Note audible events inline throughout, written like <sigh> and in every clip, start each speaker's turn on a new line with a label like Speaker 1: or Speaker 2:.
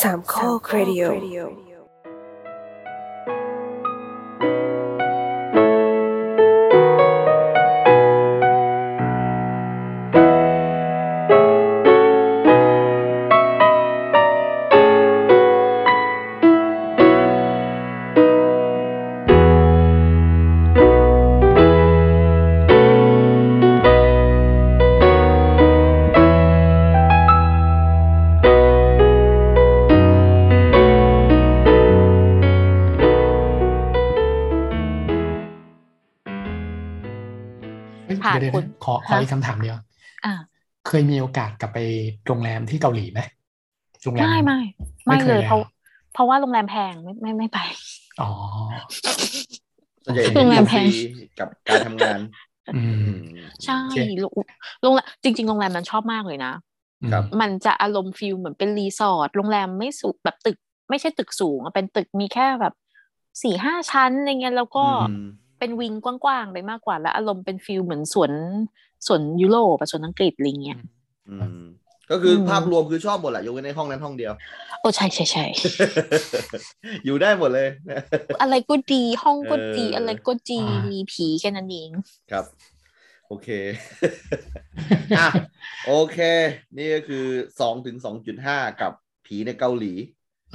Speaker 1: สามข้อครดิโอ
Speaker 2: เอ้ย
Speaker 3: ค่ะ
Speaker 2: เดี๋ยว
Speaker 3: คุ
Speaker 2: เดี๋ย
Speaker 3: ณ
Speaker 2: วขอขอ
Speaker 3: ฮะ
Speaker 2: อีกคำถามเดียว
Speaker 3: อ่า
Speaker 2: เคยมีโอกาสกลับไปโรงแรมที่เกาหลีไหมโรงแรม
Speaker 3: ไม่ไม่
Speaker 2: ไม่
Speaker 3: ไม่
Speaker 2: เคย
Speaker 3: เลยเพ
Speaker 2: แล้ว
Speaker 3: ราะเพราะว่าโรงแรมแพงไม่ไม่ไม่ไป
Speaker 2: อ๋อ
Speaker 4: ส่วนใหญ่
Speaker 3: โรงแรมแพง
Speaker 4: ฟรีกับการทำงาน
Speaker 2: อื
Speaker 4: อื
Speaker 2: ม
Speaker 4: ม
Speaker 3: ใช่
Speaker 2: โอเค
Speaker 3: โรงโรงแรมจริง ๆ โรงแรมนั้นชอบมากเลยนะ
Speaker 4: ครับ
Speaker 3: มันจะอารมณ์ฟิลเหมือนเป็นรีสอร์ทโรงแรมไม่สูงแบบตึก ไม่ใช่ตึกสูงอะเป็นตึกมีแค่แบบสี่ห้าชั้นอะไรเงี้ยแล้วก็
Speaker 4: อืม
Speaker 3: เป็นวิงกว้างๆไปมากกว่า แล้วอารมณ์เป็นฟิลเหมือนสวนสวนยุโรปอะสวนอังกฤษอะไรเงี้ย
Speaker 4: อืมก็คืออ
Speaker 3: ม
Speaker 4: ภาพรวมคือชอบหมดแหละยกเว้นในห้องนั้นห้องเดียว <laughs>
Speaker 3: โอ้ใช่ใช่ใช่
Speaker 4: อยู่ได้หมดเลย <laughs>
Speaker 3: อะไรก็ดีห้องก็ดี
Speaker 4: เอออ
Speaker 3: อะไรก็ดี
Speaker 2: อ่ามี
Speaker 3: มีผีแค่นั้นเอง
Speaker 4: ครับ โอเค <laughs> อ่ะโอเค นี่ก็คือสองถึงสองจุดห้ากับผีในเกาหลี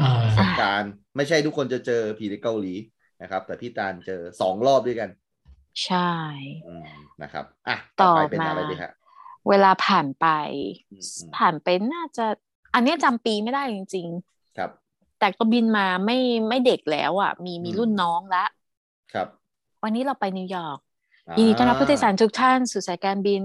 Speaker 2: อ่า
Speaker 4: ประสบการณ์ไม่ใช่ทุกคนจะเจอผีในเกาหลีนะครับ แต่พี่ตาลเจอสองรอบด้วยกัน
Speaker 3: ใช่
Speaker 4: อืมนะครับอ่ะ
Speaker 3: ต่
Speaker 4: ต่อ
Speaker 3: อ
Speaker 4: ไปเป็นอะไร
Speaker 3: มา
Speaker 4: ดีฮะ
Speaker 3: เวลาผ่านไป
Speaker 4: อืมอืม
Speaker 3: ผ่านไปน่าจะ อันเนี้ยจำปีไม่ได้จริง
Speaker 4: ครับ
Speaker 3: ๆ แต่ก็บินมาไม่ไม่เด็กแล้วอ่ะ มีมี
Speaker 4: อืม
Speaker 3: รุ่นน้องละ
Speaker 4: ครับ
Speaker 3: วันนี้เราไปนิวยอร์ก
Speaker 4: อ่า
Speaker 3: ยินดีต้อนรับผู้โดยสารทุกท่านสู่สายการบิน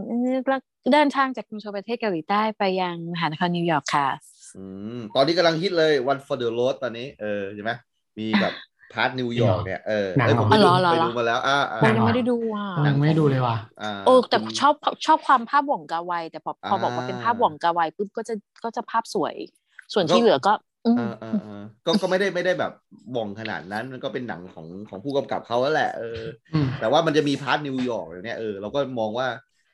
Speaker 3: เดินทางจากกรุงโซลประเทศเกาหลีใต้ไปยังมหานครนิวยอร์กค่ะ
Speaker 4: อืมตอนนี้กำลังฮิตเลย One for the Road ตอนนี้ เออใช่ไหมมีแบบพาร์ทนิวยอร์กเนี่ยเออ
Speaker 2: หนัง
Speaker 4: เอ้ย
Speaker 2: เหร
Speaker 4: ผ
Speaker 2: อ
Speaker 4: มไปดู
Speaker 3: อ๋อเหรอเหรอ
Speaker 4: ไปดูมาแล้วอ่าอ่า
Speaker 2: หนั
Speaker 3: เรา
Speaker 2: ง
Speaker 3: ยังไม่ได้ดูอ่ะ
Speaker 2: โอ้ยังไม่ได้ดูเลยว่ะ
Speaker 4: า
Speaker 3: โอ้แต่
Speaker 4: คุณ
Speaker 3: ชอบชอบความภาพหว่องกาไว แต่พอพอบอกว่า
Speaker 4: อ่า
Speaker 3: เป็นภาพหว่องกาไวปุ๊บก็จะก็จะภาพสวย ส่วน
Speaker 4: ก็
Speaker 3: ที่เหลือก็อืม
Speaker 4: เออเออเออก็ก็ไม่ได้ไม่ได้แบบบ่งขนาดนั้นมันก็เป็นหนังของของผู้กำกับเขาแล้วแหละเออ
Speaker 2: อืม
Speaker 4: แต่ว่ามันจะมีพาร์ทนิวยอร์กอย่างเนี้ยเออเราก็มองว่า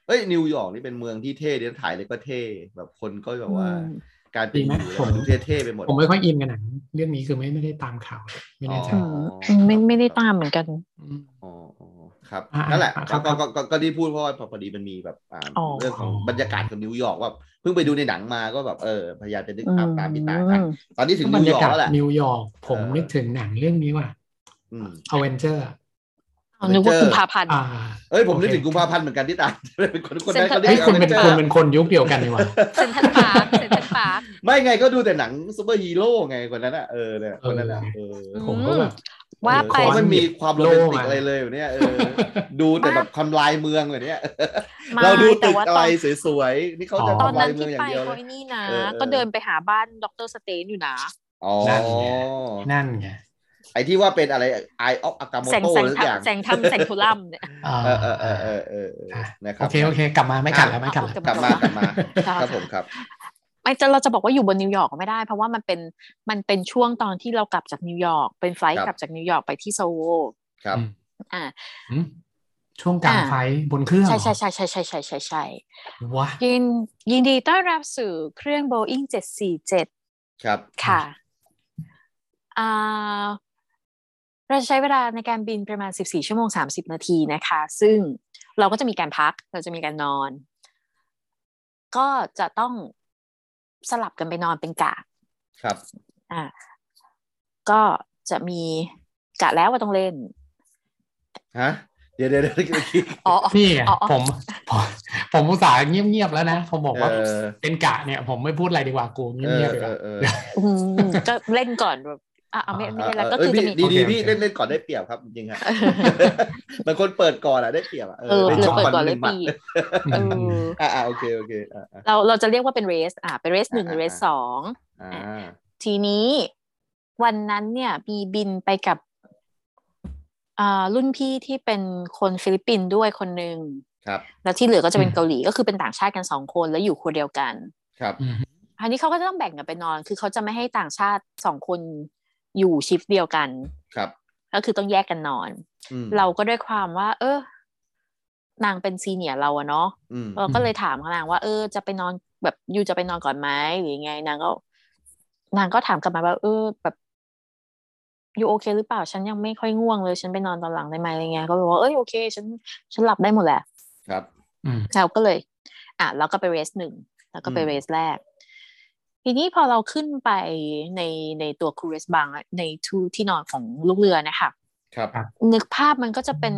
Speaker 4: เอ้ยนิวยอร์กนี่เป็นเมืองที่เท่เดี๋ยวถ่ายเลยก็เท่แบบคนก็แบบว่า
Speaker 3: อืม
Speaker 4: การเป็นอยู่แล้ว
Speaker 2: ผม
Speaker 4: มันดูเท่ๆไปหมด
Speaker 2: ผมไม่ค่อยอินกับหนังเรื่องนี้คือไม่ไม่ได้ตามข่าวเลยไม่แน่ใจ
Speaker 3: อืมไม่ไม่ได้ตามเหมือนกัน
Speaker 2: ม
Speaker 4: อ๋ออ๋อครับ
Speaker 2: อ่า
Speaker 4: นั่นแหละ
Speaker 2: อ่าครั
Speaker 4: ก็
Speaker 2: บ
Speaker 4: ก็ก็ก็ก็ที่พูดเพราะว่าพอดีมันมีแบบอ่า
Speaker 3: อ๋อ
Speaker 4: เรื่องของบรรยากาศของนิวยอร์กว่าเพิ่งไปดูในหนังมาก็แบบเออพยายามจะนึกภาพตามพี่ตา
Speaker 3: อื
Speaker 4: กัน
Speaker 3: ม
Speaker 4: ตอนนี้ถึง
Speaker 2: บร
Speaker 4: นิ
Speaker 2: รา
Speaker 4: วยอร์ก
Speaker 2: กาศ
Speaker 4: แล้วแหละ
Speaker 2: นิวยอร์กผม
Speaker 4: เออ
Speaker 2: นึกถึงหนังเรื่องนี้ว่ะ
Speaker 4: อืม
Speaker 2: อเวนเจอร์
Speaker 3: อ๋อนึกว่ากุ
Speaker 4: Avenger
Speaker 3: มภาพันธ์
Speaker 2: อ่า
Speaker 4: เอ้ยผมนึก
Speaker 2: โอเค
Speaker 4: ถึงกุมภาพันธ์เหมือนกันที่ตามเป็นคนคน
Speaker 3: เซ็นทรัล
Speaker 4: นั้น <laughs> เขาเรีย
Speaker 2: เฮ้ย
Speaker 4: ก
Speaker 2: คุณเป็น
Speaker 4: อ
Speaker 2: ค
Speaker 4: วน นจอร์
Speaker 2: เป็นคนยุคเดียวกันนี่หว่า
Speaker 3: เซนทรัลปาร์คเซนทรัลปาร์ค
Speaker 4: ไม่ไงก็ดูแต่หนังซูเปอร์ฮีโร่ไงคนนั้นอ่ะเออเนี่ยคนนั้นอ่ะเออ
Speaker 3: เออ
Speaker 2: ผมก็แบบ
Speaker 3: ว่าไป
Speaker 4: เออขอให้มันมีความโรแมนติ
Speaker 2: โล่มา
Speaker 4: กอะไรเลยแบบเนี้ยเออดูแต่แบบทำลายเมืองแบบเนี้ย
Speaker 3: ไม่
Speaker 4: เราดู
Speaker 3: แต่
Speaker 4: ตึก
Speaker 3: ว่า
Speaker 4: อะ
Speaker 3: ต
Speaker 4: ไร
Speaker 3: อน
Speaker 4: สวยๆนี่เขาจะ
Speaker 3: ตอน
Speaker 4: ทำลา
Speaker 3: นั้
Speaker 4: ย
Speaker 3: น
Speaker 4: เมื
Speaker 3: ที่
Speaker 4: องอย่า
Speaker 3: ไป
Speaker 4: งเดียวเล
Speaker 3: เขา
Speaker 4: ย
Speaker 3: ไอ้นี่นะ
Speaker 4: เออเออ
Speaker 3: ก็เดินไปหาบ้านดรสเตนอยู่นะ
Speaker 4: อ๋อ
Speaker 2: นั่นไง นั่นไง
Speaker 4: ไอที่ว่าเป็นอะไรไอออฟอากาโม
Speaker 3: แสง
Speaker 4: โต้
Speaker 3: แสง
Speaker 4: หรือ
Speaker 3: ท
Speaker 4: อย่าง
Speaker 3: ำแสงทำแสงโคลัมน์เนี่ย
Speaker 2: อ่า
Speaker 4: เออเออเออเออเออเออนะครั
Speaker 2: โอบ เคโอเค กลับมาไม่กัดแล้วไม่กัดแล้ว
Speaker 3: อ่ะ
Speaker 4: กลับมากลับมา
Speaker 3: ค่ะ
Speaker 4: ครับผมครับ
Speaker 3: ไม่จะเราจะบอกว่าอยู่บนนิวยอร์กไม่ได้ เพราะว่ามันเป็นมันเป็นช่วงตอนที่เรากลับจากนิวยอร์กเป็นไฟลท์
Speaker 4: ค
Speaker 3: ก
Speaker 4: รับ
Speaker 3: ลับจากนิวยอร์กไปที่โซโวล
Speaker 4: ครับ
Speaker 3: อ่า
Speaker 2: อืมช่วงกลาง
Speaker 3: อ่ะ
Speaker 2: ไฟท์บนเครื่อง
Speaker 3: ใช่ใช่ใช่ใช่ใช่ใช่ใช่ใช่
Speaker 2: วะ
Speaker 3: ยินยินดีต้อนรับสู่เครื่องโบอิ้งเจ็ดสี่เจ็ด
Speaker 4: ครับ
Speaker 3: ค่ะอ่าเราจะใช้เวลาในการบินประมาณ 14 ชั่วโมง 30 นาทีนะคะ ซึ่งเราก็จะมีการพัก เราจะมีการนอน ก็จะต้องสลับกันไปนอนเป็นกะ
Speaker 4: ครับ
Speaker 3: อ่า ก็จะมีกะแล้วว่าต้องเล่น
Speaker 4: ฮะเดี๋ยวเดี๋ยวเดี๋ยวเมื่อกี้
Speaker 3: อ๋ออ๋อ
Speaker 2: นี่ไง
Speaker 3: อ๋ออ๋อ
Speaker 2: ผมผมผมอุตส่าห์เงียบๆแล้วนะผมบอกว่า
Speaker 4: เออ
Speaker 2: เป็นกะเนี่ย ผมไม่พูดอะไรดีกว่ากู
Speaker 4: เอ
Speaker 2: เงีย
Speaker 4: อบ
Speaker 2: ๆดีก
Speaker 4: เอ
Speaker 2: ว่า
Speaker 4: อเออ
Speaker 3: อืม <laughs> ก็เล่นก่อนแบบอ่ะเอาไม่ไม่เล่นแล้วก็
Speaker 4: เอ้ย
Speaker 3: คือจะ
Speaker 4: พี่
Speaker 3: มี
Speaker 4: ดีดี
Speaker 2: โอเค
Speaker 4: พี่
Speaker 2: โอเค
Speaker 4: เล่นเล่นก่อนได้เปรียบครับจริงๆฮะบางคนเปิดก่อนอ่ะได้เปรียบอ่ะ
Speaker 3: เออ
Speaker 4: ได้
Speaker 3: เรือ
Speaker 4: ช็
Speaker 3: เปิดก่อน
Speaker 4: ห
Speaker 3: เลย
Speaker 4: นึ่งหมัด
Speaker 3: ปีเออ
Speaker 4: อ่าอ่าโอเคโอเคอ่าอ่า
Speaker 3: เราเราจะเรียกว่าเป็นเรส อ่ะเป็นเรสหนึ่ง
Speaker 4: อ่า
Speaker 3: เรส
Speaker 4: อ่า
Speaker 3: สอง
Speaker 4: อ่า
Speaker 3: ทีนี้วันนั้นเนี่ยมีบินไปกับอ่ารุ่นพี่ที่เป็นคนฟิลิปปินส์ด้วยคนหนึ่ง
Speaker 4: ครับ
Speaker 3: แล้วที่เหลือก็จะเป็น
Speaker 2: อืม
Speaker 3: เกาหลีก็คือเป็นต่างชาติกันสองคนแล้วอยู่ครัวเดียวกัน
Speaker 4: ครับ
Speaker 2: อืม
Speaker 3: คราวนี้เขาก็จะต้องแบ่งกันไปนอน คือเขาจะไม่ให้ต่างชาติสองคนอยู่ชิฟต์เดียวกัน
Speaker 4: ครับ
Speaker 3: ก็คือต้องแยกกันนอน
Speaker 4: อืม
Speaker 3: เราก็ด้วยความว่า เออ นางเป็นซีเนียร์เราอะเนาะ
Speaker 4: อืม
Speaker 3: เราก็เลยถามนางว่าเออจะไปนอนแบบยูจะไปนอนก่อนไหมหรือยังไงนางก็ นางก็ถามกลับมาว่าเออแบบอยู่โอเค หรือเปล่าฉันยังไม่ค่อยง่วงเลยฉันไปนอนตอนหลังได้ไหมอะไรเงี้ยก็บอกว่าเอ้ยโอเค ฉันฉันหลับได้หมดแหละ
Speaker 4: ครับ
Speaker 2: อืม
Speaker 3: เราก็เลย อ่ะเราก็ไปเรสหนึ่งแล้วก็ไป
Speaker 4: อืม
Speaker 3: เรสแรก ทีนี้พอเราขึ้นไปในในตัวคูเรสบังอะในทูที่นอนของลูกเรือนะคะ
Speaker 4: ครับ
Speaker 2: ครับ
Speaker 3: นึกภาพมันก็จะเป็น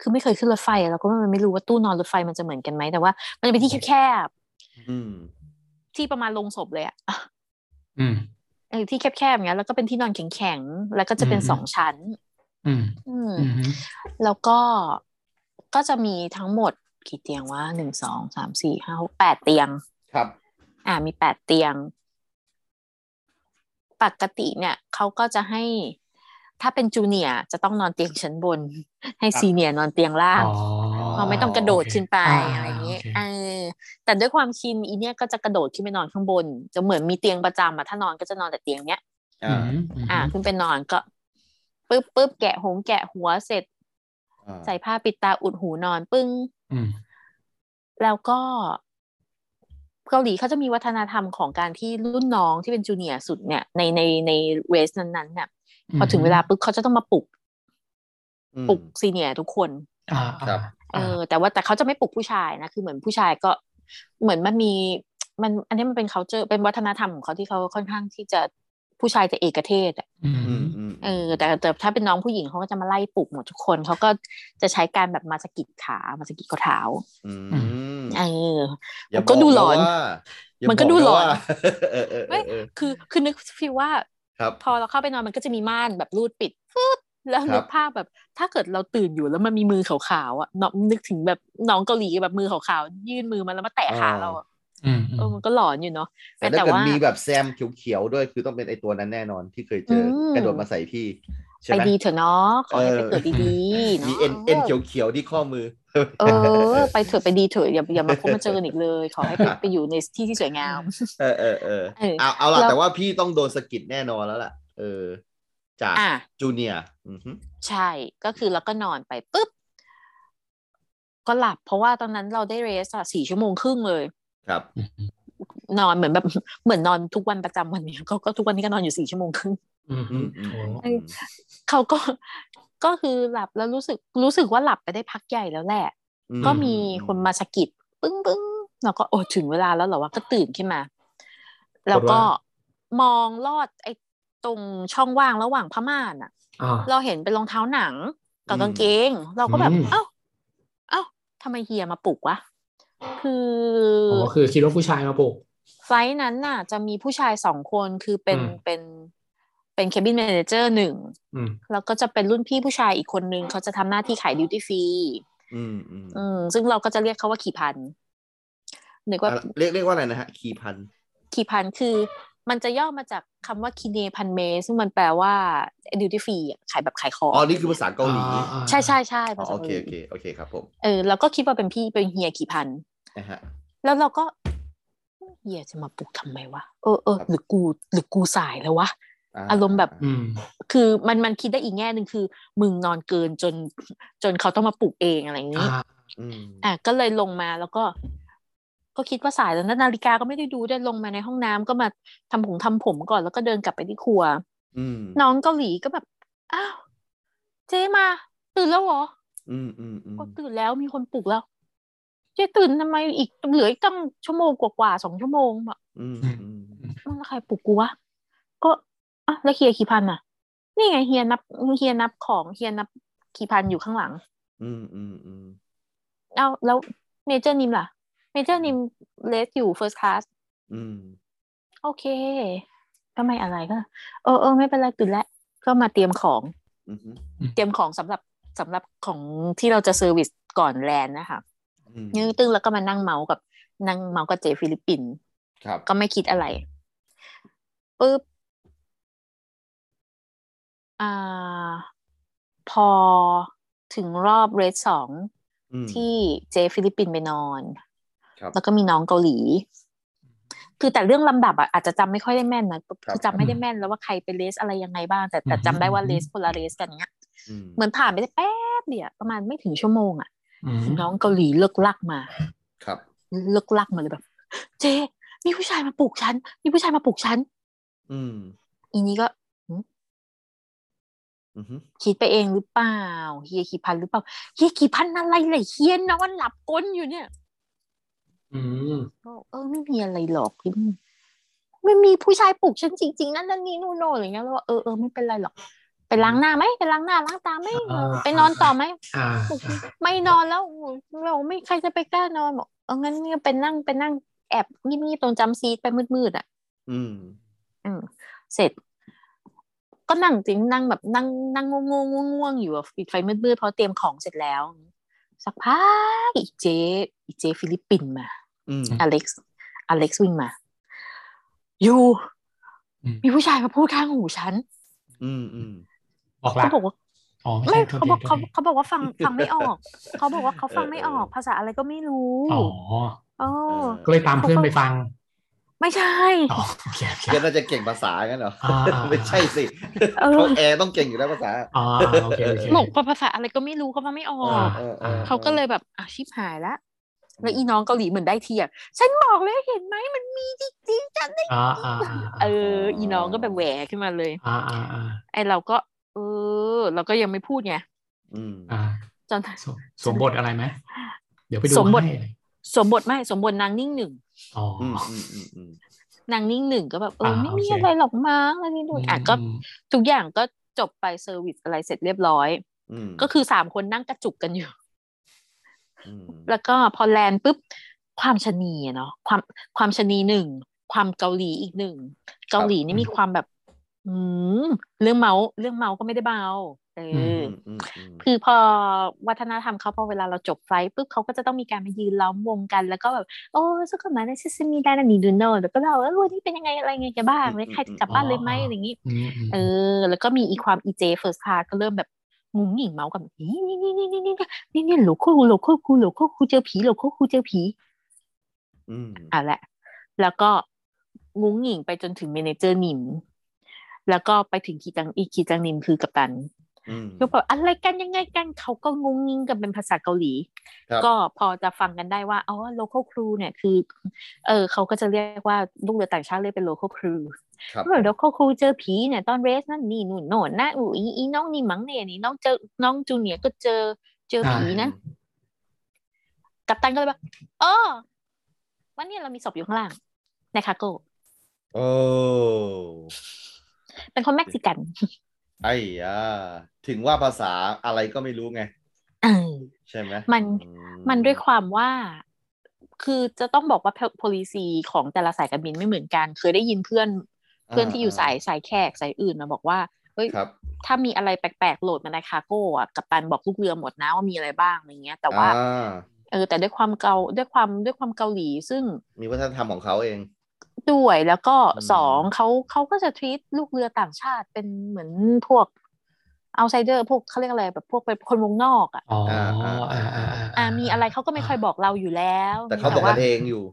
Speaker 3: คือไม่เคยขึ้นรถไฟอะเราก็ไม่รู้ว่าตู้นอนรถไฟมันจะเหมือนกันไหมแต่ว่า มันจะเป็นที่แคบ
Speaker 4: อืม
Speaker 3: ๆที่ประมาณลงศพเลยอะ
Speaker 2: อืม
Speaker 3: เออที่แคบๆอย่างเงี้ยแล้วก็เป็นที่นอนแข็งๆแล้วก็จะเป็น
Speaker 2: อืม
Speaker 3: สองชั้น
Speaker 2: อืม
Speaker 3: อืม
Speaker 2: อืม
Speaker 3: แล้วก็ก็จะมีทั้งหมดกี่เตียงวะหนึ่งสองสามสี่ห้าหกแปดเตียง
Speaker 4: ครับ
Speaker 3: อ่ามีแปดเตียง ปกติเนี่ยเขาก็จะให้ถ้าเป็นจูเนียร์จะต้องนอนเตียงชั้นบน ให้
Speaker 4: ครับ
Speaker 3: ซีเนียร์นอนเตียงล่าง
Speaker 2: อ๋อ
Speaker 3: เพราะไม่ต้องกระโดดขึ้นไป
Speaker 2: า
Speaker 3: อะไรอย่างเงี้ย
Speaker 2: โค
Speaker 3: เออแต่ด้วยความชินอีเนี่ยก็จะกระโดดขึ้นไปนอนข้างบน จะเหมือนมีเตียงประจำอะถ้านอนก็จะนอนแต่เตียงเนี้ย
Speaker 4: อ่า
Speaker 2: อืมอืม
Speaker 3: อ่าขึ้นไปนอนก็ปึ๊บปึ๊บแกะหงแกะหัวเสร็จ
Speaker 4: อ่า
Speaker 3: ใส่ผ้าปิดตาอุดหูนอนปึ้ง
Speaker 2: อืม
Speaker 3: แล้วก็เกาหลีเขาจะมีวัฒนธรรมของการที่รุ่นน้องที่เป็นจูเนียร์สุดเนี่ยในในในเวสนั้นๆเนี่ยพอถึงเวลาปุ๊บเขาจะต้องมาปลุก
Speaker 4: อืม
Speaker 3: ปลุกซีเนียร์ทุกคน
Speaker 2: อ่า
Speaker 4: ครับ
Speaker 3: เออแต่ว่าแต่เขาจะไม่ปลุกผู้ชายนะคือเหมือนผู้ชายก็เหมือนมันมีมันอันนี้มันเป็น c u เจอเป็นวัฒนธรรมของเขาที่เขาค่อนข้างที่จะผู้ชายจะเอกเทศอะ
Speaker 2: อื
Speaker 4: อืม
Speaker 2: ม
Speaker 4: อืม
Speaker 3: เออแต่แต่ถ้าเป็นน้องผู้หญิงเขาก็จะมาไล่ปลุกหมดทุกคนเขาก็จะใช้การแบบมาสะกิดขามาสะกิดข้อเท้า
Speaker 4: ม
Speaker 3: เออ
Speaker 4: อย่า
Speaker 3: มันก็ดูหลอน
Speaker 4: บะว่าอย่า
Speaker 3: มันก็
Speaker 4: บ
Speaker 3: ดูหลอน
Speaker 4: ะว่า <laughs> เออเออเออเออ
Speaker 3: คือคือนึกฟีลว่า
Speaker 4: ครับ
Speaker 3: พอเราเข้าไปนอนมันก็จะมีม่านแบบรูดปิดปึ๊บแล้ว
Speaker 4: ครับ
Speaker 3: นึกภาพแบบ ถ้าเกิดเราตื่นอยู่แล้วมันมีมือขาวๆอ่ะน้องนึกถึงแบบน้องเกาหลีแบบมือขาวๆยื่นมือมาแล้วมาแตะขาเราอะ
Speaker 2: อืม
Speaker 3: เออมันก็หลอนอยู่เนาะ
Speaker 4: แต่ถ้า
Speaker 3: แต่
Speaker 4: เกิด
Speaker 3: ว่ามี
Speaker 4: มีแบบแซมเขียวๆด้วยคือต้องเป็นไอตัวนั้นแน่นอนที่เคยเจออ
Speaker 3: ม
Speaker 4: กระโดดมาใส่พี่ใช่
Speaker 3: ไป
Speaker 4: ไหม
Speaker 3: ดีเถอะเนาะขอให้ไป
Speaker 4: เออ
Speaker 3: เกิดดีๆ
Speaker 4: มี
Speaker 3: เนาะ
Speaker 4: เอ็นเอ็นเขียวๆที่ข้อมือ <laughs>
Speaker 3: เออ ไปเถอะไปดีเถอะอย่าอย่ามาพบมาเจอกันอีก
Speaker 4: <laughs>
Speaker 3: เลย ขอให้ไปไปอยู่ในที่ที่สวยงาม
Speaker 4: เออเออเออ
Speaker 3: เออ
Speaker 4: เอาเอาล่ะ
Speaker 3: แล้ว
Speaker 4: แต่ว่าพี่ต้องโดนสะกิดแน่นอนแล้วล่ะ เออ จาก
Speaker 3: อ่ะ
Speaker 4: จูเนียร์อือฮึ
Speaker 3: ใช่ก็คือแล้วก็นอนไปปุ๊บ ก็หลับ เพราะว่าตอนนั้นเราได้เรสอะสี่ชั่วโมงครึ่งเลย
Speaker 4: ครับ
Speaker 3: นอนเหมือนแบบ <laughs> เหมือนนอนทุกวันประจำวันเนี้ย <laughs> ก็ก็ทุกวันนี้ก็นอนอยู่สี่ชั่วโมงครึ่ง
Speaker 2: อืม
Speaker 4: อื
Speaker 2: อื
Speaker 4: ม
Speaker 2: ม
Speaker 4: อืม
Speaker 2: โอ้
Speaker 4: อืม
Speaker 3: เขาก็ ก็คือหลับแล้วรู้สึกรู้สึกว่าหลับไปได้พักใหญ่แล้วแหละ
Speaker 4: อื
Speaker 3: ก็มีคนมาสะกิดปึ้งปึ้งเราก็โอ้ถึงเวลาแล้วเหรอวะก็ตื่นขึ้นมา แล้วก็มองลอดไอ้ตรงช่องว่างระหว่างผ้าม่านอะ
Speaker 2: อ่า
Speaker 3: เราเห็นเป็นรองเท้าหนังกับกางเกง เราก็แบบ
Speaker 2: อืม
Speaker 3: เอ้า เอ้าทำไมเฮียมาปลุกวะ คือ
Speaker 2: อ๋อคือคิดว่าผู้ชายมาปลุก
Speaker 3: ไฟล์นั้นน่ะ จะมีผู้ชายสองคนคือเป็น
Speaker 2: อืม
Speaker 3: เป็นเป็นเคบินแมเนเจอร์หนึ่ง
Speaker 2: อืม
Speaker 3: แล้วก็จะเป็นรุ่นพี่ผู้ชายอีกคนนึงเขาจะทำหน้าที่ขายดิวตี้ฟรี
Speaker 4: อืมอืม
Speaker 3: อืม ซึ่งเราก็จะเรียกเขาว่าขี่พันนึกว่า
Speaker 4: อ่ะเรียกเรียกว่าอะไรนะฮะ คีพัน
Speaker 3: ขี่พันคือ มันจะย่อมาจากคำว่าคิเนพันเม ซึ่งมันแปลว่าดิวตี้ฟรีขายแบบขายของ
Speaker 4: อ๋อ นี่คือภาษาเกาหลี
Speaker 2: อ่อ่า
Speaker 3: ใช่ใช่ใช่
Speaker 4: อ๋
Speaker 3: ภา
Speaker 4: อ
Speaker 3: ษา
Speaker 4: โอ
Speaker 3: เกา
Speaker 4: เค
Speaker 3: หลี
Speaker 4: โอเคโอเคครับผม
Speaker 3: เออเราก็คิดว่าเป็นพี่เป็นเฮียกี่พัน
Speaker 4: นะฮะ
Speaker 3: แล้วเราก็เฮียจะมาปลุกทำไมวะเออเออ
Speaker 4: ครับ
Speaker 3: หรือกูหรือกูสายแล้ววะ อารมณ์แบบ
Speaker 2: อืม
Speaker 3: คือมันมันคิดได้อีกแง่หนึ่งคือ มึงนอนเกินจนจนเขาต้องมาปลุกเองอะไรอย่างนี้
Speaker 2: อ่า
Speaker 4: อืม
Speaker 3: อ่ะก็เลยลงมาแล้วก็ ก็คิดว่าสายแล้วนะนาฬิกาก็ไม่ได้ดูด้วยลงมาในห้องน้ำก็มาทำผมทำผมก่อนแล้วก็เดินกลับไปที่ครัว
Speaker 4: อืม
Speaker 3: น้องเกาหลีก็แบบอ้าวเจ๊มาตื่นแล้วเหรอ
Speaker 4: อืมอืมอืม
Speaker 3: ก็ตื่นแล้วมีคนปลุกแล้วเจ๊ตื่นทำไมอีกเหลืออีกตั้งชั่วโมงกว่าๆสองชั่วโมงแบบ
Speaker 4: อืมอืม
Speaker 3: มันแล้วใครปลุกกูวะก็อ่ะแล้วเฮียขี่พันอ่ะ นี่ไงเฮียนับเฮียนับของเฮียนับขี่พันอยู่ข้างหลัง
Speaker 4: อืมอืมอืม
Speaker 3: เอาแล้วเมเจอร์นิมล่ะเมเจอร์นิมเลสอยู่เฟิร์สคลาส
Speaker 4: อืม
Speaker 3: โอเค ก็ไม่อะไรก็ เออเออไม่เป็นไรตื่นแล้ว ก็มาเตรียมของ
Speaker 4: อืม
Speaker 3: เตรียมของสำหรับสำหรับของที่เราจะเซอร์วิสก่อนแลนด์นะคะ
Speaker 4: อืม
Speaker 3: ยื้อตึ้งแล้วก็มานั่งเมาส์กับนั่งเมาส์กับเจฟิลิปปินส์
Speaker 4: ครับ
Speaker 3: ก็ไม่คิดอะไรปุ๊บ อ่า พอถึงรอบเรสสอง
Speaker 4: อืม
Speaker 3: ที่เจฟิลิปปินส์ไปนอน
Speaker 4: ครับ
Speaker 3: แล้วก็มีน้องเกาหลี คือแต่เรื่องลำดับอะอาจจะจำไม่ค่อยได้แม่นนะ
Speaker 4: ครับ
Speaker 3: คือจำไม่ได้แม่นแล้วว่าใครไปเลสอะไรยังไงบ้าง แต่แต่
Speaker 2: อืม
Speaker 3: จำได้ว่าเลสคนละเลสกันเนี้ย
Speaker 4: อืม
Speaker 3: เหมือนผ่านไปได้แป๊บเดียวประมาณไม่ถึงชั่วโมงอะ
Speaker 2: อืม
Speaker 3: น้องเกาหลีเลิกลักมา
Speaker 4: ครับ
Speaker 3: เลิกลักมาเลยแบบ เจ มีผู้ชายมาปลุกฉัน มีผู้ชายมาปลุกฉัน
Speaker 4: อืม
Speaker 3: อีนี้ก็
Speaker 4: อือฮึ
Speaker 3: คิดไปเองหรือเปล่าเฮียขี่พันหรือเปล่าเฮียขี่พันอะไรเลยเฮียนอนหลับก้นอยู่เนี่ย
Speaker 2: อืม
Speaker 3: ก็เออไม่มีอะไรหรอกพี่นุ่นไม่มีผู้ชายปลุกฉันจริง ๆ นั่นนั่นนี่นู่นโน่นอะไรเงี้ยแล้วว่าเออเออไม่เป็นไรหรอก ไปล้างหน้าไหมไปล้างหน้าล้างตาไหมเออไปนอนต่อไหม
Speaker 2: อ่า
Speaker 3: บอกไม่นอนแล้วเราไม่ใครจะไปกล้านอนบอกเอางั้นก็เป็นนั่งเป็นนั่งแอบงีบๆตรงจำซีทไปมืดๆอ่ะ
Speaker 4: อืม
Speaker 3: อืมเสร็จ ก็นั่งจริงนั่งแบบนั่งนั่งง่วงๆง่วงๆอยู่อะปิดไฟมืดๆเพราะเตรียมของเสร็จแล้ว สักพักอีเจอีเจฟิลิปปินส์มา
Speaker 4: อืม
Speaker 3: อเล็กซ์อเล็กซ์วิ่งมา อยู่
Speaker 2: อืม
Speaker 3: มีผู้ชายมาพูดข้างหูฉัน
Speaker 4: อืมอืม
Speaker 2: บอกละ
Speaker 3: เขาบอกว่า
Speaker 2: อ๋อ
Speaker 3: ไม่
Speaker 2: ไม่ใช่
Speaker 3: เขาบอก
Speaker 2: โทษที
Speaker 3: เขา
Speaker 2: โทษที
Speaker 3: เขาบอกว่าฟังฟังไม่ออก เขาบอกว่าเขาฟังไม่ออก ภาษาอะไรก็ไม่รู้
Speaker 2: อ๋อ
Speaker 3: โอ้
Speaker 2: ก็เลยตามเพื่อนไปฟัง
Speaker 3: ไม่ใช่
Speaker 2: อ๋อโอเคโอเค
Speaker 4: เกียร์น่าจะเก่งภาษากันเหรอ
Speaker 2: อ่าอ่า
Speaker 4: ไม่ใช่สิ
Speaker 3: เออ
Speaker 4: เขาแอร์ต้องเก่งอยู่แล้วภาษา
Speaker 2: อ๋อโอเคโอเค
Speaker 3: หลงภาษาอะไรก็ไม่รู้เขาฟังไม่ออก
Speaker 4: เออเอออ
Speaker 2: อ
Speaker 4: อ
Speaker 3: เขาก็เลยแบบอ่ะชิบหายละแล้วอีน้องเกาหลีเหมือนได้เทียบฉันบอกเลยเห็นไหมมันมีจริงๆจันได้
Speaker 2: อ่าอ่าอ่า
Speaker 3: เออ อีน้องก็แบบแหวขึ้นมาเลย
Speaker 2: อ่าอ่าอ่า
Speaker 3: ไอเราก็ เออ เราก็ยังไม่พูดไง
Speaker 4: อืม
Speaker 2: อ่า
Speaker 3: จน
Speaker 2: สวมสวมบทอะไรไหมเดี๋ยวไปดู
Speaker 3: สวมบท
Speaker 2: ให้
Speaker 3: สมบทไม่สมบทนางนิ่งหนึ่ง
Speaker 2: อ๋ออ
Speaker 4: อืมอืมอืมอืม
Speaker 3: นางนิ่งหนึ่งก็แบบเออ
Speaker 2: อ่า
Speaker 3: ไม่มี
Speaker 2: โอเค
Speaker 3: อะไรหรอกมั้งอะไรนี่นู่นอ่ะก็
Speaker 2: ม
Speaker 3: ทุกอย่างก็จบไปเซอร์วิสอะไรเสร็จเรียบร้อย
Speaker 4: อืม
Speaker 3: ก็คือสามคนนั่งกระจุกกันอยู่
Speaker 4: ม
Speaker 3: แล้วก็พอแลนด์ปุ๊บความชะนีอะเนาะความความชะนีหนึ่งความเกาหลีอีกหนึ่งเกาหลีนี่มีความแบบ อืมเรื่องเมาส์เรื่องเมาส์ก็ไม่ได้เบาเออ
Speaker 4: อื
Speaker 3: อ
Speaker 4: มอืมอืม
Speaker 3: คือพอวัฒนธรรมเขาพอเวลาเราจบไฟล์ปุ๊บเขาก็จะต้องมีการมายืนล้อมวงกัน แล้วก็แบบโอ้สุขมาในซิสมีดานานีดูโนแล้วก็เราเออวันนี้เป็นยังไงอะไรไงกันบ้างเลยใครจะกลับบ้านเลยไหมอะไรอย่างนี้
Speaker 2: อืมม
Speaker 3: เออ แล้วก็มีอีความอีเจเฟิร์สคลาสก็เริ่มแบบงุ้งหงิงเมาส์กับนี่นี่นี่นี่นี่นี่นี่นี่หลโครูหลโครูหลโครูเจอผีหลโครูเจอผี
Speaker 4: อืม
Speaker 3: อ่ะแหละ แล้วก็งุ้งหงิงไปจนถึงเมเนเจอร์นิม แล้วก็ไปถึงคีจังอีคีจังนิมคือกัปตัน
Speaker 4: อืม
Speaker 3: ก็แบบอะไรกันยังไงกันเขาก็งงงิงกันเป็นภาษาเกาหลี
Speaker 4: ครับ
Speaker 3: ก็พอจะฟังกันได้ว่าอ๋อ local crew เนี่ยคือ เออเขาก็จะเรียกว่าลูกเรือต่างชาติเรียกเป็น local crew
Speaker 4: ครับ
Speaker 3: ก็แบบ local crew เจอผีเนี่ยตอนเรสนั่นนี่นู่นโน่นนะอยอีน้องนี่มั้งเนี่ยนี่น้องเจอน้องจูเนียร์ก็เจอเจอผีนะกัปตันก็เลยบอกเออวันนี้เรามีศพอยู่ข้างล่างในคาโก้
Speaker 4: โอ้
Speaker 3: เป็นคนเม็กซิกัน
Speaker 4: ไอ้ยาถึงว่าภาษาอะไรก็ไม่รู้ไง
Speaker 3: เออ
Speaker 4: ใช่ไหม
Speaker 3: มัน
Speaker 4: อื
Speaker 3: มันด้วยความว่า คือจะต้องบอกว่า policy ของแต่ละสายการบินไม่เหมือนกัน เคยได้ยินเพื่อนเพื่อนที่อยู่สายสายแขกสายอื่นมาบอกว่า เฮ้ย
Speaker 4: ครับ
Speaker 3: ถ้ามีอะไรแปลกๆโหลดมาในคาร์โก้อะกัปตันบอกลูกเรือหมดนะว่ามีอะไรบ้างอะไรเงี้ย แต่ว่า
Speaker 4: อ่า
Speaker 3: เออ แต่ด้วยความเกาด้วยความด้วยความเกาหลี ซึ่ง
Speaker 4: มีวัฒนธรรมของเขาเอง
Speaker 3: ด้วยแล้วก็
Speaker 4: อืม
Speaker 3: สองเขาเขาก็จะ treat ลูกเรือต่างชาติเป็นเหมือนพวก outsider พวกเขาเรียกอะไรแบบพวกเป็นคนวงนอกอะ
Speaker 2: อ๋ออ่าอ่าอ่า
Speaker 3: อ่ะมีอะไรเขาก็ไม่ค่อยบอกเราอยู่แล้ว
Speaker 4: แต่เขา
Speaker 3: มี
Speaker 4: บอก
Speaker 3: ว่า
Speaker 4: กันเองอยู่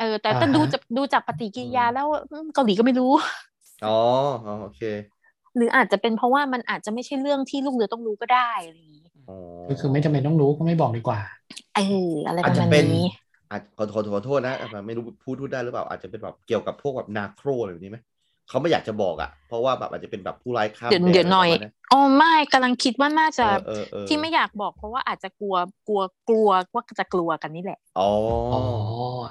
Speaker 3: เออแต่แต่
Speaker 2: อ่าฮะ
Speaker 3: ดูจากดูจากปฏิกิริยา
Speaker 4: อืม
Speaker 3: แล้วอืมเกาหลีก็ไม่รู้ <laughs>
Speaker 4: อ๋ออ๋อโอเค
Speaker 3: หรืออาจจะเป็นเพราะว่ามันอาจจะไม่ใช่เรื่องที่ลูกเรือต้องรู้ก็ได้อะไรอย่างงี้
Speaker 4: อ๋อ
Speaker 2: ก็คือไม่จำเป็นต้องรู้ก็ไม่บอกดีกว่า
Speaker 3: เอออะไรป
Speaker 4: อาจ
Speaker 3: ระ
Speaker 4: จะ
Speaker 3: มาณ
Speaker 4: เป็น
Speaker 3: นี้
Speaker 4: อาจขอขอขอโทษนะอ่ะไม่รู้พูดพูดได้หรือเปล่าอาจจะเป็นแบบเกี่ยวกับพวกแบบนาโครอะไรแบบนี้ไหมเขาไม่อยากจะบอกอ่ะ เพราะว่าแบบอาจจะเป็นแบบผู้ร้ายข้าม
Speaker 3: เดี๋ยว
Speaker 4: แ
Speaker 3: เดี๋ยวหน่อย
Speaker 4: ะไรประมาณ
Speaker 3: อ๋อไม่กำลังคิดว่าน่าจะ
Speaker 4: เออเออเออ
Speaker 3: ที่ไม่อยากบอกเพราะว่าอาจจะกลัวกลัวกลัวว่าจะกลัวกันนี่แหละ
Speaker 4: อ๋อ
Speaker 2: อ๋อ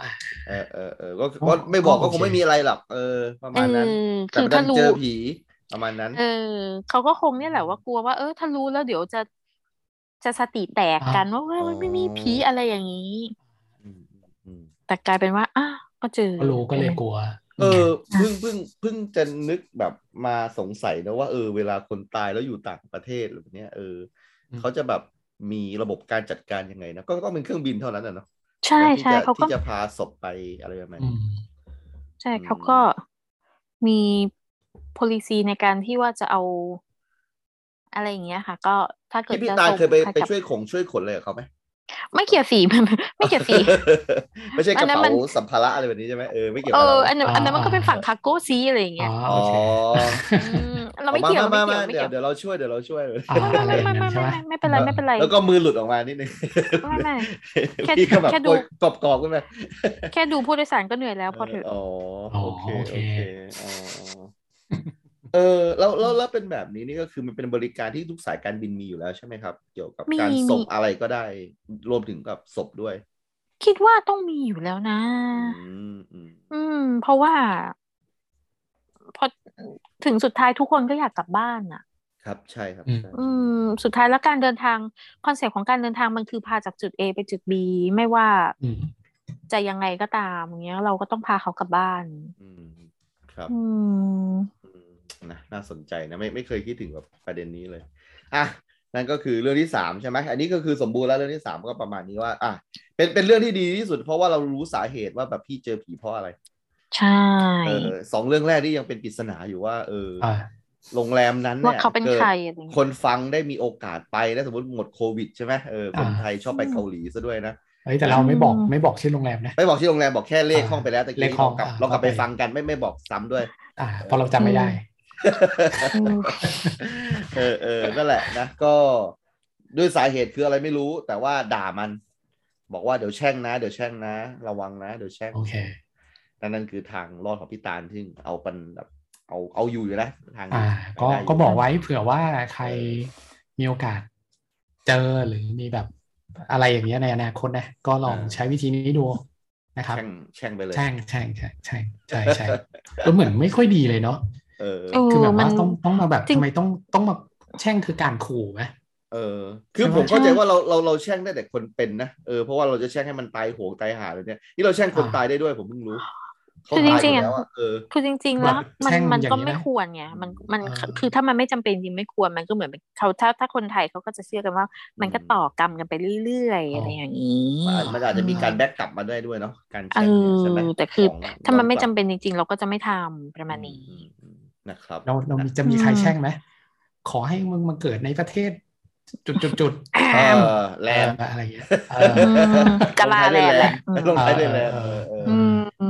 Speaker 2: อ่ะ
Speaker 4: เออเออเออก็ก็ไม่บอกก็คงไม่มีอะไรหรอกเออ ประ
Speaker 3: เอ
Speaker 4: มาณนั้น
Speaker 3: อ
Speaker 4: แต่
Speaker 3: คือ
Speaker 4: ดั
Speaker 3: ถ้าน รู้
Speaker 4: เจอผีประมาณนั้น
Speaker 3: เออเขาก็คงเนี่ยแหละว่ากลัวว่าเออถ้ารู้แล้วเดี๋ยวจะจะสติแตกกันว่าเว้ยมันไม่มีผีอะไรอย่างนี้
Speaker 4: อืมอืมอืม
Speaker 3: แต่กลายเป็นว่าอ้าวก็เจอ
Speaker 2: ก็รู้ก็เลยกลัว
Speaker 4: เออเพิ่งเพิ่งเพิ่งจะนึกแบบมาสงสัยนะว่าเออเวลาคนตายแล้วอยู่ต่างประเทศหรือเนี้ยเออเขาจะแบบมีระบบการจัดการยังไงนะก็ก็ต้องเป็นเครื่องบินเท่านั้นนะเนาะ
Speaker 3: ใช่ใช่
Speaker 4: ที่จะ
Speaker 3: เขาก็
Speaker 4: ที่จะพาศพไปอะไรประมาณ
Speaker 2: อื
Speaker 4: นี้
Speaker 2: ม
Speaker 3: ใช่
Speaker 4: อืม
Speaker 3: เขาก็มี policy ในการที่ว่าจะเอา อะไรอย่างเงี้ยค่ะ ก็ถ้าเกิด
Speaker 4: พี่พี่
Speaker 3: จะ
Speaker 4: ตา
Speaker 3: ส่ง
Speaker 4: เคยไป
Speaker 3: ให้
Speaker 4: ไป
Speaker 3: กับ
Speaker 4: ช่วยของช่วยขนอะไรกับเขาไหม
Speaker 3: ไม่เกี่ยวสี ไม่เกี่ยวสี
Speaker 4: ไม่ใช่ก
Speaker 3: อัน
Speaker 4: ระ
Speaker 3: นั้นมั
Speaker 4: เป๋าน สัมภาระอะไรแบบนี้ใช่ไหมเออไม่เกี่ยว
Speaker 3: เอ
Speaker 4: กับ
Speaker 3: อ
Speaker 4: เรา
Speaker 3: อันนั้นอันนั้นมันก็เป็นฝั่งคาร์โก้ซีอะไรอย่าง
Speaker 2: อ๋
Speaker 3: เงี้
Speaker 2: อย โอ
Speaker 4: อ๋อ
Speaker 2: เค
Speaker 3: ม เราไม่เกี่ยว
Speaker 4: มา
Speaker 3: ไม่
Speaker 4: มา
Speaker 3: เกี่ยว
Speaker 4: มา
Speaker 3: ไม่
Speaker 4: เดี๋ย
Speaker 3: เกี่ยว ว
Speaker 4: เดี๋ยวเราช่วยเดี๋ยวเราช่วยเลย
Speaker 2: อ่า
Speaker 3: ไม่
Speaker 2: อะไร
Speaker 3: ไม่
Speaker 2: อย่า
Speaker 3: ไม่ไม่
Speaker 2: งนั้นใช่ไหม
Speaker 3: ไม่ไม่เป็นไรไม่เป็นไร
Speaker 4: แล้วก็มือหลุดออกมานิดนึง
Speaker 3: ไม่ไม่ แค่
Speaker 4: พี่ก็แบบ
Speaker 3: แค่ดู
Speaker 4: กรอบกรอบๆขึ้นมา
Speaker 3: แค่ดูผู้โดยสารก็เหนื่อยแล้วพอเถอะ
Speaker 4: อ๋อโอเค
Speaker 2: อ๋อโอ
Speaker 4: โอ
Speaker 2: เค
Speaker 4: เคอ๋อเออแล้วแล้วแล้วเป็นแบบนี้นี่ก็คือมันเป็นบริการที่ทุกสายการบินมีอยู่แล้วใช่ไหมครับ เกี่ยวกับการส่งอะไรก็ได้รวมถึงกับศพด้วย
Speaker 3: คิดว่าต้องมีอยู่แล้วนะ
Speaker 4: อืมอืม
Speaker 3: อืม เพราะว่า พอถึงสุดท้ายทุกคนก็อยากกลับบ้านอ่ะ
Speaker 4: ครับใช่ครับใช่
Speaker 3: อืม สุดท้ายแล้วการเดินทางคอนเซ็ปต์ของการเดินทางมันคือพาจากจุด A ไปจุด B ไม่ว่า
Speaker 2: อืม
Speaker 3: จะยังไงก็ตามอย่างเงี้ย เราก็ต้องพาเขากลับบ้าน
Speaker 4: อืมครับ
Speaker 3: อืม
Speaker 4: อืมนะน่าสนใจนะไม่ไม่เคยคิดถึงแบบประเด็นนี้เลยอ่ะนั่นก็คือเรื่องที่สามใช่ไหมอันนี้ก็คือสมบูรณ์แล้วเรื่องที่สามก็ประมาณนี้ว่าอ่ะเป็นเป็นเรื่องที่ดีที่สุด เพราะว่าเรารู้สาเหตุว่าแบบพี่เจอผีเพราะอะไร
Speaker 3: ใช่
Speaker 4: เออสองเรื่องแรกที่ยังเป็นปริศนาอยู่ว่าเอออ
Speaker 2: อ่า
Speaker 4: โรงแรมนั้น
Speaker 3: ว่า
Speaker 4: เนี่ย
Speaker 3: เขาเป็น
Speaker 4: กิด
Speaker 3: ใครอะไรอย่าง
Speaker 4: ค
Speaker 3: เงี้ย
Speaker 4: นฟังได้มีโอกาสไปแล้วสมมติหมดโควิดใช่ไหมเออคนไทยชอบไปเกาหลีซะด้วยนะ
Speaker 2: เฮ้ยแต่เราไม่บอกไม่บอกชื่อโรงแรมนะ
Speaker 4: ไม่บอกชื่อโรงแรมบอกแค่เลขห้องไปแล้วแต่
Speaker 2: เล
Speaker 4: กี้
Speaker 2: ขห้
Speaker 4: เรา
Speaker 2: อง
Speaker 4: กลับ
Speaker 2: อ่ะ
Speaker 4: เรากลับไป
Speaker 2: เข้าไป
Speaker 4: ฟังกันไม่ไม่บอกซ้ำด้วย <laughs>
Speaker 2: อ่าเพราะเราจำไม่ได้
Speaker 3: อืม
Speaker 4: เออเออนั่นแหละนะก็ด้วยสาเหตุคืออะไรไม่รู้ แต่ว่าด่ามัน บอกว่าเดี๋ยวแช่งนะ เดี๋ยวแช่งนะ ระวังนะ เดี๋ยวแช่ง
Speaker 2: โอเค
Speaker 4: นั่นนั่นคือทางรอดของพี่ตาลซึ่งเอาปันแบบเอาเอาอยู่อยู่นะทางนี้
Speaker 2: อ่า ก็
Speaker 4: ได้ยู่
Speaker 2: ก็บอกไว้เผื่อว่าใครมีโอกาสเจอหรือมีแบบอะไรอย่างเงี้ยในอนาคตนะ ก็ลอง
Speaker 4: อ่า
Speaker 2: ใช้วิธีนี้ดูนะครับ
Speaker 4: แช่งแช่งไปเลย
Speaker 2: แช่งแช่งแช่งแช่งใช่ใช่แล้วเหมือนไม่ค่อยดีเลยเนาะ
Speaker 4: เออ
Speaker 3: เออ
Speaker 2: คือแบบว่าต้อง
Speaker 3: มัน
Speaker 2: ต้องมาแบบ
Speaker 3: จริง
Speaker 2: ทำไมต้องต้องมาแช่งคือการขู่ไหม
Speaker 4: เออ คือ
Speaker 2: ใช่ไหม
Speaker 4: ผมเข้าใจว่าเราเราเราแช่งได้แต่คนเป็นนะเออเพราะว่าเราจะแช่งให้มันตายโหงตายหาเลยเนี่ยนี่เราแช่งคน
Speaker 2: อ่า
Speaker 4: ตายได้ด้วยผมเพิ่งรู้เขา
Speaker 3: คือ
Speaker 4: ตาย
Speaker 3: จริ
Speaker 4: อง
Speaker 3: ๆอ่ะ
Speaker 4: ยู่แล้วอะเออ
Speaker 3: คือจริง ๆ แล้ว
Speaker 2: แบบ
Speaker 3: มัน
Speaker 2: แช่ง
Speaker 3: มัน
Speaker 2: อย่าง
Speaker 3: ก็
Speaker 2: นี้
Speaker 3: ไม่
Speaker 2: นะ
Speaker 3: ควรไงมันมัน
Speaker 2: อ่า
Speaker 3: คือถ้ามันไม่จำเป็นจริงไม่ควรมันก็เหมือนเป็นเขาถ้าถ้าคนไทยเขาก็จะเชื่อกันว่า มันก็
Speaker 4: อืม
Speaker 3: ต่อกรรมกันไปเรื่อยๆอะไรอย่างนี้
Speaker 4: มันอาจมันอาจจะมีการแบ็กกลับมาได้ด้วยเนาะการ
Speaker 3: เอ
Speaker 4: แช่งเนี่ยใช่ไหม
Speaker 3: อแต่คือ
Speaker 4: ของ
Speaker 3: ถ้ามันไม่
Speaker 4: ย้อก
Speaker 3: จำ
Speaker 4: ลับ
Speaker 3: เป็นจริง ๆ เราก็จะไม่ทำประมาณนี้
Speaker 4: อืมอืมอืมนะครับ
Speaker 2: เราเรามี
Speaker 4: นะ
Speaker 2: จะมีใคร
Speaker 3: อืม
Speaker 2: แช่งไหมขอให้มึงมาเกิดในประเทศ จุดจุดจุด
Speaker 4: เอ
Speaker 2: แอม
Speaker 4: อแลนด์
Speaker 2: เอออะไรอย่างเงี้ยเออ
Speaker 3: มกะลาแลนด์แหละ
Speaker 4: ลงท้ายด้วยแลนด์
Speaker 2: เอ
Speaker 4: เอ
Speaker 2: อ
Speaker 4: อ
Speaker 2: เอ
Speaker 4: เอ
Speaker 2: อ
Speaker 4: อ
Speaker 3: อื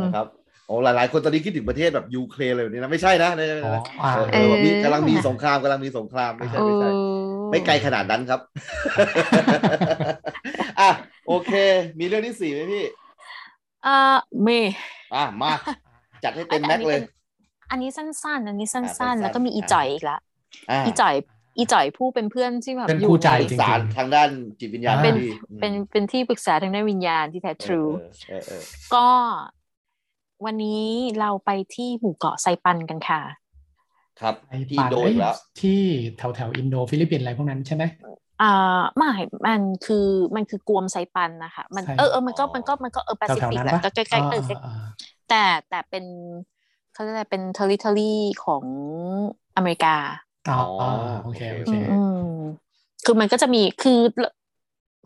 Speaker 3: ม
Speaker 4: นะครับโอ้หลาย ๆ คนตอนนี้คิดถึงประเทศแบบยูเครนอะไรแบบนี้นะไม่ใช่นะไม่ใช่ไม่
Speaker 2: อ๋อ
Speaker 4: ใช่นะ
Speaker 2: อ่า
Speaker 4: เออเออแบบมี
Speaker 3: เออ
Speaker 4: กำลังมีสงครามกำลังมีสงครามไม่ใช่
Speaker 3: เอ
Speaker 4: ไม่ใช่
Speaker 3: อ
Speaker 4: ไม่ไกลขนาดนั้นครับ <laughs> อ่ะโอเค มีเรื่องที่สี่ไหมพี่
Speaker 3: เออเม
Speaker 4: อ่ะมา จัดให้เต็มแม็กซ์เลย
Speaker 3: อันนี้สั้นๆ อันนี้สั
Speaker 4: อ่ะสั้
Speaker 3: ้น
Speaker 4: น
Speaker 3: ๆ
Speaker 4: ๆ
Speaker 3: แล้วก็มี
Speaker 4: อ่ะ
Speaker 3: อีจ่อยอีกละ
Speaker 4: อ่ะ
Speaker 3: อีจ่อย อีจ่อยผู้เป็นเพื่อนที่แบบ
Speaker 2: เป็น
Speaker 3: อยู่
Speaker 2: คู่ใจ
Speaker 3: ใน
Speaker 2: จริงๆ
Speaker 4: สารทางด้านจิตวิญญาณ
Speaker 3: เป็น
Speaker 4: ดี
Speaker 3: เป็นเป็นที่ปรึกษาทางด้านวิญญาณที่แท้ทรู
Speaker 4: เออเออ
Speaker 3: ก็วันนี้เราไปที่หมู่เกาะไซปันกันค่ะ
Speaker 4: ครับ
Speaker 2: ไอ้
Speaker 4: ที่
Speaker 2: ป่า
Speaker 4: โดน
Speaker 2: เอ้ย
Speaker 4: แล้ว
Speaker 2: ที่แถวแถวๆอินโดฟิลิปปินส์อะไรพวกนั้นใช่ไหม
Speaker 3: อ่าไม่มันคือมันคือกวมไซปันนะคะมัน
Speaker 2: ใช่
Speaker 3: เออเออมันก็
Speaker 4: อ๋อ
Speaker 3: มันก็มันก็เออแป
Speaker 2: แถว
Speaker 3: ซิ
Speaker 2: แถว
Speaker 3: ฟิกแห
Speaker 2: นั้น
Speaker 3: ละ
Speaker 2: ปะ
Speaker 3: ก็ใกล้ๆเออใกล้
Speaker 2: อ่า
Speaker 3: แต่แต่เป็นเขาเรียกอะไรเป็นเทอริทอรี่ของอเมริกา
Speaker 2: อ่า
Speaker 4: อ๋อ
Speaker 2: อ่า
Speaker 4: อ่า
Speaker 2: โอเค
Speaker 4: โอเค
Speaker 2: โอเค
Speaker 3: อืมคือมันก็จะมีคือ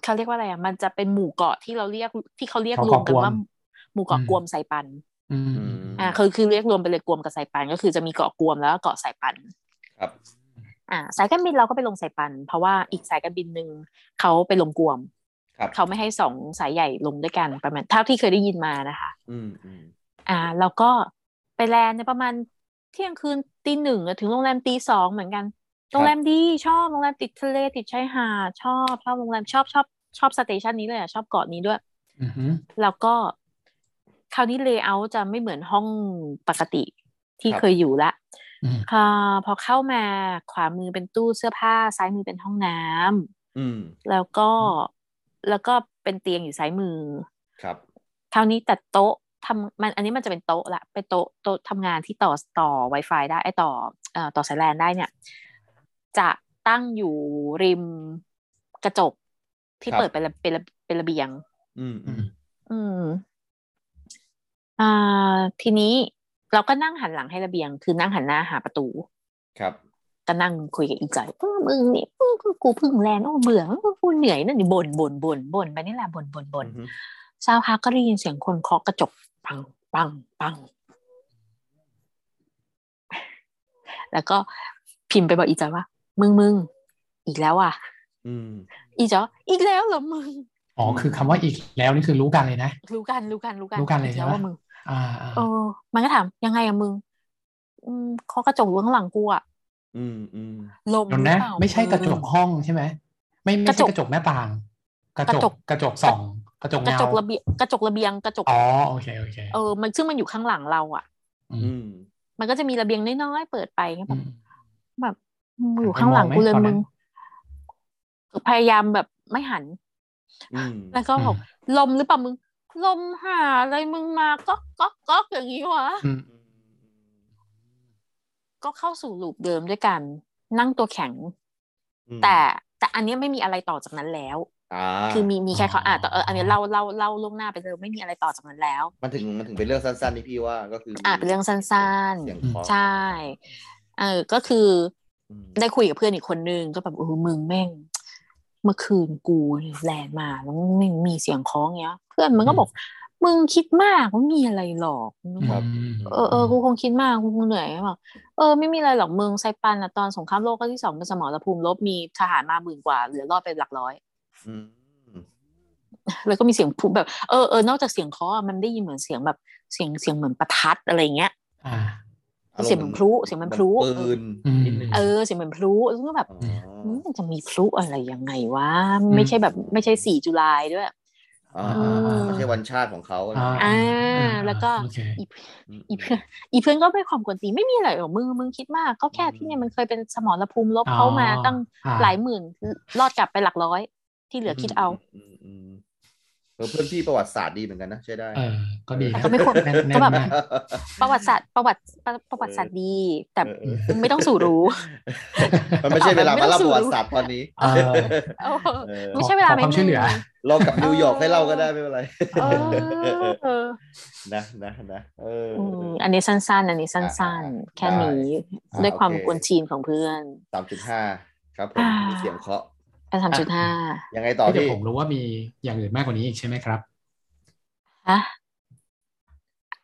Speaker 3: เขาเรียกว่าอะไรอ่ะมันจะเป็นหมู่เกาะที่เราเรียกที่เขาเรียกรวมกันว่าหมู่เกาะกวมไซปัน
Speaker 2: อืม
Speaker 3: อ่าคือคือเรียกรวมไปเลยกวมกับสายปันก็คือจะมีเกาะกวมแล้วก็เกาะสายปัน
Speaker 4: ครับ
Speaker 3: อ่าสายการบินเราก็ไปลงสายปัน เพราะว่าอีกสายการบินหนึ่งเขาไปลงกวม
Speaker 4: ครับ
Speaker 3: เขาไม่ให้สองสายใหญ่ลงด้วยกันประมาณเท่าที่เคยได้ยินมานะคะ
Speaker 4: อืมอืม
Speaker 3: อ่าแล้วก็ไปแลนด์ในประมาณเที่ยงคืนตีหนึ่งอะถึงโรงแรมตีสองเหมือนกัน โรงแรมดีชอบโรงแรมติดทะเลติดชายหาดชอบชอบโรงแรมชอบชอบชอบสเตชันนี้เลยอ่ะชอบเกาะนี้ด้วย
Speaker 2: อืมฮึ
Speaker 3: แล้วก็คราวนี้เลเยอร์จะไม่เหมือนห้องปกติที่
Speaker 4: ครับ
Speaker 3: เคยอยู่ละ
Speaker 2: อืม
Speaker 3: ค่ะพอเข้ามาขวามือเป็นตู้เสื้อผ้า ซ้ายมือเป็นห้องน้ำ
Speaker 4: อืม
Speaker 3: แล้วก็แล้วก็เป็นเตียงอยู่ซ้ายมือ
Speaker 4: ครับ
Speaker 3: คราวนี้แต่โต๊ะทำมันอันนี้มันจะเป็นโต๊ะละเป็นโต๊ะโต๊ะทำงานที่ต่อต่อ Wi-Fi ได้ไอยต่อเอ่อต่อสายแลนได้เนี่ย จะตั้งอยู่ริมกระจกที่
Speaker 4: ครับ
Speaker 3: เปิดเป็นระเป็นระเป็นระเบียง
Speaker 4: อืมอืม
Speaker 3: อืม อ่า ทีนี้เราก็นั่งหันหลังให้ระเบียง คือนั่งหันหน้าหาประตู
Speaker 4: ครับ
Speaker 3: ก็นั่งคุยกับอีจ่อยเออมึงนี่เออกูเพึ่งแลนด์โอ้เบื่อเออกูเหนื่อยนั่นนี่บ่นบ่นบ่นบ่นไปนี่แหละบ่นบ่นบ่น
Speaker 4: อืม
Speaker 3: ซาวฮาก็ได้ยินเสียงคนเคาะกระจกปังปังปัง แล้วก็พิมพ์ไปบอกอีจ่อยว่า มึงมึงอีกแล้วอ่ะ
Speaker 4: อืม
Speaker 3: อีจ่อยอีกแล้วเหรอมึง
Speaker 2: อ๋อ คือคำว่าอีกแล้วนี่คือรู้กันเลยนะ
Speaker 3: รู้กันรู้กันรู้กัน
Speaker 2: รู้กันเลย
Speaker 3: อีแล้ว
Speaker 2: ใช่ปะ
Speaker 3: ว่ามึง
Speaker 2: อ่าอ่า
Speaker 3: เออมันก็ถามยังไงอะมึง อืมเคาะกระจกรั้วข้างหลังกูอ่ะ
Speaker 4: อืมอืม
Speaker 3: ลม
Speaker 2: เดี๋ยวนะ
Speaker 3: หรือเปล่า
Speaker 2: ไม่ใช่กระจกห้องใช่ไหมไม่ไม่ใช่
Speaker 3: ก
Speaker 2: ก
Speaker 3: ระ
Speaker 2: ระ
Speaker 3: จ
Speaker 2: จ
Speaker 3: ก
Speaker 2: กหน้าต่าง กระจกกระจก
Speaker 3: กระจก
Speaker 2: ส่อง กระจก
Speaker 3: กระ
Speaker 2: เงา
Speaker 3: จกระเบียงกระจกระเบียงกระจก
Speaker 2: อ๋อโอเคโอเค
Speaker 3: เออมันซึ่งมันอยู่ข้างหลังเราอ่ะ
Speaker 2: อื
Speaker 4: อื
Speaker 2: ม
Speaker 4: ม
Speaker 3: มันก็จะมีระเบียงน้อยๆเปิดไปก็แบ
Speaker 2: อื
Speaker 3: บ
Speaker 2: ม
Speaker 3: แบบมึงอยู่ข้างหลังกูเลย
Speaker 2: หันไปมองไหมตอนนั้
Speaker 3: มึง
Speaker 2: น
Speaker 3: พยายามแบบไม่หัน
Speaker 4: อืม
Speaker 3: แล้วก็บอกลมหรือเปล่ามึง ลมหาอะไรมึงมาก๊อกก๊อกก๊อกอย่างนี้วะ
Speaker 2: อืม
Speaker 3: ก็เข้าสู่ลูปเดิมด้วยกันนั่งตัวแข็ง
Speaker 4: อืม
Speaker 3: แต่แต่อันเนี้ยไม่มีอะไรต่อจากนั้นแล้ว
Speaker 4: อ่า
Speaker 3: คือมีมีแค่เขาอ่ะแต่เอออันเนี้ยเล่าเล่าเล่าล่วงหน้าไปเลยไม่มีอะไรต่อจากนั้นแล้ว
Speaker 4: มันถึงมันถึงเป็นเรื่องสั้นๆที่พี่ว่าก็คืออ่า
Speaker 3: อ่ะเป็นเรื่องสั้นๆ
Speaker 4: เสียงเคาะ
Speaker 3: ใช่เออก็คือ
Speaker 4: อืม
Speaker 3: ได้คุยกับเพื่อนอีกคนนึงก็แบบเออมึงแม่ง เมื่อคืนกูแลนมาแล้วแม่งมีเสียงคล้องเงี้ย เพื่อนมันก็บอก มึงคิดมากว่ามีอะไรหรอกมึง
Speaker 2: ค
Speaker 3: แบ
Speaker 2: รั
Speaker 3: บบ เออเออกูคงคิดมากกูคงเหนื่อยบอกเออไม่มีอะไรหรอกมึงไซปันนะตอนสงครามโลกครั้งที่สองเป็นสมรภูมิรบมีทหารมาหมื่นกว่าเหลือรอดไปหลักร้อย
Speaker 4: อืม
Speaker 3: แล้วก็มีเสียงพูดแบบเออเออนอกจากเสียงเคาะอะมันได้ยินเหมือนเสียงแบบเสียงเสียงเหมือนประทัดอะไรเงี้ย
Speaker 2: อ่า
Speaker 4: อารณ์
Speaker 3: เสียงเหมือนพลุเสียงเหมือนพลุ
Speaker 4: ปืน
Speaker 2: อืม
Speaker 4: นิดนึง
Speaker 3: เออเสียงเหมือนพลุแล้วก็แบบ
Speaker 4: อ๋อ
Speaker 3: อืมมันจะมีพลุอะไรยังไงวะไม่ใช่แบบไม่ใช่สี่จุลายด้วย
Speaker 4: อ่า
Speaker 3: อืม
Speaker 4: ไม่ใช่วันชาติของเขาอะนะ
Speaker 2: อ่า
Speaker 3: อ่า
Speaker 2: อ่า
Speaker 3: แล้วก็
Speaker 2: โอเค
Speaker 3: อีเพื่อนอีเพื่อนอีเพื่อนก็ไม่ความกวนตีนไม่มีอะไรหรอกมึงมึงคิดมากก็แค่ที่เนี่ยมันเคยเป็นสมรภูมิลบ
Speaker 2: อ๋อ
Speaker 3: เข้ามาตั้ง
Speaker 2: อ่
Speaker 3: หลายหมื่นรอดกลับไปหลักร้อย ที่เหลือคิดเอา
Speaker 4: อืมอืมอืมเออเพื่อนพี่ประวัติศาสตร์ดีเหมือนกันนะ ใช่ได้
Speaker 2: เออ ก็ดี
Speaker 3: แต่
Speaker 2: นะ
Speaker 3: ก็ไม่ควร
Speaker 2: แน่นแน่
Speaker 3: ก็
Speaker 2: น
Speaker 3: แบบ
Speaker 2: มาก
Speaker 3: ประวัติศาสตร์ประวัติประประวัติศาสตร์ดี แต่
Speaker 4: เออ
Speaker 3: มึงไม่ต้องสู่รู้
Speaker 4: มันไม่ใช่เวลา
Speaker 3: ไม่
Speaker 4: มา
Speaker 3: ต้อ
Speaker 4: เล่า
Speaker 3: ง
Speaker 4: ป
Speaker 3: สู่
Speaker 4: ระวัติศาสตร์ตอนนี้
Speaker 2: เออ
Speaker 3: เออ
Speaker 4: เออ
Speaker 3: ไม่ใช่เวลา
Speaker 2: ขอความ
Speaker 3: ไ
Speaker 2: ช่วยเหลือ
Speaker 4: รอกับนิวยอร์กให้เล่าก็ได้ไม่เป็นไร
Speaker 3: เออเออ
Speaker 4: นะนะนะเอออ
Speaker 3: อืมอันนี้สั้นๆ อันนี้สั้น ๆ แค่นี้
Speaker 4: อ่า
Speaker 3: ด้วยความ
Speaker 4: โอเค
Speaker 3: กวนชีนของเพื่อน
Speaker 4: สามจุดห้าครับผม
Speaker 3: อ่า
Speaker 4: มีเสียงเคาะ
Speaker 3: ไปสามจุดห้า
Speaker 4: ยังไงต่อ
Speaker 2: เดี๋ยว
Speaker 4: พี่
Speaker 2: ผมรู้ว่ามีอย่างอื่นมากกว่านี้อีกใช่ไหมครับ
Speaker 3: ฮะ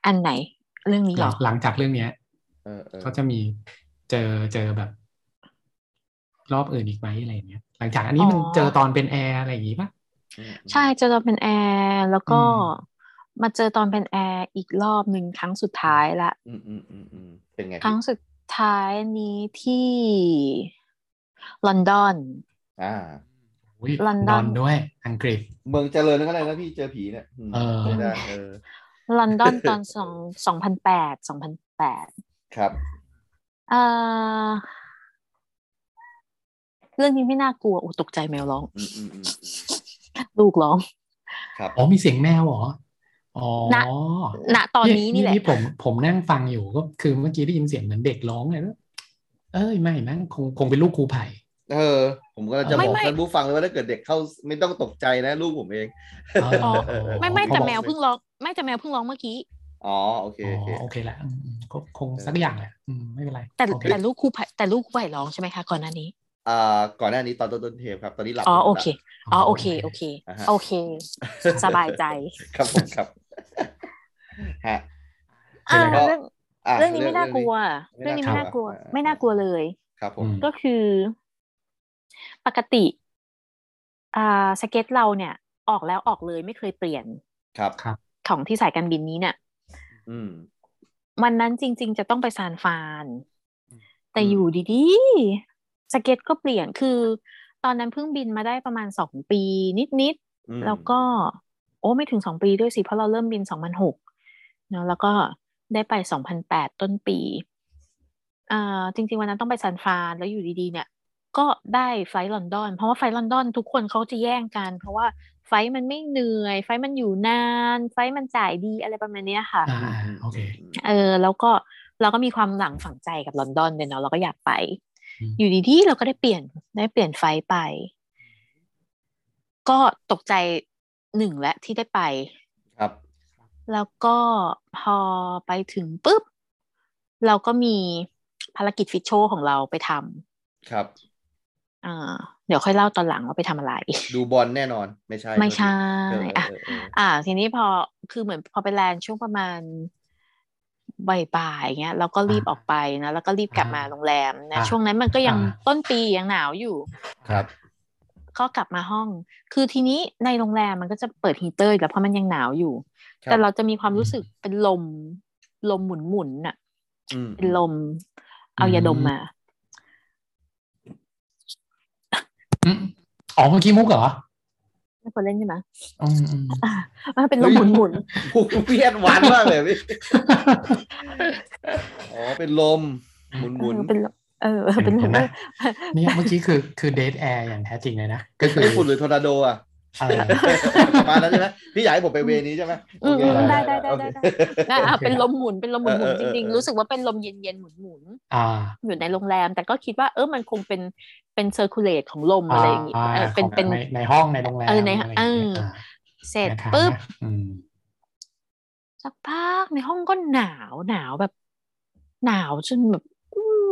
Speaker 3: อันไหน เรื่องนี้เหรอ
Speaker 2: หลังจากเรื่องเนี้ย
Speaker 4: เออเออ
Speaker 2: เขาจะมีเจอเจอแบบ รอบอื่นอีกไหมอะไรอย่างเงี้ย หลังจากอัน
Speaker 3: อ๋
Speaker 2: นี้
Speaker 3: อ
Speaker 2: มันเจอตอนเป็นแอร์อะไรอย่างงี้ป่ะ
Speaker 4: อืม
Speaker 3: ใช่เจอตอนเป็นแอร์แล้วก็
Speaker 2: อื
Speaker 3: มาเจอตอนเป็นแอร์อีกรอบหนึ่งครั้งสุดท้ายละ
Speaker 4: อืมอืมอืมอืมเป็นไง
Speaker 3: ครั้งสุดท้ายนี้ที่ลอนดอน
Speaker 4: อ่า
Speaker 2: อุ๊ย
Speaker 3: ลอนดอน
Speaker 2: นอนด้วย อังกฤษ
Speaker 4: เมืองเจริญก็ได้นะพี่เจอผีเนี่ยม
Speaker 2: เออ
Speaker 4: ใช่ได้เออ
Speaker 3: ลอนดอนตอนสองสองพันแปดสองพันแปด
Speaker 4: ครับ
Speaker 3: เอ่อเรื่องนี้ไม่น่ากลัวโอ้ตกใจแมวร้อง
Speaker 4: อืมอืมอืมอืม
Speaker 3: ลูกร้อง
Speaker 4: ครับ
Speaker 2: อ๋อมีเสียงแมวเหรอ อ๋อ
Speaker 3: ณ ณตอนนี้นี่แหละ
Speaker 2: ผมผมนั่งฟังอยู่ก็คือเมื่อกี้ได้ยินเสียงเหมือนเด็กร้องเลยนะเอ้ยไม่มั้งคงคงเป็นลูกครูไผ่
Speaker 4: เออ ผมก็จะ
Speaker 3: ไม่
Speaker 4: บอก
Speaker 3: ไม่
Speaker 4: ท่านผู้ฟังเลยว่าถ้าเกิดเด็กเข้าไม่ต้องตกใจนะลูกผมเอง
Speaker 2: อ๋อ
Speaker 3: ไม่ไม่
Speaker 4: ผม
Speaker 3: แต่
Speaker 4: บอก
Speaker 3: แมว
Speaker 4: เลย
Speaker 3: เพิ่งร้องไม่แต่แมวเพิ่งร้องเมื่อกี้
Speaker 4: อ๋อโอเค
Speaker 2: อ๋
Speaker 4: โอเค
Speaker 2: อโอเคละอืมก็คงสักอย่างแหละอืมไม่เป็นไร
Speaker 3: แต่
Speaker 2: โอเค
Speaker 3: แต่ลูกครูไผ่แต่ลูกครูไผ่ร้องใช่ไหมคะก่อนหน้านี้
Speaker 4: อ่าก่อนหน้านี้ตอนต้นต้นเทปครับ ตอนนี้หลับ
Speaker 3: อ๋อ
Speaker 4: แล้ว
Speaker 3: โอเคอ๋อโอเคโอเค
Speaker 4: หลับนะฮะ
Speaker 3: โอเค สบายใจ
Speaker 4: ครับผมครับฮะ
Speaker 3: อ่า
Speaker 2: แล้วก็
Speaker 3: เรื่อง
Speaker 4: ะ
Speaker 3: เรื่องนี้ไม่น่ากลัว เรื่องนี้ไม่น่ากลัว ไม่น่ากลัวเลย
Speaker 4: ครับผม
Speaker 3: ก็คือ ปกติ อ่าสเก็ตเราเนี่ย ออกแล้วออกเลยไม่เคยเปลี่ยน
Speaker 4: ครับ
Speaker 3: ของที่สายการบินนี้เนี่ย
Speaker 4: อืม
Speaker 3: วันนั้นจริง ๆ จะต้องไปซานฟรานแต่
Speaker 4: อืม
Speaker 3: อยู่ดีๆสเก็ตก็เปลี่ยนคือ ตอนนั้นเพิ่งบินมาได้ประมาณสองปีนิด ๆ
Speaker 4: อืม
Speaker 3: แล้วก็ โอ้ไม่ถึงสองปีด้วยสิ เพราะเราเริ่มบินสองพันหกเนาะแล้วก็ได้ไปสองพันแปดต้นปีอ่าจริง ๆ วันนั้นต้องไปซานฟรานแล้วอยู่ดีๆ เนี่ย ก็ได้ไฟลท์ลอนดอน เพราะว่าไฟลท์ลอนดอนทุกคนเขาจะแย่งกัน เพราะว่าไฟลท์มันไม่เหนื่อย ไฟลท์มันอยู่นาน ไฟลท์มันจ่ายดีอะไรประมาณเนี้ยค่ะ
Speaker 2: อ่าโอเค
Speaker 3: เออแล้วก็เราก็มีความหลังฝังใจกับลอนดอนเลยเนาะเราก็อยากไป
Speaker 2: อืม
Speaker 3: อยู่ดีๆเราก็ได้เปลี่ยนได้เปลี่ยนไฟล์ไป ก็ตกใจหนึ่งและที่ได้ไป
Speaker 4: ครับ
Speaker 3: แล้วก็พอไปถึงปุ๊บ เราก็มีภารกิจฟิชโชว์ของเราไปท
Speaker 4: ครับ
Speaker 3: ำอ่าเดี๋ยวค่อยเล่าตอนหลังว่าไปทำอะไร
Speaker 4: ดูบอลแน่นอนไม่ใช่
Speaker 3: ไม่ใช่
Speaker 4: เออเอ
Speaker 3: อ่ะ
Speaker 4: อเออ
Speaker 3: อ่าทีนี้พอคือเหมือนพอไปแลนด์ช่วงประมาณบ่ายๆเงี้ยเราก็รีบ
Speaker 2: อ่า
Speaker 3: ออกไปนะแล้วก็รีบกลับมา
Speaker 2: อ่า
Speaker 3: โรงแรมนะ
Speaker 2: อ่า
Speaker 3: ช่วงนั้นมันก็ยัง
Speaker 2: อ่า
Speaker 3: ต้นปียังหนาวอยู่
Speaker 4: ครับ
Speaker 3: ก็กลับมาห้อง คือทีนี้ในโรงแรมมันก็จะเปิดฮีเตอร์อยู่แล้วเพราะมันยังหนาวอยู่
Speaker 4: ครับ
Speaker 3: แต่เราจะมีความรู้สึกเป็นลมลมหมุนๆน่ะ
Speaker 4: อืม
Speaker 3: เป็นลม เอายาดมมา
Speaker 2: อืมอ๋อเมื่อกี้มุกเหรอ
Speaker 3: ไม่ควรเล่นใช่ไหม
Speaker 2: อืม
Speaker 3: <laughs>
Speaker 2: อืม
Speaker 3: มันเป็นลมหมุนหมุน
Speaker 4: โอ้โหพี่แอดวานซ์มากเลยพี่อ๋อเป็นลมหมุน
Speaker 3: ๆ
Speaker 4: หมุน
Speaker 3: เออเป็นลมเออเป็นล
Speaker 2: เห็
Speaker 3: ม
Speaker 2: นไหม เนี่ยเมื่อกี้คือคือเดทแอร์อย่างแท้จริงเลยนะ ก็คือ
Speaker 4: ไอ้ฝุ่นหรือทอร์นาโดอ่ะ
Speaker 2: อะไร
Speaker 4: ประมาณนั้นใช่ไหมพี่อยากให้ผมไปเวนี้ใช่ไหม
Speaker 3: อืม
Speaker 4: โอเค
Speaker 3: อืมได้ได้ได้
Speaker 4: โอ
Speaker 3: ได้
Speaker 4: เค
Speaker 3: ได้ได้อ่ะเป็นลมหมุนเป็นลมหมุนหมุน
Speaker 4: เออ
Speaker 3: จ
Speaker 4: เออเออ
Speaker 3: ริงๆ รู้สึกว่าเป็นลมเย็นเย็นๆหมุนหมุนๆ <laughs>
Speaker 2: อ่า
Speaker 3: อยู่ในโรงแรม แต่ก็คิดว่าเออมันคงเป็นเป็นเซอร์คูลเลตของลมอะไรอย่างงี้เออเป็น
Speaker 2: ของ
Speaker 3: เป็น
Speaker 2: ในในห้องในโรงแร
Speaker 3: เออใน
Speaker 2: มะไรย่างงี้ย
Speaker 3: เออ
Speaker 2: อ่า
Speaker 3: เสร็จ
Speaker 2: นะคะ
Speaker 3: ปุ๊บ
Speaker 2: นะอืม
Speaker 3: สักพักในห้องก็หนาวหนาวแบบ หนาวจนแบบอื้อ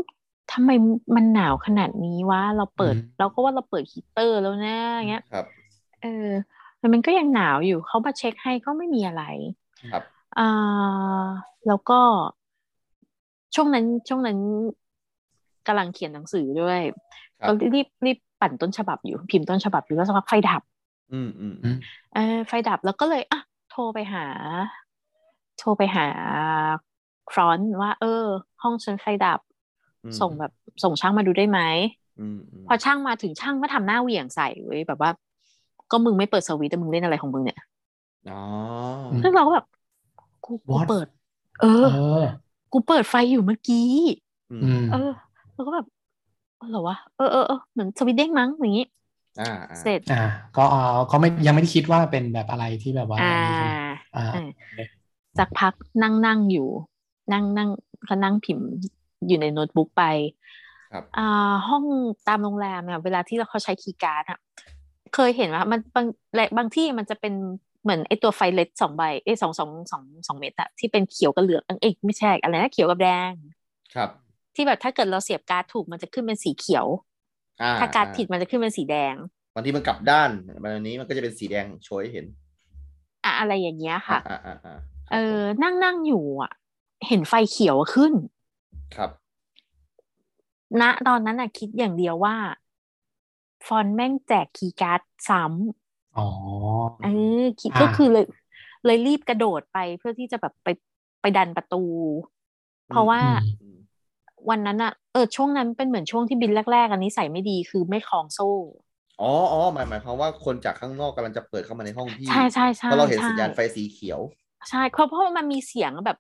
Speaker 3: ทำไมมันหนาวขนาดนี้วะเราเปิด เราก็ว่าเราเปิดฮีตเตอร์แล้วนะอย่างเงี้ย
Speaker 4: ครับ
Speaker 3: เออแต่มันก็ยังหนาวอยู่เขามาเช็คให้ก็ไม่มีอะไร
Speaker 4: ครับ
Speaker 3: อ่าแล้วก็ช่วงนั้นช่วงนั้นกำลังเขียนหนังสือด้วย
Speaker 4: ครับ
Speaker 3: ก็รีบรีบปั่นต้นฉบับอยู่ พิมพ์ต้นฉบับอยู่แล้วสักพักไฟดับ
Speaker 4: อืมอืม
Speaker 2: อืม
Speaker 3: เออไฟดับแล้วก็เลยอ่ะโทรไปหา โทรไปหาฟรอนต์ว่า เออ ห้องฉันไฟดับ
Speaker 4: อืม
Speaker 3: ส่งแบบส่งช่างมาดูได้ไหม
Speaker 4: อืมอืม
Speaker 3: พอช่างมาถึงช่างก็ทำหน้าเหวี่ยงใส่เว้ยแบบว่า ก็มึงไม่เปิดสวิตช์แต่มึงเล่นอะไรของมึงเนี่ย
Speaker 4: อ๋อ
Speaker 3: ซึ่งเราก็แบบกูกูเปิด เอ
Speaker 2: เอ
Speaker 3: อ
Speaker 2: อ
Speaker 3: กูเปิดไฟอยู่เมื่อกี้
Speaker 4: อืม
Speaker 2: อืม
Speaker 3: เออเราก็แบบเอาเหรอวะเออเออเออเหมือนสวิตช์เด้งมั้งอย่างงี้
Speaker 4: อ่าอ่า
Speaker 3: เสร็จ
Speaker 2: อ่า ก็เอาก็ไม่ยังไม่ได้คิดว่าเป็นแบบอะไรที่แบบว่า
Speaker 3: อ่า
Speaker 2: อ่า
Speaker 3: เออสักพักนั่งนั่งอยู่ นั่งนั่งก็นั่งพิมพ์อยู่ในโน้ตบุ๊กไป
Speaker 4: ครับ
Speaker 3: อ่าห้องตามโรงแรมเนี่ยเวลาที่เราเขาใช้คีย์การ์ดอะเคยเห็นว่ามันบางและบางที่มันจะเป็นเหมือนไอตัวไฟเล็ดสองใบไอยสองสองสองสองเม็ดอะที่เป็นเขียวกับเหลืองเอ้ยไม่ใช่อะไรนะเขียวกับแดง
Speaker 4: ครับ
Speaker 3: ที่แบบถ้าเกิดเราเสียบการ์ดถูกมันจะขึ้นเป็นสีเขียว
Speaker 4: อ่า
Speaker 3: ถ้าการ์ดผิดมันจะขึ้นเป็นสีแดง
Speaker 4: บางทีมันกลับด้านแบบนี้มันก็จะเป็นสีแดงโชยให้เห็น
Speaker 3: อะอะไรอย่างเงี้ยค่ะ
Speaker 4: อ่าอ่าอ่า
Speaker 3: เออนั่งนั่งอยู่อะเห็นไฟเขียวอะขึ้น
Speaker 4: ครับ
Speaker 3: ณตอนนั้นอะคิดอย่างเดียวว่า ฟอนต์แม่งแจกคีย์การ์ดซ้
Speaker 2: อ๋อ
Speaker 3: ำเออคิด
Speaker 2: อ่า
Speaker 3: ก็คือเลย เลยรีบกระโดดไปเพื่อที่จะแบบไปไปดันประตู เพราะว่า
Speaker 2: อืม
Speaker 4: อืม
Speaker 3: วันนั้นอะเออช่วงนั้นเป็นเหมือนช่วงที่บินแรก ๆ อันนี้ใส่ไม่ดีคือไม่คล้องโซ่
Speaker 4: อ๋ออ๋อหมายหมายความว่าคนจากข้างนอกกำลังจะเปิดเข้ามาในห้องพี่
Speaker 3: ใช่ใช่ใช่
Speaker 4: เพราะเราเห็น
Speaker 3: ใช่
Speaker 4: สัญญาณไฟสีเขียว
Speaker 3: ใช่เพราะเพราะมันมีเสียงแบบ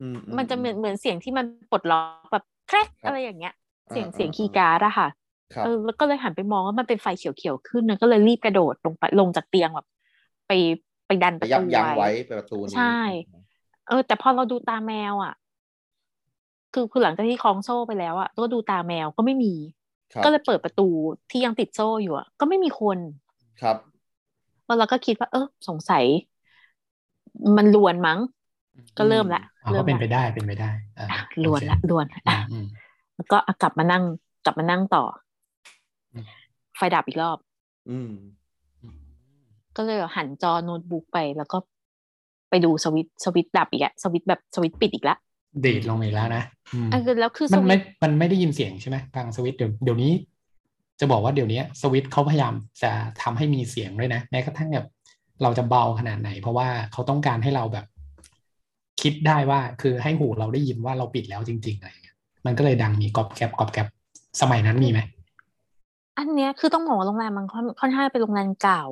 Speaker 4: อือื
Speaker 3: มันจะเหมือนเหมือนเสียงที่มันปลดล็อกแบบแครกอะไรอย่างเงี้ย เสียง
Speaker 4: อ่า
Speaker 3: เสียง
Speaker 4: อ่
Speaker 3: คีย์การ์ดอะค่ะ
Speaker 4: ครับ
Speaker 3: เออแล้วก็เลยหันไปมองว่ามันเป็นไฟเขียวๆขึ้นนะก็เลยรีบกระโดดลงไปลงจากเตียงแบบ ไปไปดันป
Speaker 4: ไประ ยับ
Speaker 3: ตู
Speaker 4: ยั้ง
Speaker 3: ไว้
Speaker 4: ไว้ไปประตูนี้
Speaker 3: ใช่ เออ แต่พอเราดูตาแมวอะคือคือหลังจากที่คล้องโซ่ไปแล้วอะก็ดูตาแมวก็ไม่มี
Speaker 4: ครับ
Speaker 3: ก็เลยเปิดประตูที่ยังติดโซ่อยู่อะก็ไม่มีคน
Speaker 4: ครับ
Speaker 3: แล้วเราก็คิดว่า เออสงสัย มันลวนมั้ง ก็เริ่มละ
Speaker 2: อ๋อ
Speaker 3: เริ่
Speaker 2: ก็
Speaker 3: ม
Speaker 2: เป็น
Speaker 3: ละ
Speaker 2: ไปได้เป็นไปได้อ่า
Speaker 3: อ่ะลวนละ
Speaker 2: โอ
Speaker 3: ลวน
Speaker 2: เค
Speaker 3: อ่ะ
Speaker 2: อืม
Speaker 3: แล้วก็อ่ะกลับมานั่งกลับมานั่งต่ออ
Speaker 2: ม
Speaker 3: ไฟดับอีกรอบ
Speaker 4: อืม
Speaker 2: อืม
Speaker 3: ก็เลยหันจอโน้ตบุ๊กไป แล้วก็ไปดูสวิตช์สวิตช์ดับอีกอะสวิตช์แบบสวิตช์ปิดอีกละ
Speaker 2: ดีดลงอีกแล้วนะอืม
Speaker 3: เออแล้วคือส
Speaker 2: มัน
Speaker 3: วิ
Speaker 2: ไม่
Speaker 3: ตช์
Speaker 2: มันไม่ได้ยินเสียงใช่ไหมทางสวิตช์เดี๋ยวเดี๋ยวนี้ จะบอกว่าเดี๋ยวนี้สวิตช์เขาพยายามจะทำให้มีเสียงด้วยนะ แม้กระทั่งแบบเราจะเบาขนาดไหน เพราะว่าเขาต้องการให้เราแบบ คิดได้ว่าคือให้หูเราได้ยินว่าเราปิดแล้วจริงๆอะไรอย่างเงี้ยมันก็เลยดังมีกรอบแกรบกรอบแกรบสมัยนั้นมีไหม
Speaker 3: อันเนี้ยคือต้องบอกว่าโรงแรมมันค่อนค่อนข้างเป็นโรงแรมเก่า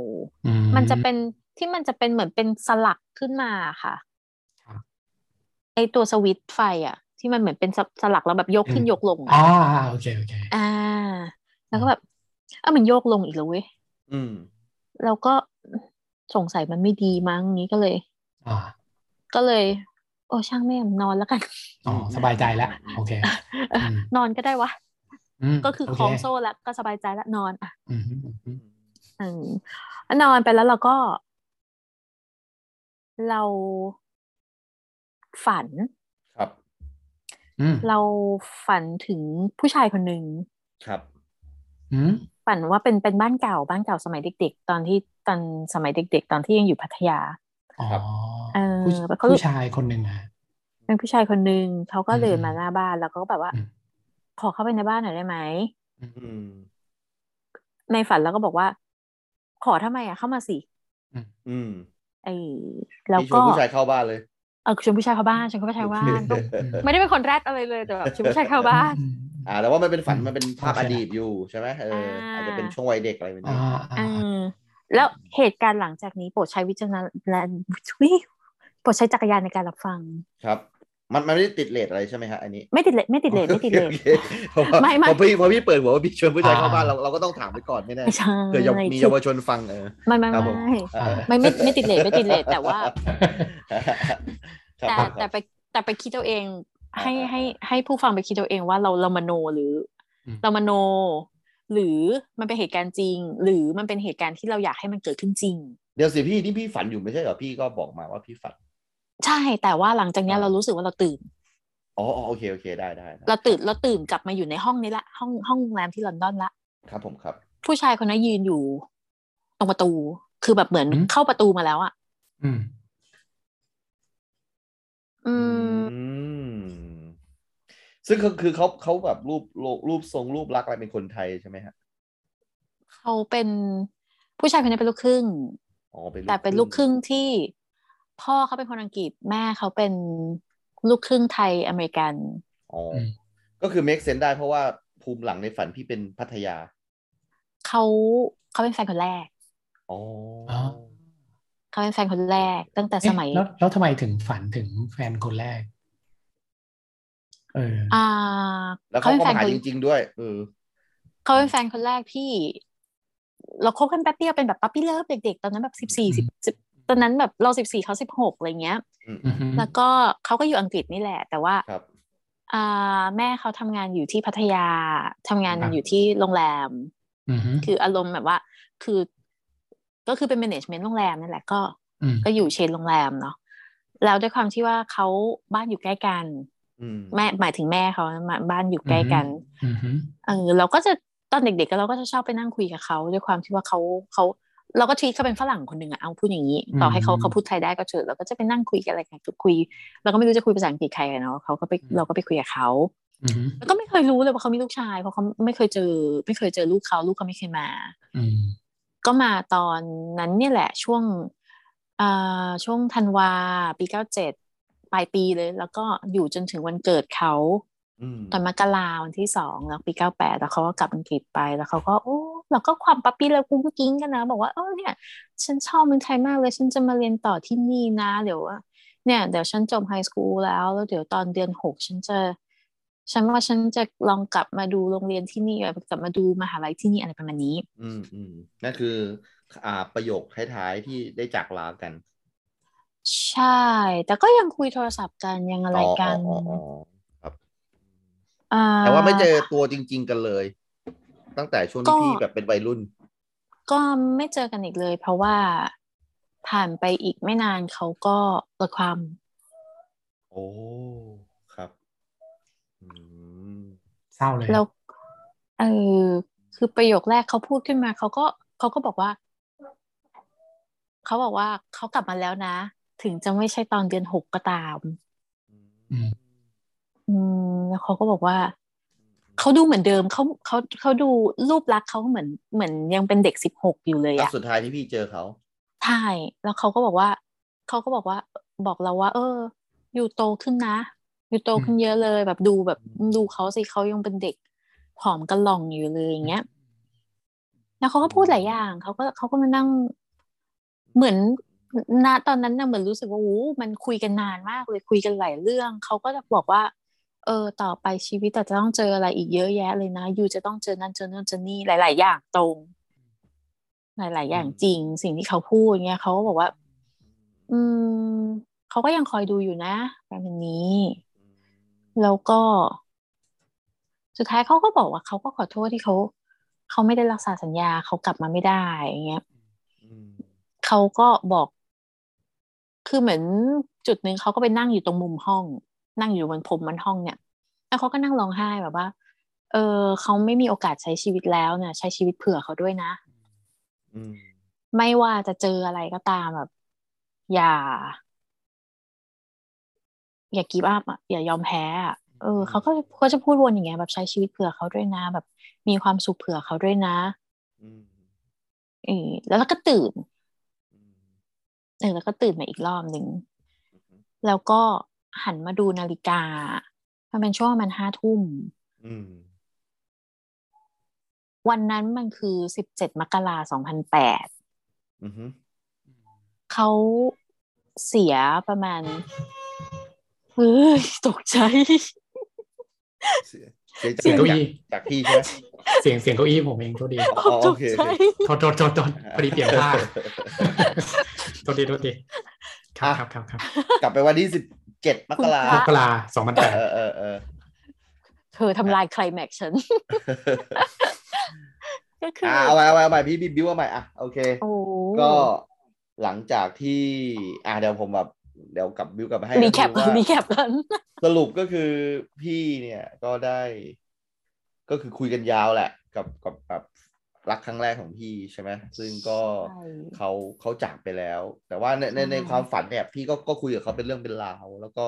Speaker 2: อื
Speaker 3: มันจะเป็นที่มันจะเป็นเหมือนเป็นสลักขึ้นมาค่ะ
Speaker 2: ครับ
Speaker 3: ไอตัวสวิตช์ไฟอะที่มันเหมือนเป็นสสลักแล้วแบบยกขึ้นยกลง
Speaker 2: อ่า
Speaker 3: อะ
Speaker 2: โอเคโอเค
Speaker 3: อ่า แล้วก็แบบเอ้ามันโยกลงอีกแล้วเว้ย
Speaker 4: อืม
Speaker 3: เราก็สงสัยมันไม่ดีมั้งนี้ก็เลย
Speaker 2: อ่า
Speaker 3: ก็เลย โอ้ช่างแม่งนอนแล้วกัน <laughs>
Speaker 2: อ๋อสบายใจแล้วโอเคอืม
Speaker 3: นอนก็ได้วะ
Speaker 2: ม
Speaker 3: ก็คือ
Speaker 2: โ
Speaker 3: คล้องโซ่แล้วก็สบายใจแล้วนอนอ่ะ
Speaker 2: อืมอืม
Speaker 3: อืมนอนไปแล้วเราก็ เราฝัน
Speaker 4: ครับ
Speaker 2: อืม
Speaker 3: เราฝันถึงผู้ชายคนหนึ่ง
Speaker 4: ครับ
Speaker 2: อืม
Speaker 3: ฝันว่าเป็นเป็นบ้านเก่าบ้านเก่าสมัยเด็ก ๆ ตอนที่ตอนสมัยเด็ก ๆ ตอนที่ยังอยู่พัทยา
Speaker 2: อ๋อ
Speaker 3: เออ
Speaker 2: ผู้
Speaker 3: แล้วก็
Speaker 2: ผู้ชายคนหนึ่งนะ
Speaker 3: เป็นผู้ชายคนหนึ่งเขาก็
Speaker 2: อืม
Speaker 3: เดินมาหน้าบ้านแล้วก็แบบว่า
Speaker 2: อืม
Speaker 3: ขอเข้าไปในบ้านหน่อยได้ไหม
Speaker 4: อืม
Speaker 3: ในฝันแล้วก็บอกว่า ขอทำไมอ่ะเข้ามาสิ
Speaker 4: อืม
Speaker 3: ไอ้แล้ว
Speaker 4: พี่ช
Speaker 3: ก็
Speaker 4: วนผู้ชายเข้าบ้านเลย
Speaker 3: เออชวนผู้ชายเข้าบ้านชวนผู้ชายเข้าบ้าน
Speaker 2: อืม
Speaker 3: ไม่ได้เป็นคนแรดอะไรเลยแต่แบบชวนผู้ชายเข้าบ้าน
Speaker 2: อืมอืม
Speaker 4: อ่าแต่ว่ามันเป็นฝัน
Speaker 2: อืม
Speaker 4: มันเป็นภาพ
Speaker 2: โอ
Speaker 4: อ
Speaker 2: เค
Speaker 4: ดีตอยู่ใช่ไหมเออ
Speaker 3: อ่า
Speaker 4: อาจจะเป็นช่วงวัยเด็กอะไรแบบ
Speaker 2: อ่า
Speaker 4: นี้
Speaker 2: อ่า
Speaker 3: อืมแล้วเหตุการณ์หลังจากนี้โปรดใช้วิจารณ <laughs> ญาณโปรดใช้จักรยานในการรับฟัง
Speaker 4: ครับ มันมันไม่ได้ติดเลทอะไรใช่ไหมฮะอันนี้
Speaker 3: ไม่ติดเลทไม่ติดเลทไม่ติดเลท
Speaker 4: โอคโอเคเพราะว่า
Speaker 3: ไม่ไม่
Speaker 4: พอพี่พอพี่เปิดหัวว่าพี่ชวนผู้ชายเข้าบ้า
Speaker 2: อ่า
Speaker 4: นเราเราก็ต้องถามไปก่อนไม่แน่
Speaker 3: ไม่ใช่
Speaker 4: เผื่อเยาวมีเยาวชนฟังเออ
Speaker 3: ไม่ไม่
Speaker 4: ครั
Speaker 3: ไม่
Speaker 4: บผม เออ
Speaker 3: ไม่ไม่ไม่ติดเลทไม่ติดเลทแต่ว่า
Speaker 4: ครับ
Speaker 3: แต่
Speaker 4: <laughs> ครับ
Speaker 3: แต่ไปแต่ไปคิดเอาเอง
Speaker 4: อ่า
Speaker 3: ให้
Speaker 4: อ่า
Speaker 3: ให้ให้ผู้ฟังไปคิดเอาเองว่าเราเรามโนหรืออ
Speaker 2: ม
Speaker 3: เรามโน หรือมันเป็นเหตุการณ์จริง หรือมันเป็นเหตุการณ์ที่เราอยากให้มันเกิดขึ้นจริง
Speaker 4: เดี๋ยวสิพี่นี่พี่ฝันอยู่ไม่ใช่เหรอพี่ก็บอกมาว่าพี่ฝัน
Speaker 3: ใช่แต่ว่าหลังจากเนี้ย
Speaker 4: อ่า
Speaker 3: เรารู้สึกว่าเราตื่น
Speaker 4: อ๋ออ๋อโอเคโอเคได้ได้ได้
Speaker 3: เราตื่นเราตื่นกลับมาอยู่ในห้องนี้ละห้องห้องโรงแรมที่ลอนดอนละ
Speaker 4: ครับผมครับ
Speaker 3: ผู้ชายคนนั้นยืนอยู่ ตรงประตู คือแบบเหมือน
Speaker 2: อืม
Speaker 3: เข้าประตูมาแล้วอะ
Speaker 2: อืม
Speaker 3: อืม
Speaker 4: อืม ซึ่งก็คือเขาเขาแบบรูปโลรูปทรงรูปลักษณ์อะไรเป็นคนไทยใช่ไหมฮะ
Speaker 3: เขาเป็นผู้ชายคนนี้เป็นลูกครึ่ง
Speaker 4: อ๋อเป็น
Speaker 3: แต่เป็นลูกครึ่งที่พ่อเขาเป็นคนอังกฤษแม่เขาเป็นลูกครึ่งไทยอเมริกัน
Speaker 4: อ๋ออ
Speaker 2: ม
Speaker 4: ก็คือ make sense ได้เพราะว่าภูมิหลังในฝันพี่เป็นพัทยา
Speaker 3: เขาเขาเป็นแฟนคนแรก
Speaker 4: อ๋ออ
Speaker 2: อ
Speaker 3: เขาเป็นแฟนคนแรก ตั้งแต่
Speaker 2: เอ๊ะ
Speaker 3: สมัย
Speaker 2: แล้วแล้วทำไมถึงฝันถึงแฟนคนแรก เออ
Speaker 3: อ่า
Speaker 4: แล้วเขาก็
Speaker 3: ป็น
Speaker 4: มาหา
Speaker 3: ค
Speaker 4: จ
Speaker 3: น
Speaker 4: ริง ๆ ด้วยเออ
Speaker 3: เขาเป็นแฟนคนแรกที่ เราคบกันแป๊บเดียวเป็นแบบปั๊ปปี้เลิฟเด็กๆ ตอนนั้นแบบสิบสี่สิบตอนนั้นแบบเราสิบสี่เขาสิบหกอะไรเงี้ย
Speaker 4: อืม
Speaker 2: อือฮึ
Speaker 3: แล้วก็เขาก็อยู่อังกฤษนี่แหละ แต่ว่า
Speaker 4: ครับ
Speaker 3: อ่าแม่เขาทำงานอยู่ที่พัทยาทำงาน
Speaker 4: ครับ
Speaker 3: อยู่ที่โรงแรม
Speaker 2: อือฮึ
Speaker 3: คืออารมณ์แบบว่า คือ ก็คือเป็นแมネจเมนต์โรงแรมนั่นแหละก็
Speaker 2: อืม
Speaker 3: ก็อยู่เชนโรงแรมเนาะแล้วด้วยความที่ว่าเขาบ้านอยู่ใกล้กัน
Speaker 4: อืม
Speaker 3: แม่หมายถึงแม่เขามาบ้านอยู่ใกล้กัน
Speaker 2: อือฮึ
Speaker 3: เออเราก็จะตอนเด็กๆก็เราก็จะชอบไปนั่งคุยกับเขาด้วยความที่ว่าเขาเขาเราก็ทีเขาเป็นฝรั่งคนหนึ่งอะเอาพูดอย่างนี้ ต่อให้เขาเขาพูดไทยได้ก็เถอะเราก็จะไปนั่งคุยกันอะไรกันคุยเราก็ไม่รู้จะคุยภาษาอังกฤษใครอะเนาะเขาก็ไปเราก็ไปคุยกับเขา
Speaker 2: อือฮึ
Speaker 3: แล้วก็ไม่เคยรู้เลยว่าเขามีลูกชาย เพราะเขาไม่เคยเจอ ไม่เคยเจอลูกเขาลูกเขาไม่เคยมา
Speaker 2: อืม
Speaker 3: ก็มาตอนนั้นเนี่ยแหละช่วงอ่าช่วงธันวาปีเก้าเจ็ดปลายปีเลย แล้วก็อยู่จนถึงวันเกิดเขา
Speaker 4: อืม
Speaker 3: ตอนมกราวันที่สองแล้วปีเก้าแปดแล้วเขาก็กลับอังกฤษไปแล้วเขาก็โอ้เราก็ความปั๊ปปี้แล้วกุ้งกิ้งกันนะ บอกว่าเออเนี่ย ฉันชอบเมืองไทยมากเลย ฉันจะมาเรียนต่อที่นี่นะเดี๋ยวว่าเนี่ยเดี๋ยวฉันจบไฮสคูลแล้ว แล้วเดี๋ยวตอนเดือนหกฉันจะ ฉันว่าฉันจะลองกลับมาดูโรงเรียนที่นี่เออกลับมาดูมหาลัยที่นี่อะไรประมาณนี้
Speaker 4: อืมอืมนั่นคือ อ่าประโยคท้ายๆที่ได้จากลากัน
Speaker 3: ใช่ แต่ก็ยังคุยโทรศัพท์กันยังอะไรกัน
Speaker 4: อ๋ออ๋ออ๋อครับ
Speaker 3: อ่
Speaker 4: แต่ว่าไม่เจอตัวจริง ๆ กันเลย ตั้งแต่ช่วง
Speaker 3: ก็
Speaker 4: ที่พี่แบบเป็นวัยรุ่น
Speaker 3: ก็ไม่เจอกันอีกเลย เพราะว่าผ่านไปอีกไม่นานเขาก็เกิดความ
Speaker 4: โอ้ครับอืม
Speaker 2: เศร้าเลย
Speaker 3: แล้วเออคือประโยคแรกเขาพูดขึ้นมาเขาก็เขาก็บอกว่า เขาบอกว่าเขากลับมาแล้วนะ ถึงจะไม่ใช่ตอนเดือนหกก็ตาม
Speaker 2: อืม
Speaker 3: อืมแล้วเขาก็บอกว่า เขาดูเหมือนเดิมเขาเขาเขาดูรูปลักษณ์เขาเหมือนเหมือนยังเป็นเด็กสิบหกอยู่เลย
Speaker 4: ครั้
Speaker 3: อะ
Speaker 4: งสุดท้ายที่พี่เจอเขา
Speaker 3: ใช่แล้วเขาก็บอกว่าเขาก็บอกว่าบอกเราว่า เออ อยู่โตขึ้นนะ อยู่โตขึ้นเยอะเลย แบบดูแบบดูเขาสิเขายังเป็นเด็กผอมกระหล่องอยู่เลยอย่างเงี้ย แล้วเขาก็พูดหลายอย่างเขาก็เขาก็มานั่งเหมือนณตอนนั้นนะเหมือนรู้สึกว่าอู้มันคุยกันนานมากเลยคุยกันหลายเรื่องเขาก็จะบอกว่า เออ ต่อไปชีวิตแต่จะต้องเจออะไรอีกเยอะแยะเลยนะยูจะต้องเจอนั่นเจอนั่นเจอนี่หลาย ๆ อย่างตรง หลาย ๆ อย่างจริง สิ่งที่เขาพูดเงี้ยเขาก็บอกว่า อืมเขาก็ยังคอยดูอยู่นะประมาณนี้ แล้วก็ สุดท้ายเขาก็บอกว่าเขาก็ขอโทษที่เขาเขาไม่ได้รักษาสัญญาเขากลับมาไม่ได้อย่างเงี้ย
Speaker 4: อืม
Speaker 3: เขาก็บอก คือเหมือนจุดหนึ่งเขาก็ไปนั่งอยู่ตรงมุมห้อง นั่งอยู่บนพรมบนห้องเนี่ยแล้วเขาก็นั่งร้องไห้แบบว่า เออเขาไม่มีโอกาสใช้ชีวิตแล้วเนี่ย ใช้ชีวิตเผื่อเขาด้วยนะ
Speaker 4: อืม
Speaker 3: ไม่ว่าจะเจออะไรก็ตามแบบ อย่า อย่ากีบอัพอ่ะอย่ายอมแพ้อ่ะเออเขาก็เขาจะพูดวนอย่างเงี้ยแบบใช้ชีวิตเผื่อเขาด้วยนะ แบบ มีความสุขเผื่อเขาด้วยนะ
Speaker 4: อืม
Speaker 3: เออแล้วเราก็ตื่น
Speaker 4: อืม
Speaker 3: เออแล้วก็ตื่นมาอีกรอบหนึ่งแล้วก็หันมาดูนาฬิกามันเป็นช่วงประมันห้าทุ่ม
Speaker 4: อืม
Speaker 3: วันนั้นมันคือสิบเจ็ดมกราสองพันแปด
Speaker 4: อือฮึ
Speaker 3: เขาเสียประมาณเฮ้ยตกใจ
Speaker 4: เสียเสีย
Speaker 2: เสียง
Speaker 4: จาก
Speaker 2: เก้าอี้
Speaker 4: จากพี่ใช่ไหม
Speaker 2: เสียงเสียงเก้าอี้ผมเองโทษดี
Speaker 4: อ๋อ
Speaker 3: ต
Speaker 4: โอก เค
Speaker 3: ใจ
Speaker 4: โอเค
Speaker 2: โทษโทษโทษโทษพอดีเปลี่ยนผ้าโทษดีโทษดีครับครับครับครับ
Speaker 4: กลับไปวันที่สิบเจ็ดมกรา
Speaker 3: คุ
Speaker 2: ม
Speaker 3: ณพ
Speaker 2: ก
Speaker 3: ระ
Speaker 2: ราสองพันแปด
Speaker 4: เออเออเออ
Speaker 3: เธอทำลายไคลแม็กซ์ฉัน ก็คือ
Speaker 4: อ่ะ
Speaker 3: อ
Speaker 4: เอาใหม่เอาใหม่เอาใหม่พี่บิวเอาใหม่อ่ะโอเค
Speaker 3: โอ้
Speaker 4: ก็หลังจากที่ อ่ะเดี๋ยวผมแบบเดี๋ยวกลับบิวกลับไปให้
Speaker 3: รีแคป
Speaker 4: ดูว่า
Speaker 3: รีแคปกัน
Speaker 4: สรุปก็คือพี่เนี่ยก็ได้ ก็คือคุยกันยาวแหละ กับกับกับรักครั้งแรกของพี่ใช่ไหมซึ่งก็
Speaker 3: ใช่
Speaker 4: เขาเขาจากไปแล้ว แต่ว่าในในใน
Speaker 3: ใช่
Speaker 4: ความฝันเนี่ยพี่ก็ก็คุยกับเขาเป็นเรื่องเป็นราวแล้วก็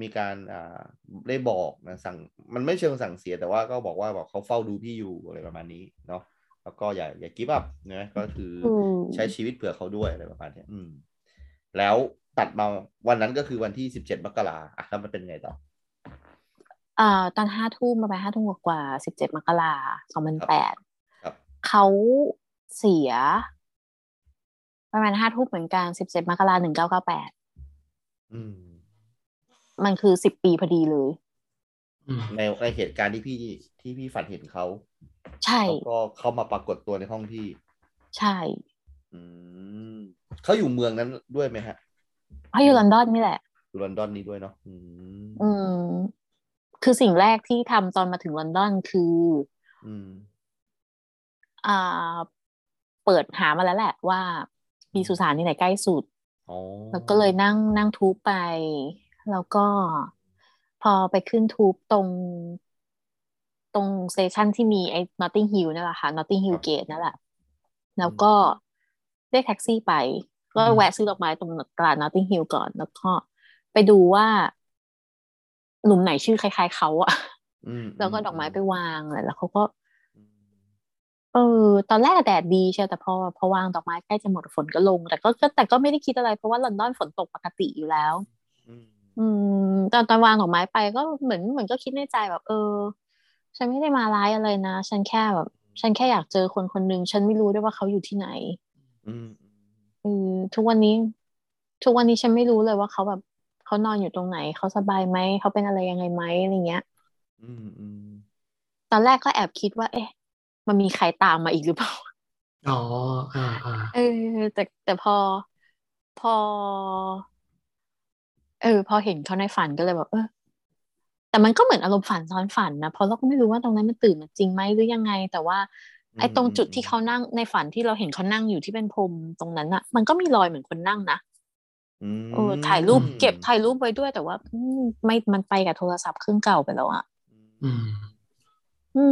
Speaker 4: มีการอ่าได้บอกนะสั่งมันไม่เชิงสั่งเสีย แต่ว่าก็บอกว่าบอกเขาเฝ้าดูพี่อยู่อะไรประมาณนี้เนาะแล้วก็อย่าอย่ากิฟต์อัพนะก็คือ
Speaker 3: อืม
Speaker 4: ใช้ชีวิตเผื่อเขาด้วยอะไรประมาณเนี้ยอืม แล้วตัดมาวันนั้นก็คือวันที่สิบเจ็ดมกราอ่ะแล้วมันเป็นไงต่อ
Speaker 3: เอ่อตอนห้าทุ่มประมาณห้าทุ่มกว่าสิบเจ็ดมกราสองพันแปด
Speaker 4: ครับ
Speaker 3: เขาเสีย ประมาณห้าทุ่มเหมือนกันสิบเจ็ดมกราหนึ่งเก้าเก้าแปด
Speaker 4: อืม
Speaker 3: มันคือสิบปีพอดีเลย
Speaker 2: อืม
Speaker 4: ในในเหตุการณ์ที่พี่ที่พี่ฝันเห็นเขา
Speaker 3: ใช่
Speaker 4: แล้วก็เขามาปรากฏตัวในห้องพี่
Speaker 3: ใช่
Speaker 4: อืมเขาอยู่เมืองนั้นด้วยไหมฮะ
Speaker 3: เพราะอยู่ลอนดอนนี่แหละ
Speaker 4: อยู่ลอนดอนนี้ด้วยเนาะอืม
Speaker 3: อืม คือสิ่งแรกที่ทำตอนมาถึงลอนดอนคือ
Speaker 4: อืม
Speaker 3: อ่า เปิดหามาแล้วแหละว่ามีสุสานที่ไหนใกล้สุด
Speaker 4: อ๋อ
Speaker 3: แล้วก็เลยนั่งนั่งทูบไป แล้วก็พอไปขึ้นทูบตรง ตรงสเตชันที่มีไอ้ Notting Hill นั่นแหละค่ะ Notting Hill Gate นั่นแหละ แล้วก็เรียกแท็กซี่ไป ก็แวะซื้อดอกไม้ตรงตลาด Notting Hill ก่อน แล้วก็ไปดูว่า หลุมไหนชื่อคล้ายๆเขาอะ
Speaker 4: อืม
Speaker 3: แล้วก็ดอกไม้ไปวางอะไรแล้วเขาก็
Speaker 4: อืม
Speaker 3: เออตอนแรกแดดดีใช่แต่พอพอวางดอกไม้ใกล้จะหมดฝนก็ลง แต่ก็ก็แต่ก็ไม่ได้คิดอะไรเพราะว่าลอนดอนฝนตกปกติอยู่แล้ว
Speaker 4: อืม
Speaker 3: อืมตอนตอนวางดอกไม้ไปก็เหมือนเหมือนก็คิดในใจแบบ เออ ฉันไม่ได้มาร้ายอะไรนะ ฉันแค่แบบ ฉันแค่อยากเจอคนคนหนึ่งฉันไม่รู้ด้วยว่าเขาอยู่ที่ไหน
Speaker 4: อืม
Speaker 3: อืมทุกวันนี้ ทุกวันนี้ฉันไม่รู้เลยว่าเขาแบบเขานอนอยู่ตรงไหน เขาสบายไหมเขาเป็นอะไรยังไงไหมอะไรเงี้ย
Speaker 4: อืมอืม
Speaker 3: ตอนแรกก็แอบคิดว่า เอ๊ะ มันมีใครตามมาอีกหรือเปล่า
Speaker 2: อ๋ออ่าอ่า
Speaker 3: เออแต่แต่พอพอ เออ พอเห็นเขาในฝันก็เลยแบบเออแต่มันก็เหมือนอารมณ์ฝันซ้อนฝันนะเพราะเราก็ไม่รู้ว่าตรงนั้นมันตื่นมาจริงไหมหรือยังไง แต่ว่า ไอ้ตรงจุดที่เขานั่งในฝันที่เราเห็นเขานั่งอยู่ที่เป็นพรมตรงนั้นอะมันก็มีรอยเหมือนคนนั่งนะ
Speaker 4: ม
Speaker 3: เออถ่ายรูปเก็บถ่ายรูปไว้ด้วยแต่ว่าอืมไม่มันไปกับโทรศัพท์เครื่องเก่าไปแล้วอะ
Speaker 2: อืม
Speaker 3: อื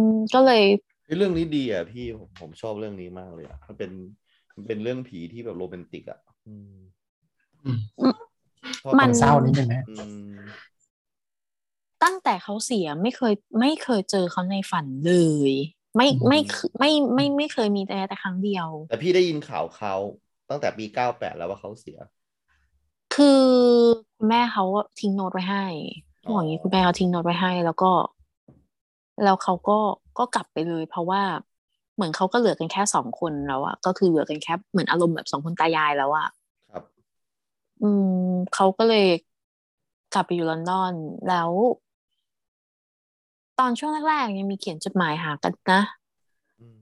Speaker 3: ม ก็เลย
Speaker 4: เฮ้ยเรื่องนี้ดีอ่ะพี่ผมผมชอบเรื่องนี้มากเลยอ่ะมันเป็นมันเป็นเรื่องผีที่แบบโรแมนติกอ่ะอืม
Speaker 2: อืม
Speaker 4: ชอบ
Speaker 3: มั
Speaker 2: มันเศร้านิดนึงนะ
Speaker 4: อืม
Speaker 3: ตั้งแต่เขาเสียไม่เคยไม่เคยเจอเขาในฝันเลย ไม่
Speaker 2: อืม
Speaker 3: ไม่เคไม่ไม่ไม่เคยมีแต่แต่ครั้งเดียว
Speaker 4: แต่พี่ได้ยินข่าวเขาตั้งแต่ปีเก้าแปดแล้วว่าเขาเสีย
Speaker 3: คือคุณแม่เขาทิ้งโน้ตไว้ให้บอกอย่างนี้คุณแม่เขาทิ้งโน้ตไว้ให้ แล้วก็ แล้วเขาก็ก็กลับไปเลย เพราะว่าเหมือนเขาก็เหลือกันแค่สองคนแล้วอะก็คือเหลือกันแค่เหมือนอารมณ์แบบสองคนตายายแล้วอะ
Speaker 4: ครับ
Speaker 3: อืมเขาก็เลยกลับไปอยู่ลอนดอนแล้ว ตอนช่วงแรกๆยังมีเขียนจดหมายหากันนะ
Speaker 4: อืม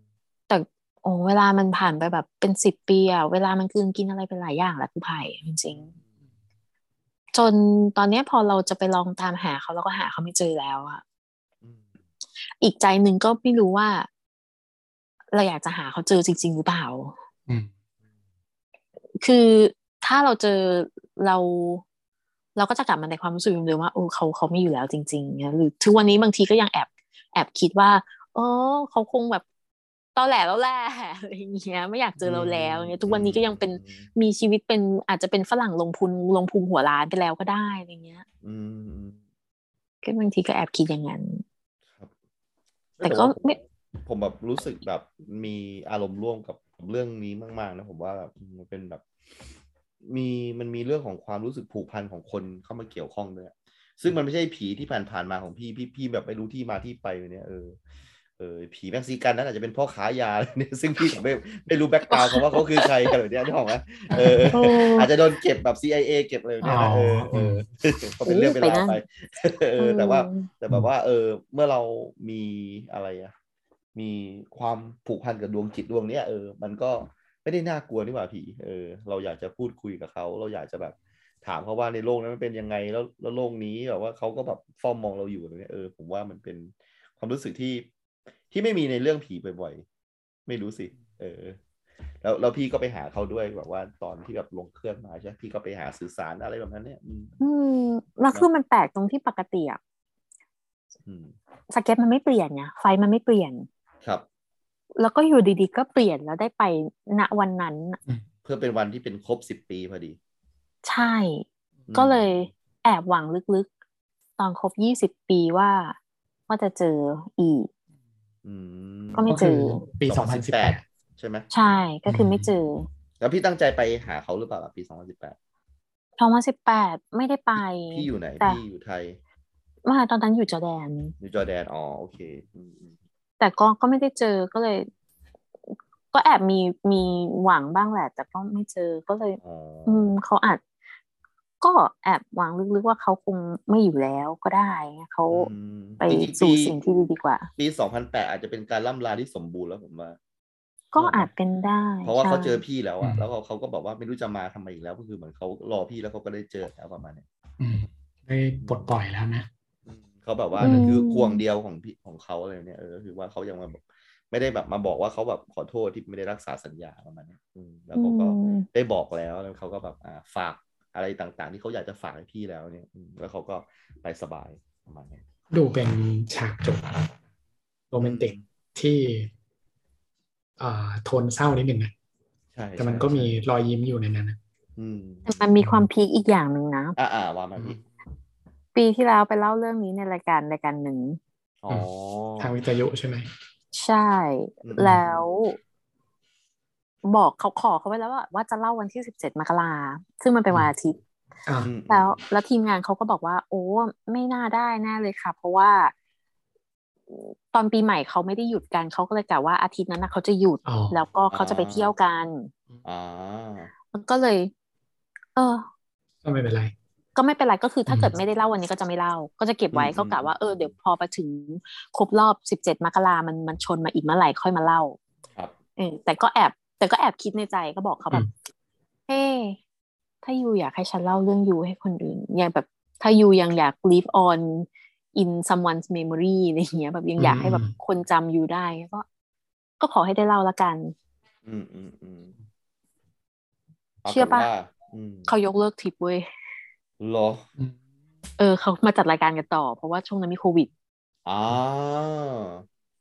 Speaker 3: แต่โอ้เวลามันผ่านไปแบบเป็นสิบปีอะเวลามันกลืนกินอะไรไปหลายอย่างแหละคุณไผ่จริงๆจนตอนเนี้ยพอเราจะไปลองตามหาเขาเราก็หาเขาไม่เจอแล้วอะ
Speaker 4: อืม
Speaker 3: อีกใจหนึ่งก็ไม่รู้ว่า เราอยากจะหาเขาเจอจริง ๆ หรือเปล่า
Speaker 2: อืม
Speaker 3: คือถ้าเราเจอเรา เราก็จะกลับมาในความรู้สึกเดิมๆว่าโอ้เขาเขาไม่อยู่แล้วจริงๆเนี่ยหรือทุกวันนี้บางทีก็ยังแอบแอบคิดว่าอ๋อเขาคงแบบตอแหลแล้วแหละอะไรอย่างเงี้ยไม่อยากเจอเราแล้วเนี่ยทุกวันนี้ก็ยังเป็นมีชีวิตเป็นอาจจะเป็นฝรั่งลงพุนลงพุงหัวล้านไปแล้วก็ได้อะไรเงี้ย
Speaker 4: อืม
Speaker 3: ก็บางทีก็แอบคิดอย่างนั้น
Speaker 4: ครับ
Speaker 3: แต่ก็ไม่
Speaker 4: ผมผมแบบรู้สึกแบบมีอารมณ์ร่วมกับเรื่องนี้มากๆนะผมว่าแบบมันเป็นแบบ มีมันมีเรื่องของความรู้สึกผูกพันของคนเข้ามาเกี่ยวข้องด้วยอะซึ่งมันไม่ใช่ผีที่ผ่านๆมาของพี่พี่พี่แบบไม่รู้ที่มาที่ไปเลยเนี่ยเออ เออผีแม็กซิกันนั้นอาจจะเป็นพ่อค้ายา เนี่ย <laughs> ซึ่งพี่ผมไม่ไม่รู้แบ็กกราวด์เขาว่าเขาคือใครกันหรือเนี่ยนึกออกไหมเออ อาจจะโดนเก็บแบบ CIA เก็บอะไรแบบเนี่ยนะเออเออก็เป็นเรื่องเป็นราวไปเออแต่ว่า แต่แบบว่า เออ เมื่อเรามีอะไรอะมีความผูกพันกับดวงจิตดวงเนี้ยเออ มันก็ไม่ได้น่ากลัวนี่หว่าผีเออ เราอยากจะพูดคุยกับเขาเราอยากจะแบบถามเขาว่าในโลกนั้นมันเป็นยังไงแล้วแล้วโลกนี้แบบว่าเขาก็แบบเฝ้ามองเราอยู่อะไรเงี้ยเออผมว่ามันเป็นความรู้สึกที่ที่ไม่มีในเรื่องผีบ่อยๆไม่รู้สิ เออ แล้วแล้วพี่ก็ไปหาเขาด้วยแบบว่าตอนที่แบบลงเครื่องมาใช่ไหมพี่ก็ไปหาสื่อสารอะไรแบบนั้นเนี่ยอืม
Speaker 3: อืมแล้วคือมันแปลกตรงที่ปกติอะ
Speaker 4: อืม
Speaker 3: สเก็ตมันไม่เปลี่ยนไงไฟมันไม่เปลี่ยน
Speaker 4: ครับ
Speaker 3: แล้วก็อยู่ดีๆ ก็เปลี่ยนแล้วได้ไปณวันนั้นน่ะ
Speaker 4: เพื่อเป็นวันที่เป็นครบสิบปีพอดี
Speaker 3: ใช่
Speaker 4: อืม
Speaker 3: ก็เลยแอบหวังลึกๆ ตอนครบยี่สิบปีว่าว่าจะเจออีก
Speaker 4: อืม
Speaker 3: ก็ไม่
Speaker 2: ก็คือปี
Speaker 4: 2018
Speaker 2: 2018
Speaker 4: ใช่ไหม
Speaker 3: ใช่ก็คือไม่เจอ
Speaker 4: แล้วพี่ตั้งใจไปหาเขาหรือเปล่าล่ะปีสองพันสิบแปด
Speaker 3: สองพันสิบแปดไม่ได้ไป
Speaker 4: พี่อยู่ไหน
Speaker 3: แต่
Speaker 4: พี่อยู่ไทย
Speaker 3: ว่าตอนนั้นอยู่จอร์แดน
Speaker 4: อยู่จอร์แดนอ๋อโอเคอืมอืม
Speaker 3: แต่ก็ก็ไม่ได้เจอก็เลย ก็แอบมีมีหวังบ้างแหละ แต่ก็ไม่เจอก็เลย
Speaker 4: อ๋อ
Speaker 3: อืมเขาอาจก็แอบหวังลึกๆว่าเขาคงไม่อยู่แล้วก็ได้เนี่ยเขา
Speaker 4: อืม
Speaker 3: ไป
Speaker 4: จริงๆ
Speaker 3: สู่สิ่งที่ดีดีกว่า
Speaker 4: ปีสองพันแปดอาจจะเป็นการล่ำลาที่สมบูรณ์แล้วผมว่า
Speaker 3: ก็อาจเป็นได้
Speaker 4: เพราะว่าเขา
Speaker 3: ใช่
Speaker 4: เจอพี่แล้ว
Speaker 2: อื
Speaker 4: อะ
Speaker 2: ม
Speaker 4: แล้วเขาเขาก็บอกว่าไม่รู้จะมาทำไมอีกแล้วก็คือเหมือนเขารอพี่แล้วเขาก็ได้เจอแล้วประมาณเนี้ย
Speaker 2: อืมได้ปลดปล่อยแล้วนะ
Speaker 4: เขาแบบว่าคือห่วงเดียวของพี่ของเขาอะไรเนี่ยเออก็คือว่าเขายังมาแบบไม่ได้แบบมาบอกว่าเขาแบบขอโทษที่ไม่ได้รักษาสัญญาประมาณเนี้ยอืมแล้วเขาก็
Speaker 3: อืม
Speaker 4: ได้บอกแล้วแล้วเขาก็แบบอ่าฝากอะไรต่างๆ ที่เขาอยากจะฝากให้พี่แล้วเนี่ยอืมแล้วเขาก็ไปสบายประมาณเนี้ย
Speaker 2: ดูเป็นฉากจบโรแมนติกที่อ่าโทนเศร้านิดหนึ่งนะ
Speaker 4: ใช่
Speaker 2: แต่มันก็มีรอยยิ้มอยู่ในนั้นนะ
Speaker 4: อืม
Speaker 3: แต่มันมีความพีคอีกอย่างหนึ่งนะ
Speaker 4: อ่าอ่าว่ามาพี่
Speaker 3: ปีที่แล้วไปเล่าเรื่องนี้ในรายการรายการหนึ่ง
Speaker 4: อ๋อ
Speaker 2: ทางวิทยุใช่ไหม
Speaker 3: ใช่
Speaker 4: อืม
Speaker 3: แล้ว บอกเขาขอเขาไว้แล้วว่าว่าจะเล่าวันที่สิบเจ็ดมกราซึ่งมันเป็นวันอาทิตย์
Speaker 2: อ่า
Speaker 4: อืม
Speaker 3: แล้วแล้วทีมงานเขาก็บอกว่า โอ้ไม่น่าได้แน่เลยค่ะ เพราะว่า ตอนปีใหม่เขาไม่ได้หยุดกันเขาก็เลยกะว่าอาทิตย์นั้นนะเขาจะหยุด
Speaker 2: อ๋อ
Speaker 3: แล้วก็เขาจะไปเที่ยวกัน
Speaker 4: อ่า
Speaker 3: มันก็เลย เออ
Speaker 2: ก็ไม่เป็นไร
Speaker 3: ก็ไม่เป็นไรก็คือถ้า
Speaker 2: อืม
Speaker 3: เกิดไม่ได้เล่าวันนี้ก็จะไม่เล่า ก็จะเก็บไว้
Speaker 4: อืม
Speaker 3: ก็กะว่า
Speaker 4: อืม
Speaker 3: เออเดี๋ยวพอไปถึงครบรอบสิบเจ็ดมกรามันมันชนมาอีกเมื่อไหร่ค่อยมาเล่า
Speaker 4: ครับ
Speaker 3: เออแต่ก็แอบ แต่ก็แอบคิดในใจก็บอกเขาแบบ
Speaker 2: อืม
Speaker 3: เฮ้ถ้ายูอยากให้ฉันเล่าเรื่องยูให้คนอื่นอย่างแบบถ้ายูยังอยาก live on in someone's memory อะไรอย่างเงี้ย แบบยังอยากให้แบบคนจำยูได้ก็ ก็ขอให้ได้เล่าละกัน
Speaker 4: อืมอืมอืม
Speaker 3: เชื่อปะ
Speaker 4: ปรากฏว่าอืม
Speaker 3: เขายกเลิกทริปเว้ย
Speaker 4: เหรอ
Speaker 2: อืม
Speaker 3: เออเขามาจัดรายการกันต่อ เพราะว่าช่วงนั้นมีโควิด
Speaker 4: อ่า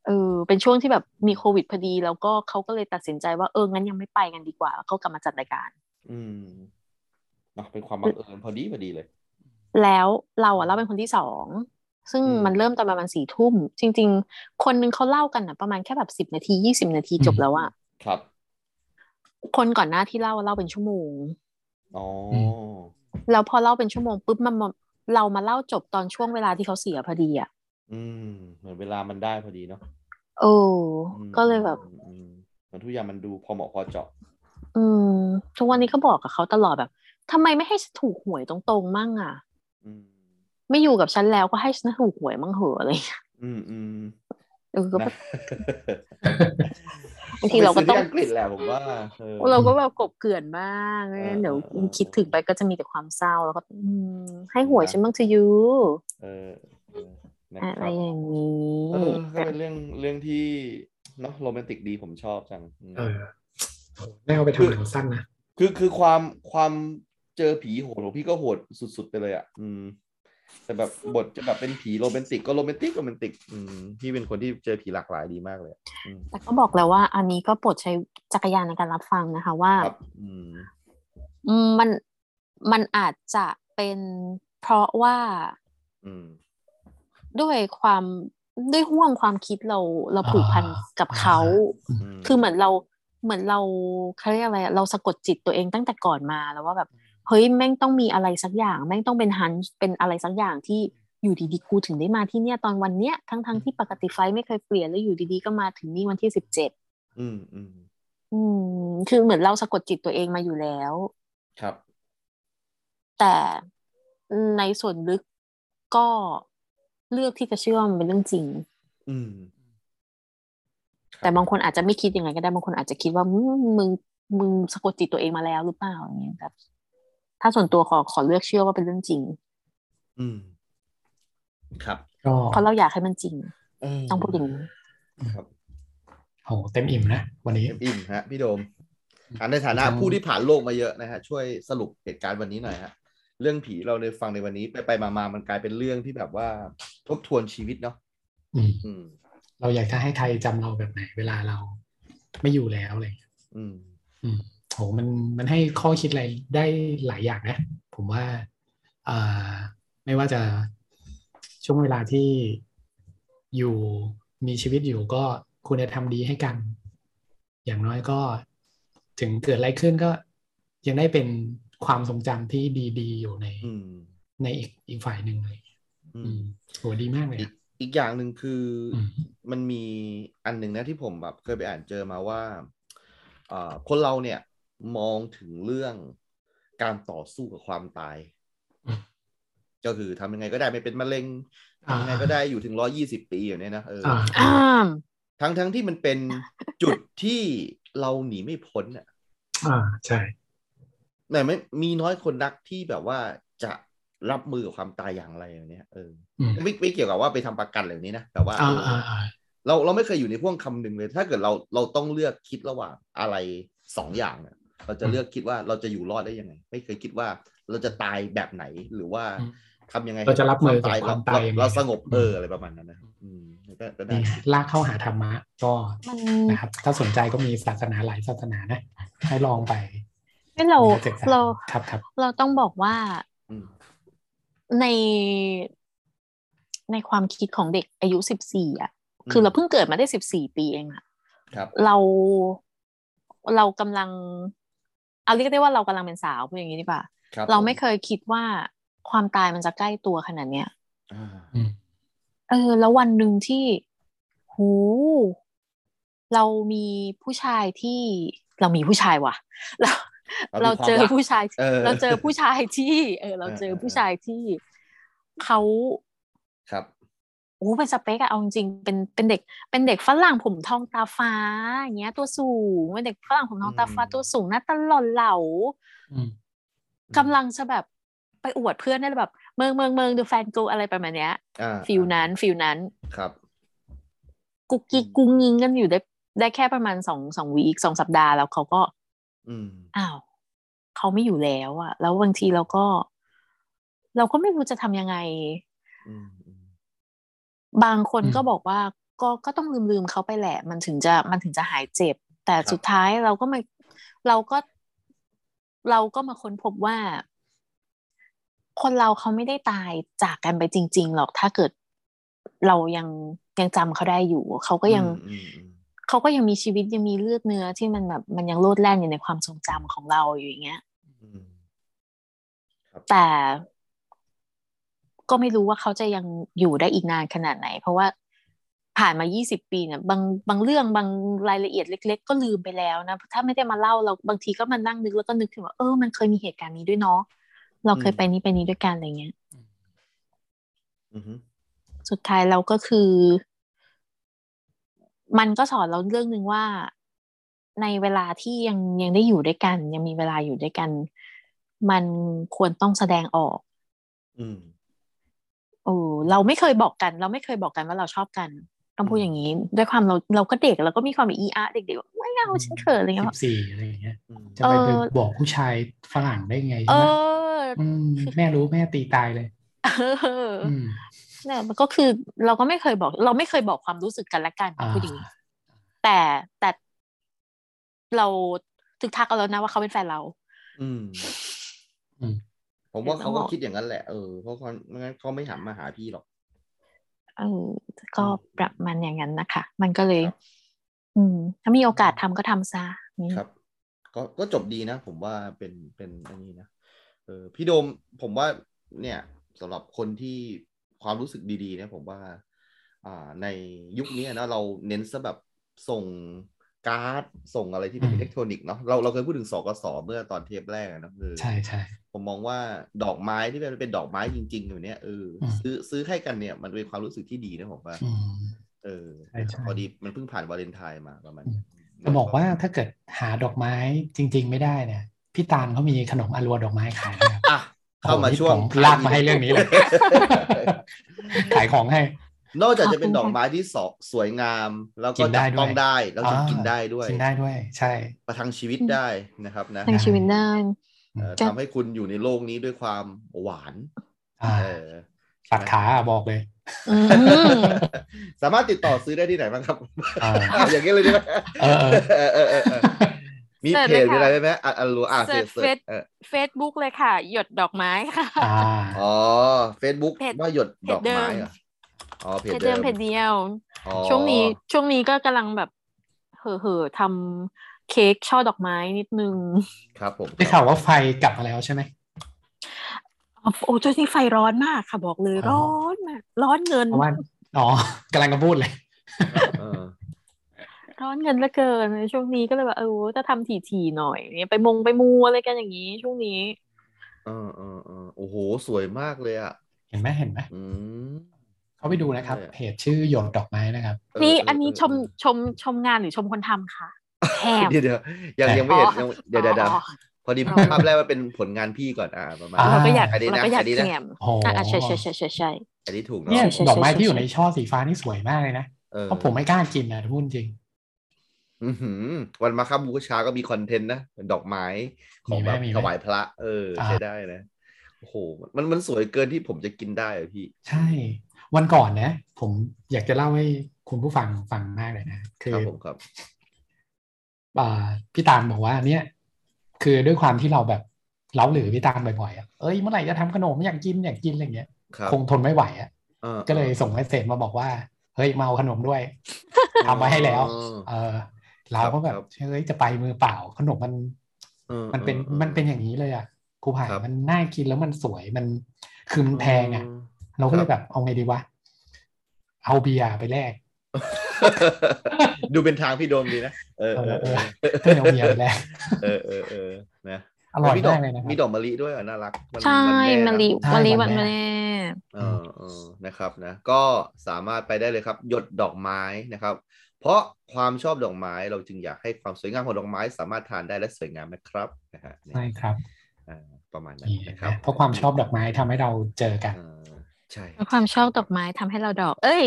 Speaker 3: เออเป็นช่วงที่แบบมีโควิดพอดี แล้วก็เขาก็เลยตัดสินใจว่าเอองั้นยังไม่ไปกันดีกว่าเขากลับมาจัดรายการ
Speaker 4: อืมนะเป็นความบังเอิญพอดีพอดีเลย
Speaker 3: แล้วเราอ่ะเล่าเป็นคนที่สองซึ่ง
Speaker 4: อืม
Speaker 3: มันเริ่มตอนประมาณสี่ทุ่ม จริง ๆ คนนึงเขาเล่ากันอ่ะ ประมาณแค่แบบสิบนาทียี่สิบนาทีจบแล้วอ่ะ
Speaker 4: ครับ
Speaker 3: คนก่อนหน้าที่เล่าอะเล่าเป็นชั่วโมง
Speaker 4: อ๋อ
Speaker 3: แล้วพอเล่าเป็นชั่วโมงปุ๊บมันมาเรามาเล่าจบตอนช่วงเวลาที่เขาเสียพอดีอ่ะ
Speaker 4: อืม เหมือนเวลามันได้พอดีเนาะ
Speaker 3: โอ้
Speaker 4: อืม
Speaker 3: ก็เลยแบบ
Speaker 4: อืมอืมเหมือนทุกอย่างมันดูพอเหมาะพอเจาะ
Speaker 3: อืม ทุกวันนี้ก็บอกกับเขาตลอดแบบทำไมไม่ให้ฉันถูกหวยตรงๆมั่งอ่ะ
Speaker 4: อืม
Speaker 3: ไม่อยู่กับฉันแล้วก็ให้ฉันถูกหวยมั่งเหอะอะไรอย่างเงี้ย
Speaker 4: อืมอืม
Speaker 3: เออก็
Speaker 4: นะ
Speaker 3: แบบ บางทีเราก็ต้อง
Speaker 4: ไปซื้ที่อังกฤษแหละผมว่าเออ
Speaker 3: เราก็แบบกบเกลื่อนบ้างไม่งั้น
Speaker 4: เออ
Speaker 3: เดี๋ยว
Speaker 4: เออ
Speaker 3: คิดถึงไปก็จะมีแต่ความเศร้าแล้วก็อืมให้หวย
Speaker 4: นะ
Speaker 3: ฉันบ้างเธอะยู
Speaker 4: เออเออนะ
Speaker 3: อะไร
Speaker 4: ครับ
Speaker 3: อย่างนี้
Speaker 4: เออก็เป็นเรื่องเรื่องที่เนาะโรแมนติกดีผมชอบจังอืม
Speaker 2: เออโหได้เอาไปทำหนังสั้นนะ
Speaker 4: คือคือความความเจอผีโหดของพี่ก็โหดสุดๆไปเลยอ่ะ อืม แต่แบบบทจะแบบเป็นผีโรแมนติกก็โรแมนติกโรแมนติก อืมพี่เป็นคนที่เจอผีหลากหลายดีมากเลยอะอืม
Speaker 3: แต่ก็บอกแล้วว่า อันนี้ก็โปรดใช้จักรยานในการรับฟังนะคะว่า
Speaker 4: ครับ อืม
Speaker 3: อืมมันมันอาจจะเป็นเพราะว่า
Speaker 4: อืม
Speaker 3: ด้วยความด้วยห่วงความคิดเราเรา
Speaker 2: อ่า
Speaker 3: ผูกพันกับเขา
Speaker 4: อืม
Speaker 3: คือเหมือนเราเหมือนเราเขาเรียกอะไรอะเราสะกดจิตตัวเองตั้งแต่ก่อนมาแล้วว่าแบบ เฮ้ยแม่งต้องมีอะไรสักอย่าง แม่งต้องเป็นฮันเป็นอะไรสักอย่างที่ อยู่ดีๆกูถึงได้มาที่เนี่ยตอนวันเนี้ยทั้งๆที่ปกติไฟล์ไม่เคยเปลี่ยนแล้วอยู่ดีๆก็มาถึงนี่วันที่สิบเจ็ด
Speaker 4: อืมอืม
Speaker 3: อืม คือเหมือนเราสะกดจิตตัวเองมาอยู่แล้ว
Speaker 4: ครับ
Speaker 3: แต่ในส่วนลึกก็เลือกที่จะเชื่อว่ามันเป็นเรื่องจริง
Speaker 4: อืม ครับ
Speaker 3: แต่บางคนอาจจะไม่คิดอย่างไงก็ได้บางคนอาจจะคิดว่ามึงมึงมึงสะกดจิตตัวเองมาแล้วหรือเปล่าอย่างเงี้ยครับ ถ้าส่วนตัวขอขอเลือกเชื่อว่าเป็นเรื่องจริง
Speaker 4: อืม ครับ
Speaker 2: ก็
Speaker 3: เพราะเราอยากให้มันจริง
Speaker 4: เอ
Speaker 3: ต้องพูดอย่างนี้
Speaker 4: ครับ
Speaker 2: โหเต็มอิ่มนะวันนี้
Speaker 4: เต็มอิ่มฮะพี่โดมอ่ะในฐานะ
Speaker 2: ครับ
Speaker 4: ผู้ที่ผ่านโลกมาเยอะนะฮะช่วยสรุปเหตุการณ์วันนี้หน่อยฮะเรื่องผีเราในฟังในวันนี้ไปไปมามามันกลายเป็นเรื่องที่แบบว่าทบทวนชีวิตเนาะ
Speaker 2: อืม
Speaker 4: อืม
Speaker 2: เราอยากจะให้ใครจำเราแบบไหนเวลาเรา ไม่อยู่แล้วอะไรอย่างเงี้ย
Speaker 4: อืม
Speaker 2: โหมันมันให้ข้อคิดอะไรได้หลายอย่างนะ ผมว่าอ่าไม่ว่าจะช่วงเวลาที่อยู่มีชีวิตอยู่ก็ควรจะทำดีให้กัน อย่างน้อยก็ถึงเกิดอะไรขึ้นก็ยังได้เป็นความทรงจำที่ดี ๆ อยู่ใน
Speaker 4: อืม
Speaker 2: ในอีกอีกฝ่ายหนึ่งเลย
Speaker 4: อื
Speaker 2: อื
Speaker 4: ม
Speaker 2: มโหดีมากเลยอะ
Speaker 4: อีกอย่างหนึ่งคืออ
Speaker 2: อืม
Speaker 4: มันมีอันหนึ่งนะที่ผมแบบเคยไปอ่านเจอมาว่าเอ่อคนเราเนี่ย มองถึงเรื่องการต่อสู้กับความตาย
Speaker 2: อืม
Speaker 4: ก็คือทำยังไงก็ได้ไม่เป็นมะเร็งทำยังไง
Speaker 2: อ่า
Speaker 4: ก็ได้อยู่ถึงร้อยี่สิบปีอย่างเนี้ยนะเอออ
Speaker 2: อ่า
Speaker 3: อ้าม
Speaker 4: ทั้งทั้งที่มันเป็น <laughs> จุดที่เราหนีไม่พ้นอ่ะ
Speaker 2: อ่าใช่
Speaker 4: แต่ไม่มีน้อยคนนักที่แบบว่าจะรับมือกับความตายอย่างไรอย่างเนี้ยเออ
Speaker 2: อืม
Speaker 4: ไม่ไม่เกี่ยวกับว่าไปทำประกันอะไรแบบนี้นะแต่ว่า
Speaker 2: อ่า
Speaker 4: เอออ
Speaker 2: อ่าอ่า
Speaker 4: เราเราไม่เคยอยู่ในพ่วงคำหนึ่งเลย ถ้าเกิดเราเราต้องเลือกคิดระหว่างอะไรสองอย่างอะเราจะเลือกคิดว่าเราจะอยู่รอดได้ยังไง ไม่เคยคิดว่าเราจะตายแบบไหนหรือว่าทำยังไง
Speaker 2: เราจะรับมือกับความตาย
Speaker 4: เร
Speaker 2: ยังไง
Speaker 4: เราสงบเอออะไรประมาณนั้นนะอืมก็ก็ได้
Speaker 2: นี่ฮะลากเข้าหาธรรมะก็
Speaker 3: มัน
Speaker 2: นะครับ ถ้าสนใจก็มีศาสนาหลายศาสนานะ ให้ลองไป
Speaker 3: ไม่เรา
Speaker 2: ศึกษ
Speaker 3: เรา
Speaker 2: ครับครับ
Speaker 3: เราต้องบอกว่า
Speaker 4: อืม
Speaker 3: ในในความคิดของเด็กอายุสิบสี่อ่ะ คือเราเพิ่งเกิดมาได้สิบสี่ปีเองอ่ะ
Speaker 4: ครับ
Speaker 3: เราเรากำลังเอาเรียกได้ว่าเรากำลังเป็นสาวพูดอย่างนี้ดีกว่า
Speaker 4: ครับ
Speaker 3: เราไม่
Speaker 4: ผ
Speaker 3: เคยคิดว่าความตายมันจะใกล้ตัวขนาดเนี้ย
Speaker 4: อ่า
Speaker 2: อืม
Speaker 3: เออ แล้ววันหนึ่งที่หู เรามีผู้ชายที่เรามีผู้ชายว่ะ <laughs> เราเรา
Speaker 4: เรามีความ
Speaker 3: เจอ
Speaker 4: รัก
Speaker 3: ผู้ชาย
Speaker 4: เออ
Speaker 3: เราเจอผู้ชายที่ เอ
Speaker 4: <laughs>
Speaker 3: อ เรา
Speaker 4: เออ
Speaker 3: เจอ
Speaker 4: เออ
Speaker 3: ผู้ชายที่เขา
Speaker 4: ครับ
Speaker 3: โอ้เป็นสเปกอะเอาจริงๆเป็นเป็นเด็ก เป็นเด็กฝรั่งผมทองตาฟ้าอย่างเงี้ย ตัวสูงเป็นเด็กฝรั่งผมทองตาฟ้า
Speaker 4: อืม
Speaker 3: ตัวสูงหน้าตาหล่อเหลา
Speaker 2: อืม
Speaker 3: กำลังจะแบบไปอวดเพื่อนได้แบบ เมืองเมืองเมืองดูแฟนกูอะไรประมาณเนี้ย
Speaker 4: อ่า
Speaker 3: ฟิลนั้นฟิลนั้น
Speaker 4: ครับ
Speaker 3: กุกกิกกุงยิงกันอยู่ได้ได้แค่ประมาณสองสองวีคสองสัปดาห์แล้วเขาก็
Speaker 4: อืม
Speaker 3: อ้าวเขาไม่อยู่แล้วอะแล้วบางทีเราก็ เราก็ไม่รู้จะทำยังไง
Speaker 4: อืมอืม
Speaker 3: บางคนก็บอกว่า ก็ก็ต้องลืมลืมเขาไปแหละ มันถึงจะมันถึงจะหายเจ็บ แต่สุดท้ายเราก็มาเราก็ เราก็มาค้นพบว่า คนเราเขาไม่ได้ตายจากกันไปจริง ๆ หรอกถ้าเกิดเรายังยังจำเขาได้อยู่ เขาก็ยัง
Speaker 4: อืมอืม
Speaker 3: เขาก็ยังมีชีวิตยังมีเลือดเนื้อที่มันแบบมันยังโลดแล่นอยู่ในความทรงจำของเราอยู่อย่างเงี้ย
Speaker 4: อืม
Speaker 3: แต่ก็ไม่รู้ว่าเขาจะยังอยู่ได้อีกนานขนาดไหน เพราะว่าผ่านมา 20 ปีเนี่ยบางบางเรื่องบางรายละเอียดเล็ก ๆ ก็ลืมไปแล้วนะ ถ้าไม่ได้มาเล่าเราบางทีก็มานั่งนึกแล้วก็นึกถึงว่าเออมันเคยมีเหตุการณ์นี้ด้วยเนาะเราเคยไปนี้ไปนี้ด้วยกันอะไรเงี้ย
Speaker 4: อืมอืม
Speaker 3: สุดท้ายเราก็คือ มันก็สอนเราเรื่องหนึ่งว่าในเวลาที่ยังยังได้อยู่ด้วยกัน ยังมีเวลาอยู่ด้วยกัน มันควรต้องแสดงออก
Speaker 4: อืม
Speaker 3: โอ้เราไม่เคยบอกกัน เราไม่เคยบอกกันว่าเราชอบกัน ต้องพูด
Speaker 4: อืม
Speaker 3: อย่างนี้ ด้วยความเราเราก็เด็กเราก็มีความเออาเด็กๆว่าไม่เอาฉันเขินอะไรเงี้ย
Speaker 2: สิบสี่อะไรอย่างเงี้ย
Speaker 4: อืม
Speaker 2: จะไป
Speaker 3: เออ
Speaker 2: บอกผู้ชายฝรั่งได้ไง
Speaker 3: เอ
Speaker 2: ใช่
Speaker 3: อ
Speaker 2: ไหมมแม่รู้แม่ตีตายเลย
Speaker 3: เออ
Speaker 2: อืม
Speaker 3: เนี่ยมันก็คือเราก็ไม่เคยบอก เราไม่เคยบอกความรู้สึกกันและกัน
Speaker 2: อ่า
Speaker 3: พูดอย่างนี้ แต่แต่เราถึกทักเอาแล้วนะว่าเขาเป็นแฟนเรา
Speaker 4: อืม
Speaker 2: อืม
Speaker 4: ผมว่าเขา
Speaker 3: เดี๋ยวต้อ
Speaker 4: ก็
Speaker 3: งบอก
Speaker 4: คิดอย่างนั้นแหละเออเพราะเขาไม่งั้นเขาไม่หันมาหาพี่หรอก
Speaker 3: เออก็
Speaker 4: อืม
Speaker 3: ประมาณอย่างนั้นนะคะ มันก็เลย
Speaker 4: ครับ
Speaker 3: อืม ถ้ามีโอกาสทำก็ทำซะนี่
Speaker 4: ครับ ก็ก็จบดีนะ ผมว่าเป็นเป็นอันนี้นะเออพี่โดมผมว่าเนี่ยสำหรับคนที่ ความรู้สึกดีๆเนี่ยผมว่า อ่าในยุคนี้นะเราเน้นซะแบบส่งการ์ดส่งอะไรที่เป็น
Speaker 2: อืม
Speaker 4: อิเล็กทรอนิกส์เนาะเราเราเคยพูดถึงสกสเมื่อตอนเทปแรกอะนะคือ
Speaker 2: ใช่ใช่
Speaker 4: ผมมองว่าดอกไม้ที่มันเป็นดอกไม้จริง ๆ อยู่เนี่ยเอออ
Speaker 2: ม
Speaker 4: ซื้อซื้อให้กันเนี่ยมันเป็นความรู้สึกที่ดีนะผมว่า
Speaker 2: อืม
Speaker 4: เออ
Speaker 2: ใช่ใช่
Speaker 4: พอดีมันเพิ่งผ่านวาเลนไทน์มาประมาณเนี้ย
Speaker 2: จะบอกว่าถ้าเกิดหาดอกไม้จริง ๆ ไม่ได้เนี่ยพี่ตาลเขามีขนมอรัวดอกไม้ขายนะครับ
Speaker 4: อ่ะเข้ามาช่วง
Speaker 2: โอ้โหนี่ผมลากมาให้เรื่องนี้เลย ขาย <laughs> ของให้
Speaker 4: นอกจากจะเป็นดอกไม้ที่สอสวยงาม แล้วก็
Speaker 2: กินได้
Speaker 4: จับต้อ
Speaker 2: ด้
Speaker 4: ง
Speaker 2: วย
Speaker 4: ได้แล้วก็
Speaker 2: อ่า
Speaker 4: กินได้ด้วย
Speaker 2: กินได้ด้วย ใช่
Speaker 4: ประทังชีวิตได้นะครับนะ
Speaker 3: ในชีวิตได้
Speaker 4: เออ
Speaker 3: จะ
Speaker 4: ทำให้คุณอยู่ในโลกนี้ด้วยความหวาน
Speaker 2: อ่า
Speaker 4: เออ
Speaker 2: ตัดขาอ่ะบอกเลย
Speaker 3: อืม <laughs>
Speaker 4: สามารถติดต่อซื้อได้ที่ไหนบ้างครับ
Speaker 2: อ่า
Speaker 4: อย่างนี้เลยได้ไหม
Speaker 2: เออเออ
Speaker 4: เออเออเออเออมี
Speaker 3: เสิร์ช
Speaker 4: เพจ
Speaker 3: เลยค่ะ
Speaker 4: มีอะไรได้ไหมอ่ะอันรัวอ่ะ
Speaker 3: เสิ
Speaker 4: เสิ
Speaker 3: ร์ช
Speaker 4: ร์ชเสิร์ช
Speaker 3: Face
Speaker 4: เออ
Speaker 3: เฟซบุ๊กเลยค่ะ หยดดอกไม้ค่ะ
Speaker 2: อ่า
Speaker 4: อ๋อเฟซบุ๊ก
Speaker 3: เพจ
Speaker 4: ว่าหยดดอกไม้
Speaker 3: เพจเดิม
Speaker 4: เหรออ๋อเพจ
Speaker 3: เพจ
Speaker 4: เดิ
Speaker 3: เดิม
Speaker 4: ม
Speaker 3: เพจเดียว
Speaker 4: อ๋อ
Speaker 3: ช่วงนี้ช่วงนี้ก็กำลังแบบเห่อเห่อๆทำเค้กช่อดอกไม้นิดนึง
Speaker 4: ครับผม
Speaker 2: ได้ข่าวว่าไฟกลับมาแล้วใช่ไหม
Speaker 3: อ๋อโอ้ช่วงนี้ไฟร้อนมากค่ะบอกเลย
Speaker 2: อ๋อ
Speaker 3: ร้อนมากร้อนเงิน
Speaker 2: เพราะว่าอ๋ <laughs> อกำลังจะพูดเลย
Speaker 4: เออ
Speaker 3: ร้อนเงินเหลือเกิน ช่วงนี้ก็เลยแบบเออจะทำถี่ๆหน่อยเนี่ยไปมงไปมูอะไรกันอย่างนี้ ช่วงนี้
Speaker 4: เออเออเออโอ้โห สวยมากเลยอ่ะ
Speaker 2: เห็นไหมเห็นไหม
Speaker 4: อืม
Speaker 2: เขาไปดูนะครับเพจชื่อหยดดอกไม้นะครับ
Speaker 3: นี่
Speaker 4: เเเ
Speaker 3: อันนี้ชมชมชมงานหรือชมคนทำคะแถม
Speaker 4: เดี๋ยวเดี๋ยวยัง
Speaker 2: แถม
Speaker 4: ยังไม่เห็นยังเดี๋ยวเดี๋ยวเดี๋ยว
Speaker 3: อ๋อ
Speaker 4: พอดีภาพแรกมันเป็นผลงานพี่ก่อนอ่าประมาณ
Speaker 2: อ่
Speaker 3: เราก็อยาก
Speaker 4: อันนี้นะ
Speaker 3: เราก็อยา
Speaker 4: อั
Speaker 3: ก
Speaker 4: นนี้นะ
Speaker 3: แถม
Speaker 2: โอ้โห
Speaker 3: อ่ะใช่ใช่ใช่ใช่ใช่
Speaker 4: อันนี้ถูกเนาะ
Speaker 2: เนี่ย
Speaker 3: ใช่ใช่ใช่
Speaker 2: ดอกไม้ที่อยู่
Speaker 3: ใช่
Speaker 2: ในช่อสีฟ้านี่สวยมากเลยนะ
Speaker 4: เออ
Speaker 2: เพราะผมไม่กล้ากินนะพูดจริง
Speaker 4: อื้อหือวันมาครับบูชาก็มีคอนเทนต์นะดอกไม้ของ
Speaker 2: มีไหม
Speaker 4: แบบ
Speaker 2: มีไหม
Speaker 4: ถวายพระ เออ
Speaker 2: อ่า
Speaker 4: ใช้ได้นะโอ้โหมันมันสวยเกินที่ผมจะกินได้อะพี่
Speaker 2: ใช่ วันก่อนนะ ผมอยากจะเล่าให้คุณผู้ฟังฟังมากเลยนะ คือ
Speaker 4: ครับผมครับ
Speaker 2: อ่าพี่ตามบอกว่าเนี่ย คือด้วยความที่เราแบบเล้าหรือพี่ตามบ่อยๆอ่ะเอ้ยเมื่อไหร่จะทำขนมอยากกินอยากกินอะไรเงี้ย
Speaker 4: ครับ
Speaker 2: คงทนไม่ไหวอ่ะ
Speaker 4: ออ
Speaker 2: ก็เลยส่งเมสเซจมาบอกว่าเฮ้ยมาเอาขนมด้วย ทำมาให้แล้ว
Speaker 4: อ๋อ
Speaker 2: เออเราก็แบบ
Speaker 4: ครับ
Speaker 2: เฮ้ยจะไปมือเปล่าขนมมัน
Speaker 4: เออ
Speaker 2: มันเป็น
Speaker 4: เออเออ
Speaker 2: มันเป็นอย่างนี้เลยอ่ะครูไผ่
Speaker 4: ครับ
Speaker 2: มันน่ากินแล้วมันสวยมันคือมันแพงอ่ะ เราก็เลยแบบเอาไงดีวะเอาเบียร์ไปแลก
Speaker 4: ดูเป็นทางพี่โดมดีนะ เออ เออ
Speaker 2: เอ
Speaker 4: เอ
Speaker 2: อ
Speaker 4: อ
Speaker 2: ก็เลยเอาเบียร์ไปแลก
Speaker 4: เออ เออ เออ นะ
Speaker 2: อร่อย
Speaker 4: มีดอ
Speaker 2: มาก กเลยนะครับ
Speaker 4: มีดอกมะลิด้วยอ่ะน่ารัก
Speaker 3: ใช่มะ
Speaker 4: แนะ
Speaker 3: ลิมะลิ
Speaker 2: วั
Speaker 3: วัน น
Speaker 2: แม่
Speaker 3: แม่
Speaker 4: เออเออนะครับนะ ก็สามารถไปได้เลยครับ หยดดอกไม้นะครับ เพราะความชอบดอกไม้เราจึงอยากให้ความสวยงามของดอกไม้สามารถทานได้และสวยงามนะครับนะฮะนี่
Speaker 2: ใช่ครับ
Speaker 4: อ่าประมาณนั้น
Speaker 2: นี่นะ
Speaker 4: นะ
Speaker 2: ค
Speaker 4: ค
Speaker 2: รั
Speaker 4: รั
Speaker 2: บบ เพราะความชอบดอกไม้ทำให้เราเจอกัน
Speaker 4: เออใช่
Speaker 3: แล้วความชอบดอกไม้ทำให้เราดอก เอ้ย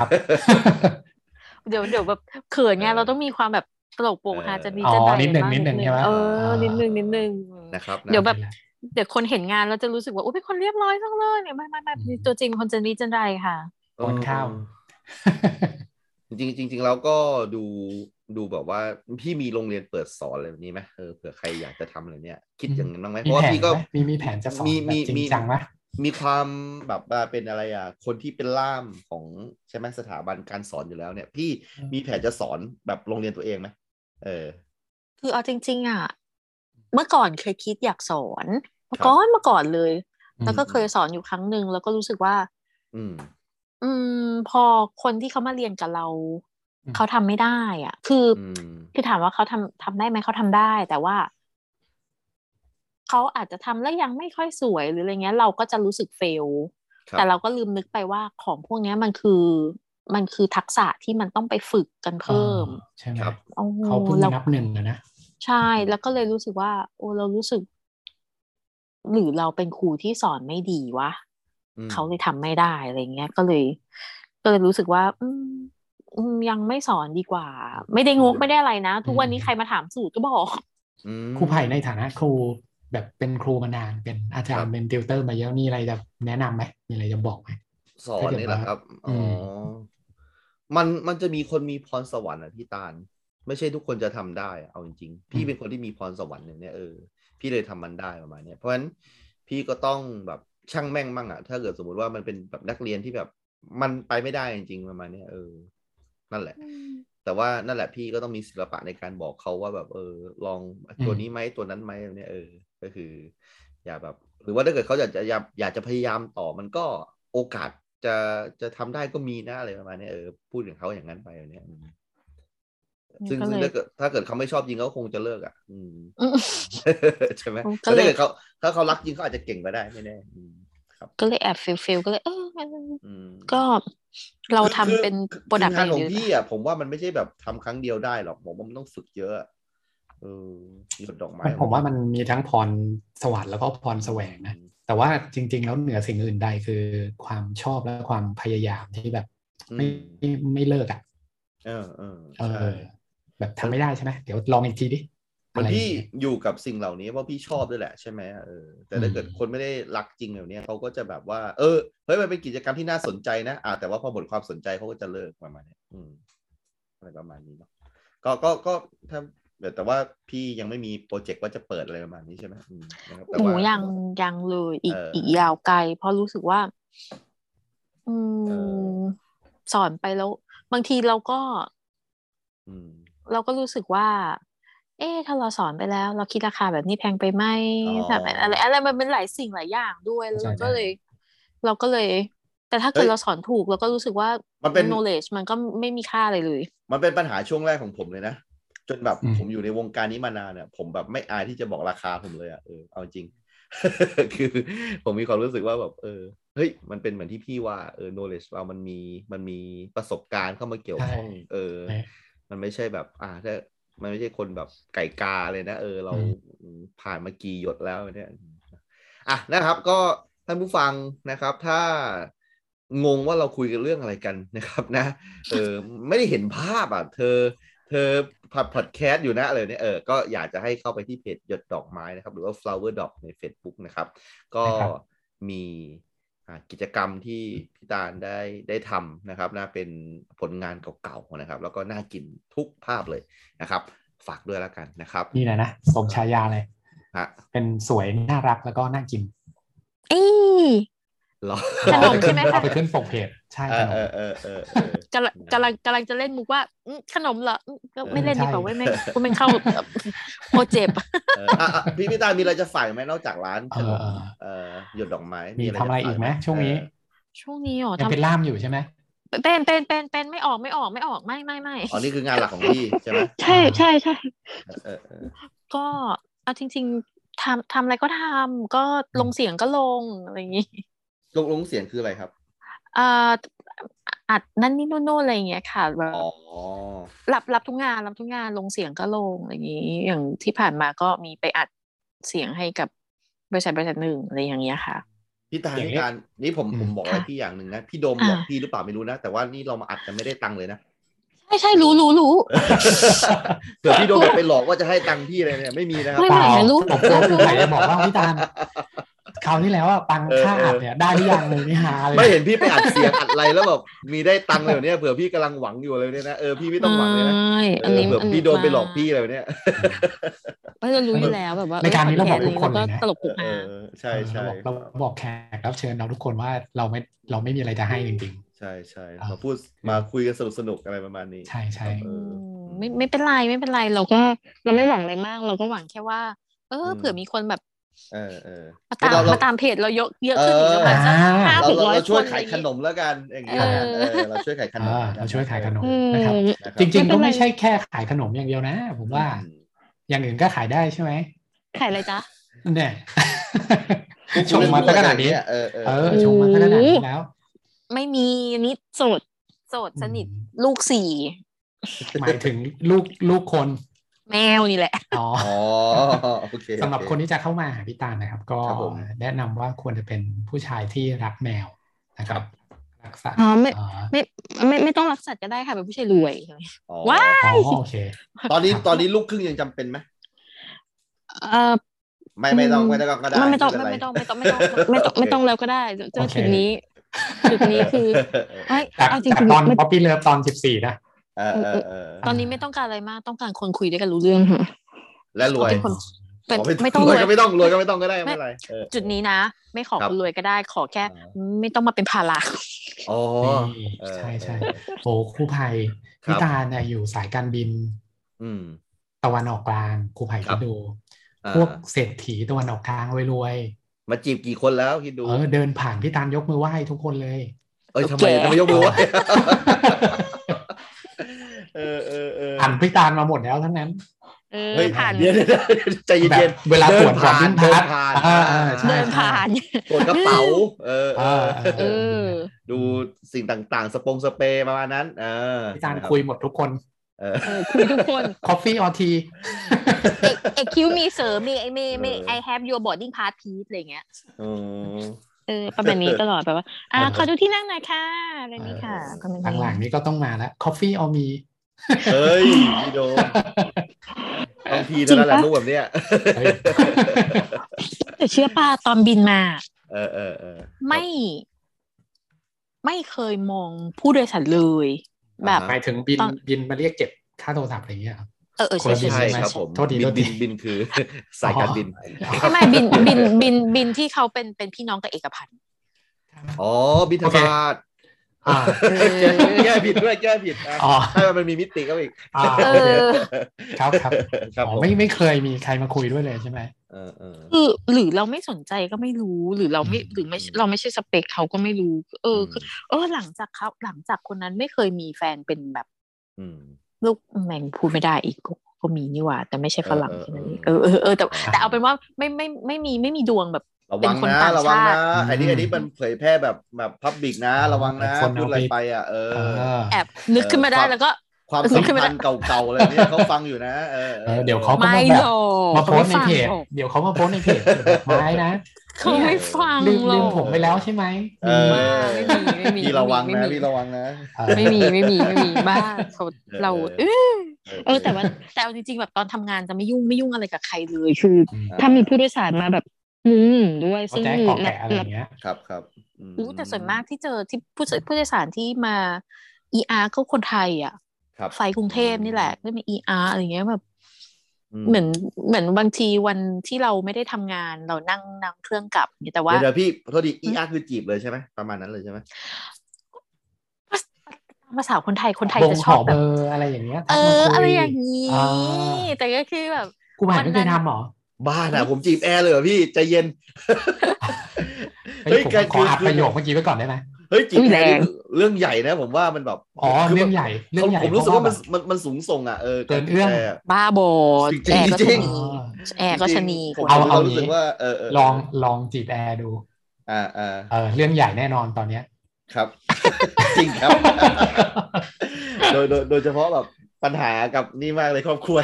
Speaker 2: ครับ
Speaker 3: เดี๋ยวเดี๋ยวแบบเขินไงเราต้องมีความแบบตลกโปกฮาจะมี
Speaker 2: อ๋อ
Speaker 3: จะได้
Speaker 2: นิดนึง
Speaker 3: บ้า
Speaker 2: นิดนึงใช่ไหม
Speaker 3: เอ
Speaker 2: เอ
Speaker 3: อ
Speaker 2: อ
Speaker 3: นิดนึงนิดนึง
Speaker 4: นะครับนะ
Speaker 3: เดี๋ยวแบบ เดี๋ยวคนเห็นงานเราจะรู้สึกว่าโอ้เป็นคนเรียบร้อยจังเลยเนี่ยไม่ไม่ไม่
Speaker 2: อืม
Speaker 3: ตัวจริงคนเจนนี้เจนไรค่ะ
Speaker 2: ป้อนข้าว
Speaker 4: จริงๆจริงๆเราก็ดูดูแบบว่าพี่มีโรงเรียนเปิดสอนอะไรแบบนี้ไหมเออเผื่อใครอยากจะทำอะไรเนี่ย คิดอย่างนั้นบ้างไหมเพ
Speaker 2: มี
Speaker 4: ราะว่า
Speaker 2: แผน
Speaker 4: พี่ก็
Speaker 2: ไหมมีมีแผนจะสอน
Speaker 4: มี
Speaker 2: แบบ
Speaker 4: มี
Speaker 2: จริ
Speaker 4: มี
Speaker 2: งจังไหม
Speaker 4: มีความแบบว่าเป็นอะไรอ่ะคนที่เป็นล่ามของใช่ไหมสถาบันการสอนอยู่แล้วเนี่ย พี่มีแผนจะสอนแบบโรงเรียนตัวเองไหมเออ
Speaker 3: คือเอาจริง ๆ อ่ะ เมื่อก่อนเคยคิดอยากสอน
Speaker 4: ครั
Speaker 3: เมื่
Speaker 4: บ
Speaker 3: อก่อนเมื่อก่อนเลย
Speaker 2: อืม
Speaker 3: แล้วก็เคยสอนอยู่ครั้งหนึ่งแล้วก็รู้สึกว่า
Speaker 4: อืม
Speaker 3: อืม พอคนที่เขามาเรียนกับเรา
Speaker 2: อืม
Speaker 3: เขาทำไม่ได้ อ่ะ คืออ
Speaker 4: อืม
Speaker 3: คือถามว่าเขาทำทำได้ไหมเขาทำได้ แต่ว่า เขาอาจจะทำแล้วยังไม่ค่อยสวยหรืออะไรเงี้ย เราก็จะรู้สึกเฟล
Speaker 4: ครับ
Speaker 3: แต่เราก็ลืมนึกไปว่าของพวกเนี้ยมันคือ มันคือทักษะที่มันต้องไปฝึกกัน
Speaker 2: อ
Speaker 3: เพิ่ม
Speaker 2: อใช่ไหม
Speaker 4: ครับ
Speaker 3: โอ้โห
Speaker 2: เขาเพิ่ง
Speaker 3: เรา
Speaker 2: มานับหนึ่งแล้วนะ
Speaker 3: ใช่ แล้วก็เลยรู้สึกว่า โอ้เรารู้สึก หรือเราเป็นครูที่สอนไม่ดีวะ
Speaker 4: อืม
Speaker 3: เขาเลยทำไม่ได้อะไรเงี้ย ก็เลย ก็เลยรู้สึกว่า อืมอืมยังไม่สอนดีกว่า ไม่ได้งกไม่ได้อะไรนะ ทุกวันนี้
Speaker 2: อืม
Speaker 3: ใครมาถามสูตรก็บอก
Speaker 4: อืม
Speaker 2: ครูไผ่ในฐานะครูแบบเป็นครูมานานเป็นอาจาร
Speaker 4: ครั
Speaker 2: ย์
Speaker 4: บ
Speaker 2: เป็นติวเตอร์มาเยอะมีอะไรจะแนะนำไหมมีอะไรจะบอกไหม
Speaker 4: สอนนี่แหละครับ
Speaker 2: อื
Speaker 4: อ๋อ
Speaker 2: ม
Speaker 4: มันมันจะมีคนมีพรสวรรค์อ่ะพี่ตาล ไม่ใช่ทุกคนจะทำได้อะเอาจริงๆ พี่เป็นคนที่มีพรสวรรค์อย่างเนี้ยเออ พี่เลยทำมันได้ประมาณเนี้ยเพราะฉะนั้นพี่ก็ต้องแบบช่างแม่งมั่งอ่ะ ถ้าเกิดสมมุติว่ามันเป็นแบบนักเรียนที่แบบมันไปไม่ได้จริงๆประมาณเนี้ยเออ นั่นแหละ แต่ว่านั่นแหละพี่ก็ต้องมีศิลปะในการบอกเขาว่าแบบเออ ลองตัวนี้ไหมตัวนั้นไหมแบบเนี้ยเออ ก็คือ อย่าแบบ หรือว่าถ้าเกิดเขาอยากจะอยากอยากจะพยายามต่อมันก็ โอกาสจะจะทำได้ก็มีนะอะไรประมาณเนี้ยเออพูดถึงเขาอย่างนั้นไปแบบเนี้ยอืมซึ่ง
Speaker 3: ก็
Speaker 4: ซึ่ง
Speaker 3: เลย
Speaker 4: ถ้าเกิดถ้าเกิดเขาไม่ชอบจริงเขาคงจะเลิกอ่ะ อืม
Speaker 3: อืม
Speaker 4: ใช่ไหม
Speaker 3: ผมก็
Speaker 4: แต่ถ้า
Speaker 3: เลย
Speaker 4: เกิดเขาถ้าเขารักจริงเขาอาจจะเก่งก็ได้ไม่แน่อืม
Speaker 3: ก็เลยแอบฟิลฟิลก็เลยเอองั้น
Speaker 4: อืม
Speaker 3: ก็เราทำ
Speaker 4: คือ
Speaker 3: เป็น
Speaker 4: คือ
Speaker 3: โปรดัก
Speaker 4: คื
Speaker 3: ต์
Speaker 4: องานของ
Speaker 3: ดี
Speaker 4: พี่อ่ะผมว่ามันไม่ใช่แบบทำครั้งเดียวได้หรอกผมว่ามันต้องฝึกเยอะอะเออหยดดอกไม้
Speaker 2: ผมว่ามันมีทั้งพรสวรรค์แล้วก็พรแสวงนะ แต่ว่าจริง ๆ แล้วเหนือสิ่งอื่นใดคือความชอบและความพยายามที่แบบ
Speaker 4: อื
Speaker 2: ไม่
Speaker 4: ม
Speaker 2: ไม่ไม่เลิกอ่ะ
Speaker 4: เออเออ
Speaker 2: เอ
Speaker 4: ใช่
Speaker 2: อ แบบทำไม่ได้ใช่ไหมเดี๋ยวลองอีกทีดิ
Speaker 4: มั
Speaker 2: อะ
Speaker 4: น
Speaker 2: ไรอย่าง
Speaker 4: พี่
Speaker 2: เงี้ย
Speaker 4: อยู่กับสิ่งเหล่านี้เพราะพี่ชอบด้วยแหละใช่ไหมเออแต่ถ้า
Speaker 2: อืม
Speaker 4: เกิดคนไม่ได้รักจริงเหล่านี้เขาก็จะแบบว่า เออเฮ้ยมันเป็นกิจกรรมที่น่าสนใจนะอ่าแต่ว่าพอหมดความสนใจเขาก็จะเลิกประมาณเนี้ยอืมอะไรประมาณนี้เนาะก็ก็ก็ถ้าเดี๋ยวแต่ว่าพี่ยังไม่มีโปรเจกต์ว่าจะเปิดอะไรประมาณนี้ใช่ไหมอืมนะครับแต่
Speaker 3: หนู
Speaker 4: ว่า
Speaker 3: ยังยังเลยอีก
Speaker 4: เอออี
Speaker 3: อีกยาวไกล เพราะรู้สึกว่า อื
Speaker 4: เอ
Speaker 3: มสอนไปแล้ว บางทีเราก็
Speaker 4: อืม
Speaker 3: เราก็รู้สึกว่า เอ๊ะถ้าเราสอนไปแล้ว เราคิดราคาแบบนี้แพงไปไหม
Speaker 4: อ๋อ
Speaker 3: แบบอะไรอะไรมันเป็นหลายสิ่งหลายอย่างด้วย แล้ว
Speaker 2: ใช่
Speaker 3: เราก็
Speaker 2: ใช่
Speaker 3: เลย เราก็เลย แต่ถ้าเกิด
Speaker 4: เฮ้ย
Speaker 3: เราสอนถูกเราก็รู้สึกว่า
Speaker 4: มันเป็น
Speaker 3: knowledge มันก็ไม่มีค่าอะไรเลย
Speaker 4: มันเป็นปัญหาช่วงแรกของผมเลยนะ จนแบบ
Speaker 2: อืม
Speaker 4: ผมอยู่ในวงการนี้มานานเนี่ยผมแบบไม่อายที่จะบอกราคาผมเลยอะ่ะเออเอาจริง <laughs> คือผมมีความรู้สึกว่าแบบเออเฮ้ยมันเป็นเหมือนที่พี่ว่าเออ knowledge เรามันมีมันมีประสบการณ์เข้ามาเกี่ยวข้อง เออ
Speaker 2: ใช่
Speaker 4: มันไม่ใช่แบบ อ่าถ้ามันไม่ใช่คนแบบไก่กาเลยนะ เออ เรา
Speaker 2: อืม
Speaker 4: ผ่านมากี่หยดแล้วเนี่ยอ่ะนะครับ ก็ท่านผู้ฟังนะครับ ถ้างงว่าเราคุยกันเรื่องอะไรกันนะครับนะ เออไม่ได้เห็นภาพอ่ะ เธอ เธอผัดพอดแคสต์อยู่นะอะไรเนี่ยเออก็อยากจะให้เข้าไปที่เพจหยดดอกไม้นะครับ หรือว่า flower dog ใน Facebook นะครับ ก็
Speaker 2: ใช่ครับ
Speaker 4: มีอ่ากิจกรรมที่พี่ตาลได้ได้ทำนะครับนะเป็นผลงานเก่าๆนะครับ แล้วก็น่ากินทุกภาพเลยนะครับ ฝากด้วยแล้วกันนะครับ
Speaker 2: นี่แหละนะสมฉายาเลย
Speaker 4: ฮะ
Speaker 2: เป็นสวยน่ารักแล้วก็น่ากิน
Speaker 3: เอ้ย
Speaker 4: รอ
Speaker 3: ขนมใช่ไหมคะ
Speaker 2: เอาไปขึ้นปกเพจใช่
Speaker 4: เอ
Speaker 2: ข
Speaker 4: อน
Speaker 2: ม
Speaker 4: เออเออเออเออ
Speaker 3: กำลังกำลังกำลังจะเล่นมุกว่าอื้อขนมเหรออื้อก็ไม่เล่น
Speaker 2: เออ
Speaker 3: ดีกว่า
Speaker 2: ใช่
Speaker 3: เว้ยไม่ก็ไม่เข้า
Speaker 4: <laughs>
Speaker 3: โปรเจกต์
Speaker 4: เอออ่ะอ่ะพี่พี่ตาลมีอะไรจะฝากไหมนอกจากร้าน
Speaker 2: เอ
Speaker 4: ขน
Speaker 2: อ
Speaker 4: ม
Speaker 2: เออ
Speaker 4: เอ่อหยดดอกไม้
Speaker 2: มี
Speaker 4: จ
Speaker 2: ทำอะไรอีกไหม
Speaker 4: ฝา
Speaker 2: ช่วงนี้
Speaker 4: เออ
Speaker 3: ช่วงนี้เหรอ
Speaker 2: ยัง
Speaker 3: ทำ
Speaker 2: เป็นล่ามอยู่ใช่ไหม
Speaker 3: เป็นเป็นเป็นเป็นไม่ออกไม่ออกไม่ออกไม่ไม่ไม่
Speaker 4: อ๋อนี่คืองานหลักของพี่ ใช่ไหม
Speaker 3: ใช่ใช่ใช่
Speaker 4: เออเออ
Speaker 3: ก็เอาจริง ๆทำทำอะไรก็ทำก็ลงเสียงก็ลงอะไรอย่างนี้
Speaker 4: ลงลงเสียงคืออะไรครับ
Speaker 3: เอ่ออัดนั่นนี่นู่นๆอะไรอย่างเงี้ยค่ะแบบ
Speaker 4: อ๋อ
Speaker 3: รับรับทุกงานรับทุกงานลงเสียงก็ลงอะไรอย่างนี้ อย่างที่ผ่านมาก็มีไปอัดเสียงให้กับบริษัทบริษัทหนึ่งอะไรอย่างเงี้ยค่ะ
Speaker 4: พี่ตาล
Speaker 2: อย่าง
Speaker 4: นี่
Speaker 2: เงี้ย
Speaker 4: การนี่ผม
Speaker 2: อืม
Speaker 4: ผมบอกอะไร
Speaker 3: ค่ะ
Speaker 4: พี่อย่างหนึ่งนะ พี่โดม
Speaker 3: อ่า
Speaker 4: บอกพี่หรือเปล่าไม่รู้นะ แต่ว่านี่เรามาอัดกันไม่ได้ตังค์
Speaker 2: <laughs>
Speaker 4: เลยนะ
Speaker 3: ใช่ใช่รู้รู้รู้
Speaker 4: เผื่อพี่โดมจะไปหลอกว่าจะให้ตังค์พี่อะไรเนี่ยไม่มีนะครับ
Speaker 3: ไม่
Speaker 2: เป
Speaker 3: ไม่ห
Speaker 2: ล่า
Speaker 3: นรู้
Speaker 2: ผมก็
Speaker 3: รู้
Speaker 2: ไหนจะบอกว่าพี่ตา
Speaker 3: <laughs>
Speaker 2: ลคราวที่แล้วอะปัง
Speaker 4: เออ
Speaker 2: ค่า
Speaker 4: เอออั
Speaker 2: อัดเนี่ยได้หรือยังเลยนี่หาเลย
Speaker 4: ไม่เห็นพี่ไปอัดเสียงอัดอะไรแล้วแบบมีได้ตังค์เลยเนี่ยเผื่อพี่กำลังหวังอยู่เลยเนี่ยนะเออพี่ไม่ต้องหวังเลยนะ
Speaker 3: ใช่
Speaker 4: เอ
Speaker 3: อัน
Speaker 4: อ
Speaker 3: นี้
Speaker 4: เผื่อ
Speaker 3: อันนี้
Speaker 4: พี่โดมไปหลอก
Speaker 3: มา
Speaker 4: พี่อะไรเนี่ย
Speaker 3: ไม่เรารู้อยู่แล้วแบบว่า
Speaker 2: ในการนี้เราบอก
Speaker 3: เย
Speaker 2: ทุกคน
Speaker 3: แล้ว
Speaker 2: เล
Speaker 3: ย
Speaker 2: นะ
Speaker 3: ตลก
Speaker 4: เอ
Speaker 3: ผูก
Speaker 4: อเอ
Speaker 3: หา
Speaker 4: อใช่ใช่
Speaker 2: เราบอกเราบอกแขกรับเชิญเราทุกคนว่าเราไม่เราไม่มีอะไรจะให้จริง
Speaker 4: ใช่ใช่
Speaker 2: อ่าม
Speaker 4: มาพูดมาคุยกันสนุกสนุกๆอะไรประมาณนี้
Speaker 2: ๆ ใช่ใช่
Speaker 4: เออ
Speaker 3: ไม่ไม่เป็นไรไม่เป็นไรเราก็เราไม่หวังอะไรมาก เราก็หวังแค่ว่า เอออ
Speaker 4: ม
Speaker 3: เผื่อมีคนแบบ
Speaker 4: เออเออ
Speaker 3: มาตาม
Speaker 4: เราเรา
Speaker 3: มาตามเพจเราเยอะเยอะขึ้นอีก
Speaker 4: เออ
Speaker 3: ประมาณสัก
Speaker 2: อ่า
Speaker 3: ห้าห
Speaker 4: เรา
Speaker 3: ก
Speaker 4: เรา
Speaker 3: ร้อย
Speaker 4: เรา
Speaker 3: ค
Speaker 4: ช่วย
Speaker 3: นอะ
Speaker 4: ขาย
Speaker 3: ไรอ
Speaker 4: ข
Speaker 3: ย่าง
Speaker 4: น
Speaker 3: เงี้ย
Speaker 4: มแล้วกันอย่างนี้นะ
Speaker 3: เออ
Speaker 4: เออเราช่วยขายขนม
Speaker 2: อ่า
Speaker 4: แล้วกัน
Speaker 2: เราช่วยขายขนม
Speaker 3: อืม
Speaker 2: นะครับ
Speaker 4: นะคบ
Speaker 2: จริง ๆ ก็
Speaker 3: ไม่เป็นไร
Speaker 2: ไม่ใช่แค่ขายขนมอย่างเดียวนะ ผมว่า
Speaker 4: อืม
Speaker 2: อย่างอื่นก็ขายได้ใช่ไหม
Speaker 3: ขายอะไรจ๊ะ
Speaker 2: เนี่ยชมมาตั้งขนาดนี้
Speaker 4: เออเออ
Speaker 2: เอ
Speaker 4: เอ
Speaker 2: อ
Speaker 4: อ
Speaker 2: ชมมาตั้งขนาดนี้แล้ว
Speaker 3: ไม่มีนิดโสดโสดสนิทลูกสี่
Speaker 2: หมายถึงลูกลูกคน
Speaker 3: แมวนี่แหละ
Speaker 2: อ๋อ
Speaker 4: อ๋อโอเค
Speaker 2: สำหรับ
Speaker 4: โอเ
Speaker 2: คนที่จะเข้ามาหาพี่ตาลนะครับ ก็
Speaker 4: ครับผม
Speaker 2: แนะนำว่าควรจะเป็นผู้ชายที่รักแมวนะครับรักสัตว์
Speaker 3: อ๋อไม่
Speaker 2: เอ่อ
Speaker 3: ไม่ไม่ไม่ต้องรักสัตว์ก็ได้ค่ะเป็นผู้ชายรวย
Speaker 4: อ๋อ
Speaker 3: ว้าย
Speaker 2: อ๋อโอเค
Speaker 4: ตอนนี้ตอนนี้ลูกครึ่งยังจำเป็นไหม
Speaker 3: เออ
Speaker 4: ไม่ไม่ต้อง
Speaker 3: อืม
Speaker 4: ไม่ต้องก็ได้
Speaker 3: ไม่ต้อง
Speaker 4: เป็นร
Speaker 3: ไม่ต้องไม่ต้องไม่ต้องไม่ต้องไม่ต้องแล้วก็ได้จน
Speaker 2: โอเค
Speaker 3: จุดนี้จุดนี้คือ
Speaker 4: เออ
Speaker 3: เอ้ย
Speaker 2: จาก
Speaker 3: เอาจ
Speaker 2: จาก
Speaker 3: ริง
Speaker 2: ตอน
Speaker 3: ๆไม่
Speaker 2: ป๊อปปี้เลิฟตอนสิบสี่นะ
Speaker 4: เออเออเออ
Speaker 3: ตอนนี้ไม่ต้องการอะไรมากต้องการคนคุยด้วยกันรู้เรื่องค่ะ
Speaker 4: และรวย
Speaker 3: เอาที่คน เป็น
Speaker 4: ข
Speaker 3: ไม่ต้องรวย
Speaker 4: ก็ไม่ต้องรวยก็ไม่ต้องก็ได้ไม่เป็นไรเออ
Speaker 3: จุดนี้นะ ไม่ขอ
Speaker 4: ครับ
Speaker 3: คนรวยก็ได้ขอแค่
Speaker 4: อ่า
Speaker 3: ไม่ต้องมาเป็นภาระ
Speaker 4: อ๋อ
Speaker 2: นี่
Speaker 4: เออ
Speaker 2: ใช่ใช่
Speaker 4: เออ
Speaker 2: โอ้ครูภัย
Speaker 4: ครับ
Speaker 2: พี่ตาลเนี่ยอยู่สายการบิน
Speaker 4: อืม
Speaker 2: ตะวันออกกลางครูภัย
Speaker 4: ครั
Speaker 2: คิด
Speaker 4: บ
Speaker 2: ดู
Speaker 4: อ่า
Speaker 2: พวกเศรษฐีตะวันออกกลางรวย
Speaker 4: มาจีบกี่คนแล้วคิดดู
Speaker 2: เออเดินผ่านพี่ตาลยกมือไหว้ทุกคนเลย
Speaker 4: เอ้ยทำ
Speaker 3: แก่
Speaker 4: ไมทำไมยกมือวะเออเออเออ
Speaker 2: ผ่านพี่ตาลมาหมดแล้วทั้งนั้น
Speaker 3: เออ
Speaker 4: เฮ้ย
Speaker 3: ผ่าน
Speaker 4: เดี๋ยวเดี๋ยวเดี๋ยวใจ
Speaker 2: แบ
Speaker 4: เย็น
Speaker 2: บเวลาตรวจ
Speaker 4: ผ่าน
Speaker 2: ก่อน น
Speaker 4: เดิ
Speaker 2: ขึ้น
Speaker 4: ผ่าน
Speaker 2: อ่าอ่าใช่
Speaker 3: เดินผ่าน
Speaker 4: กดกระเป๋า เออเอ
Speaker 2: เอ
Speaker 4: อ
Speaker 2: อ
Speaker 3: เอ
Speaker 2: เอ
Speaker 3: อ
Speaker 2: อ
Speaker 4: ดูสิ่งต่างๆ สปงสเปรย์ประมาณนั้น เออ
Speaker 2: พี่ตาลคุยหมดทุกคน
Speaker 4: เออ
Speaker 3: เออคุยทุกคน
Speaker 2: Coffee or tea
Speaker 3: เอกเอกคิวมีเสริมมีไอมีมี
Speaker 4: เออ
Speaker 3: I have your boarding pass please อะไรเงี้ย
Speaker 4: อืม
Speaker 3: เออประมาณนี้ตลอดแบบว่า อ่า
Speaker 2: เออ
Speaker 3: ขอดูที่นั่งหน่อยค่ะอะไรนี้ค่ะ
Speaker 4: เออ
Speaker 3: ประมาณ
Speaker 2: หลั
Speaker 3: นี้
Speaker 2: งๆนี้ก็ต้องมาแล้ว Coffee or me
Speaker 4: เฮ้ยพี่โดมบางทีเท่านั้นแหละพวกแบบเนี้ย
Speaker 2: เฮ้ย
Speaker 3: แต่เชื่อป้าตอนบินมา
Speaker 4: เออเออเออ
Speaker 3: ไม่ ไม่เคยมองผู้โดยสารเลย แบบ
Speaker 2: ห
Speaker 4: อ่าฮะ
Speaker 2: มายถึงบิน
Speaker 3: ตอน
Speaker 2: บินมาเรียกเก็บค่าโทรศัพท์อะไรอย่างเงี้ยครับ
Speaker 3: เออเออ
Speaker 2: คน
Speaker 3: ใช่
Speaker 2: ละ
Speaker 3: ใช่
Speaker 2: บิน
Speaker 3: ใช่
Speaker 2: ใช่ไหม
Speaker 4: ครับ
Speaker 3: ใช่
Speaker 4: ผม
Speaker 2: โทษที
Speaker 4: บิน
Speaker 2: โทษที
Speaker 4: บินบินคือ <laughs> สายการบิน
Speaker 3: ใช่ไหมบินบินบินบินที่เขาเป็นเป็นพี่น้องกับเอกพันธ์
Speaker 4: อ๋อ บินทบาท
Speaker 2: อ่า
Speaker 4: แก้แก้ผิดด้วยแก้ผิดอ่ะ
Speaker 2: อ๋อ
Speaker 4: ให้มันมีมิติก็อีก
Speaker 2: อ่า
Speaker 3: เออ
Speaker 2: ครับครับ
Speaker 4: ครับ
Speaker 2: อ๋
Speaker 4: ผ
Speaker 2: อ
Speaker 4: ม
Speaker 2: ไม่ไม่เคยมีใครมาคุยด้วยเลยใช่ไหม
Speaker 4: เออเออ
Speaker 3: คือหรือเราไม่สนใจก็ไม่รู้หรือเราไม่
Speaker 2: อืม
Speaker 3: หรือไม่เราไม่ใช่สเปคเขาก็ไม่รู้ เออคือเออหลังจากเขาหลังจากคนนั้นไม่เคยมีแฟนเป็นแบบ
Speaker 4: อืม
Speaker 3: ลูกแมงพูดไม่ได้อีกก็ก็มีนี่หว่า แต่ไม่ใช่ฝรั่ง
Speaker 4: เออ
Speaker 3: แค่นั้น
Speaker 4: เออ
Speaker 3: เองเออเออเออแต่แต่เอาเป็นว่าไม่ไม่ไม่มีไม่มีดวงแบบ
Speaker 4: ระ
Speaker 3: เป็
Speaker 4: วัน ง
Speaker 3: คน
Speaker 4: นะ
Speaker 3: ต่าง
Speaker 4: ระวัง
Speaker 3: ชาติ
Speaker 4: นะอันนี้อันนี้มันเผยแพร่แบบแบบพับบิกนะ ระวังนะ
Speaker 2: คนเอาไป
Speaker 4: พูดอะไรไปอ่ะเออ
Speaker 2: เออ
Speaker 3: แอบนึกขึ้นมาได้
Speaker 4: ครับ
Speaker 3: แล้วก็
Speaker 4: ความสัมพันธ์เก่าๆอะไรเนี่ยเขาฟังอยู่นะเออ
Speaker 2: เออเดี๋ยวเขาก็มา
Speaker 3: ไม่
Speaker 2: แบ
Speaker 3: หร
Speaker 2: บ
Speaker 3: อก
Speaker 2: มาโพสต์ในเพ
Speaker 3: เขาไม่ฟังหร
Speaker 2: จ
Speaker 3: อก
Speaker 2: เดี๋ยวเขามาโพสต์ในเพจเก็บดอกไม้นะ
Speaker 3: เขาไม่ฟัง
Speaker 2: ลืม
Speaker 3: หร
Speaker 2: ลื
Speaker 3: อ
Speaker 2: ม
Speaker 3: ก
Speaker 2: ผมไปแล้วใช่ไหม
Speaker 4: เออ
Speaker 3: ไม่มีไม่มี
Speaker 4: พี่ระวังนะ
Speaker 3: ไม่มี
Speaker 4: พี่ระวังนะ
Speaker 2: เออ
Speaker 3: ไม่มีไม่มีไม่มีบ้าเขาเรา
Speaker 4: เอ
Speaker 3: เออเออแต่ว่าแต่เอาจริงๆแบบตอนทำงานจะไม่ยุ่งไม่ยุ่งอะไรกับใครเลยคือ ถ้ามีผู้โดยสารมาแบบอืมด้วย
Speaker 2: เอา
Speaker 3: ซึ่ง
Speaker 2: แจ๊กกอกแกะอะไรอย่างเงี้ย
Speaker 4: ครับครับม
Speaker 3: อู้แต่ส่วนมากที่เจอที่ผู้โดยผู้โดยสารที่มาเออาร์ก็คนไทยอ่ะ
Speaker 4: ครับ
Speaker 3: ไฟกรุงเทพนี่แหละก็มีเออาร์อะไรเงี้ยแบบ
Speaker 4: อืม
Speaker 3: เหมือนเหมือนบางทีวันที่เราไม่ได้ทำงานเรานั่งนั่งเครื่องกลับเนี่ยแต่ว่า
Speaker 4: เดี๋ยวเดี๋ยวพี่โทษดีอีอาคือจีบเลยใช่ไหมประมาณนั้นเลยใช่ไหม
Speaker 3: ภาษาคนไทยคนไทย
Speaker 2: บง
Speaker 3: จะช
Speaker 2: ข
Speaker 3: อ
Speaker 2: อบ เบ
Speaker 3: แบบ
Speaker 2: อร์อะไรอย่างเงี้ย
Speaker 3: เอ
Speaker 2: ทักมา
Speaker 3: อ
Speaker 2: คุ
Speaker 3: อะไรอย่างนี้
Speaker 2: อ่า
Speaker 3: แต่ก็คือแบบ
Speaker 2: กูหมายไม่เคยทำหรอ
Speaker 4: บ้าน่ะผมจีบแอร์เลยเหรอพี่ใจเย็น
Speaker 2: เฮ้
Speaker 4: เฮ้ย
Speaker 2: ยผม
Speaker 4: การ
Speaker 2: ขออัดประโยคเมื่อกี้ไว้ก่อนได้ไหม
Speaker 4: เฮ้ยจีบ
Speaker 3: อุ้ย
Speaker 4: แอ
Speaker 3: แรง
Speaker 4: ร์นี่เรื่องใหญ่นะผมว่ามันแบบ
Speaker 2: อ๋อ
Speaker 4: คื
Speaker 2: เรื่องใหญ่เรื่องใหญ่
Speaker 4: ผมรู้สึกว่ามัน
Speaker 2: เพะ
Speaker 4: มันมันสูงส่งอ่ะเออ
Speaker 2: เกินเอื้อม
Speaker 4: แร์
Speaker 3: บ้าบอ
Speaker 4: จริงๆ
Speaker 3: แอร์ก็
Speaker 4: จ
Speaker 3: ช
Speaker 4: ริง
Speaker 3: นี
Speaker 2: ๆ
Speaker 3: แอร์ก็ชนี
Speaker 4: จ
Speaker 3: ค
Speaker 4: ริง
Speaker 3: น
Speaker 4: ๆผม
Speaker 2: เอา
Speaker 4: รู้สึก
Speaker 2: เอา
Speaker 4: ว่าเออเออ
Speaker 2: ลองลองจีบแอร์ดู
Speaker 4: อ่าอ่า
Speaker 2: เออเรื่องใหญ่แน่นอนตอนเนี้ย
Speaker 4: ครับ <laughs> จริงครับ <laughs> โดยโดยโดยเฉพาะแบบปัญหากับนี่มากเลยครอบ
Speaker 3: <laughs>
Speaker 4: ครัว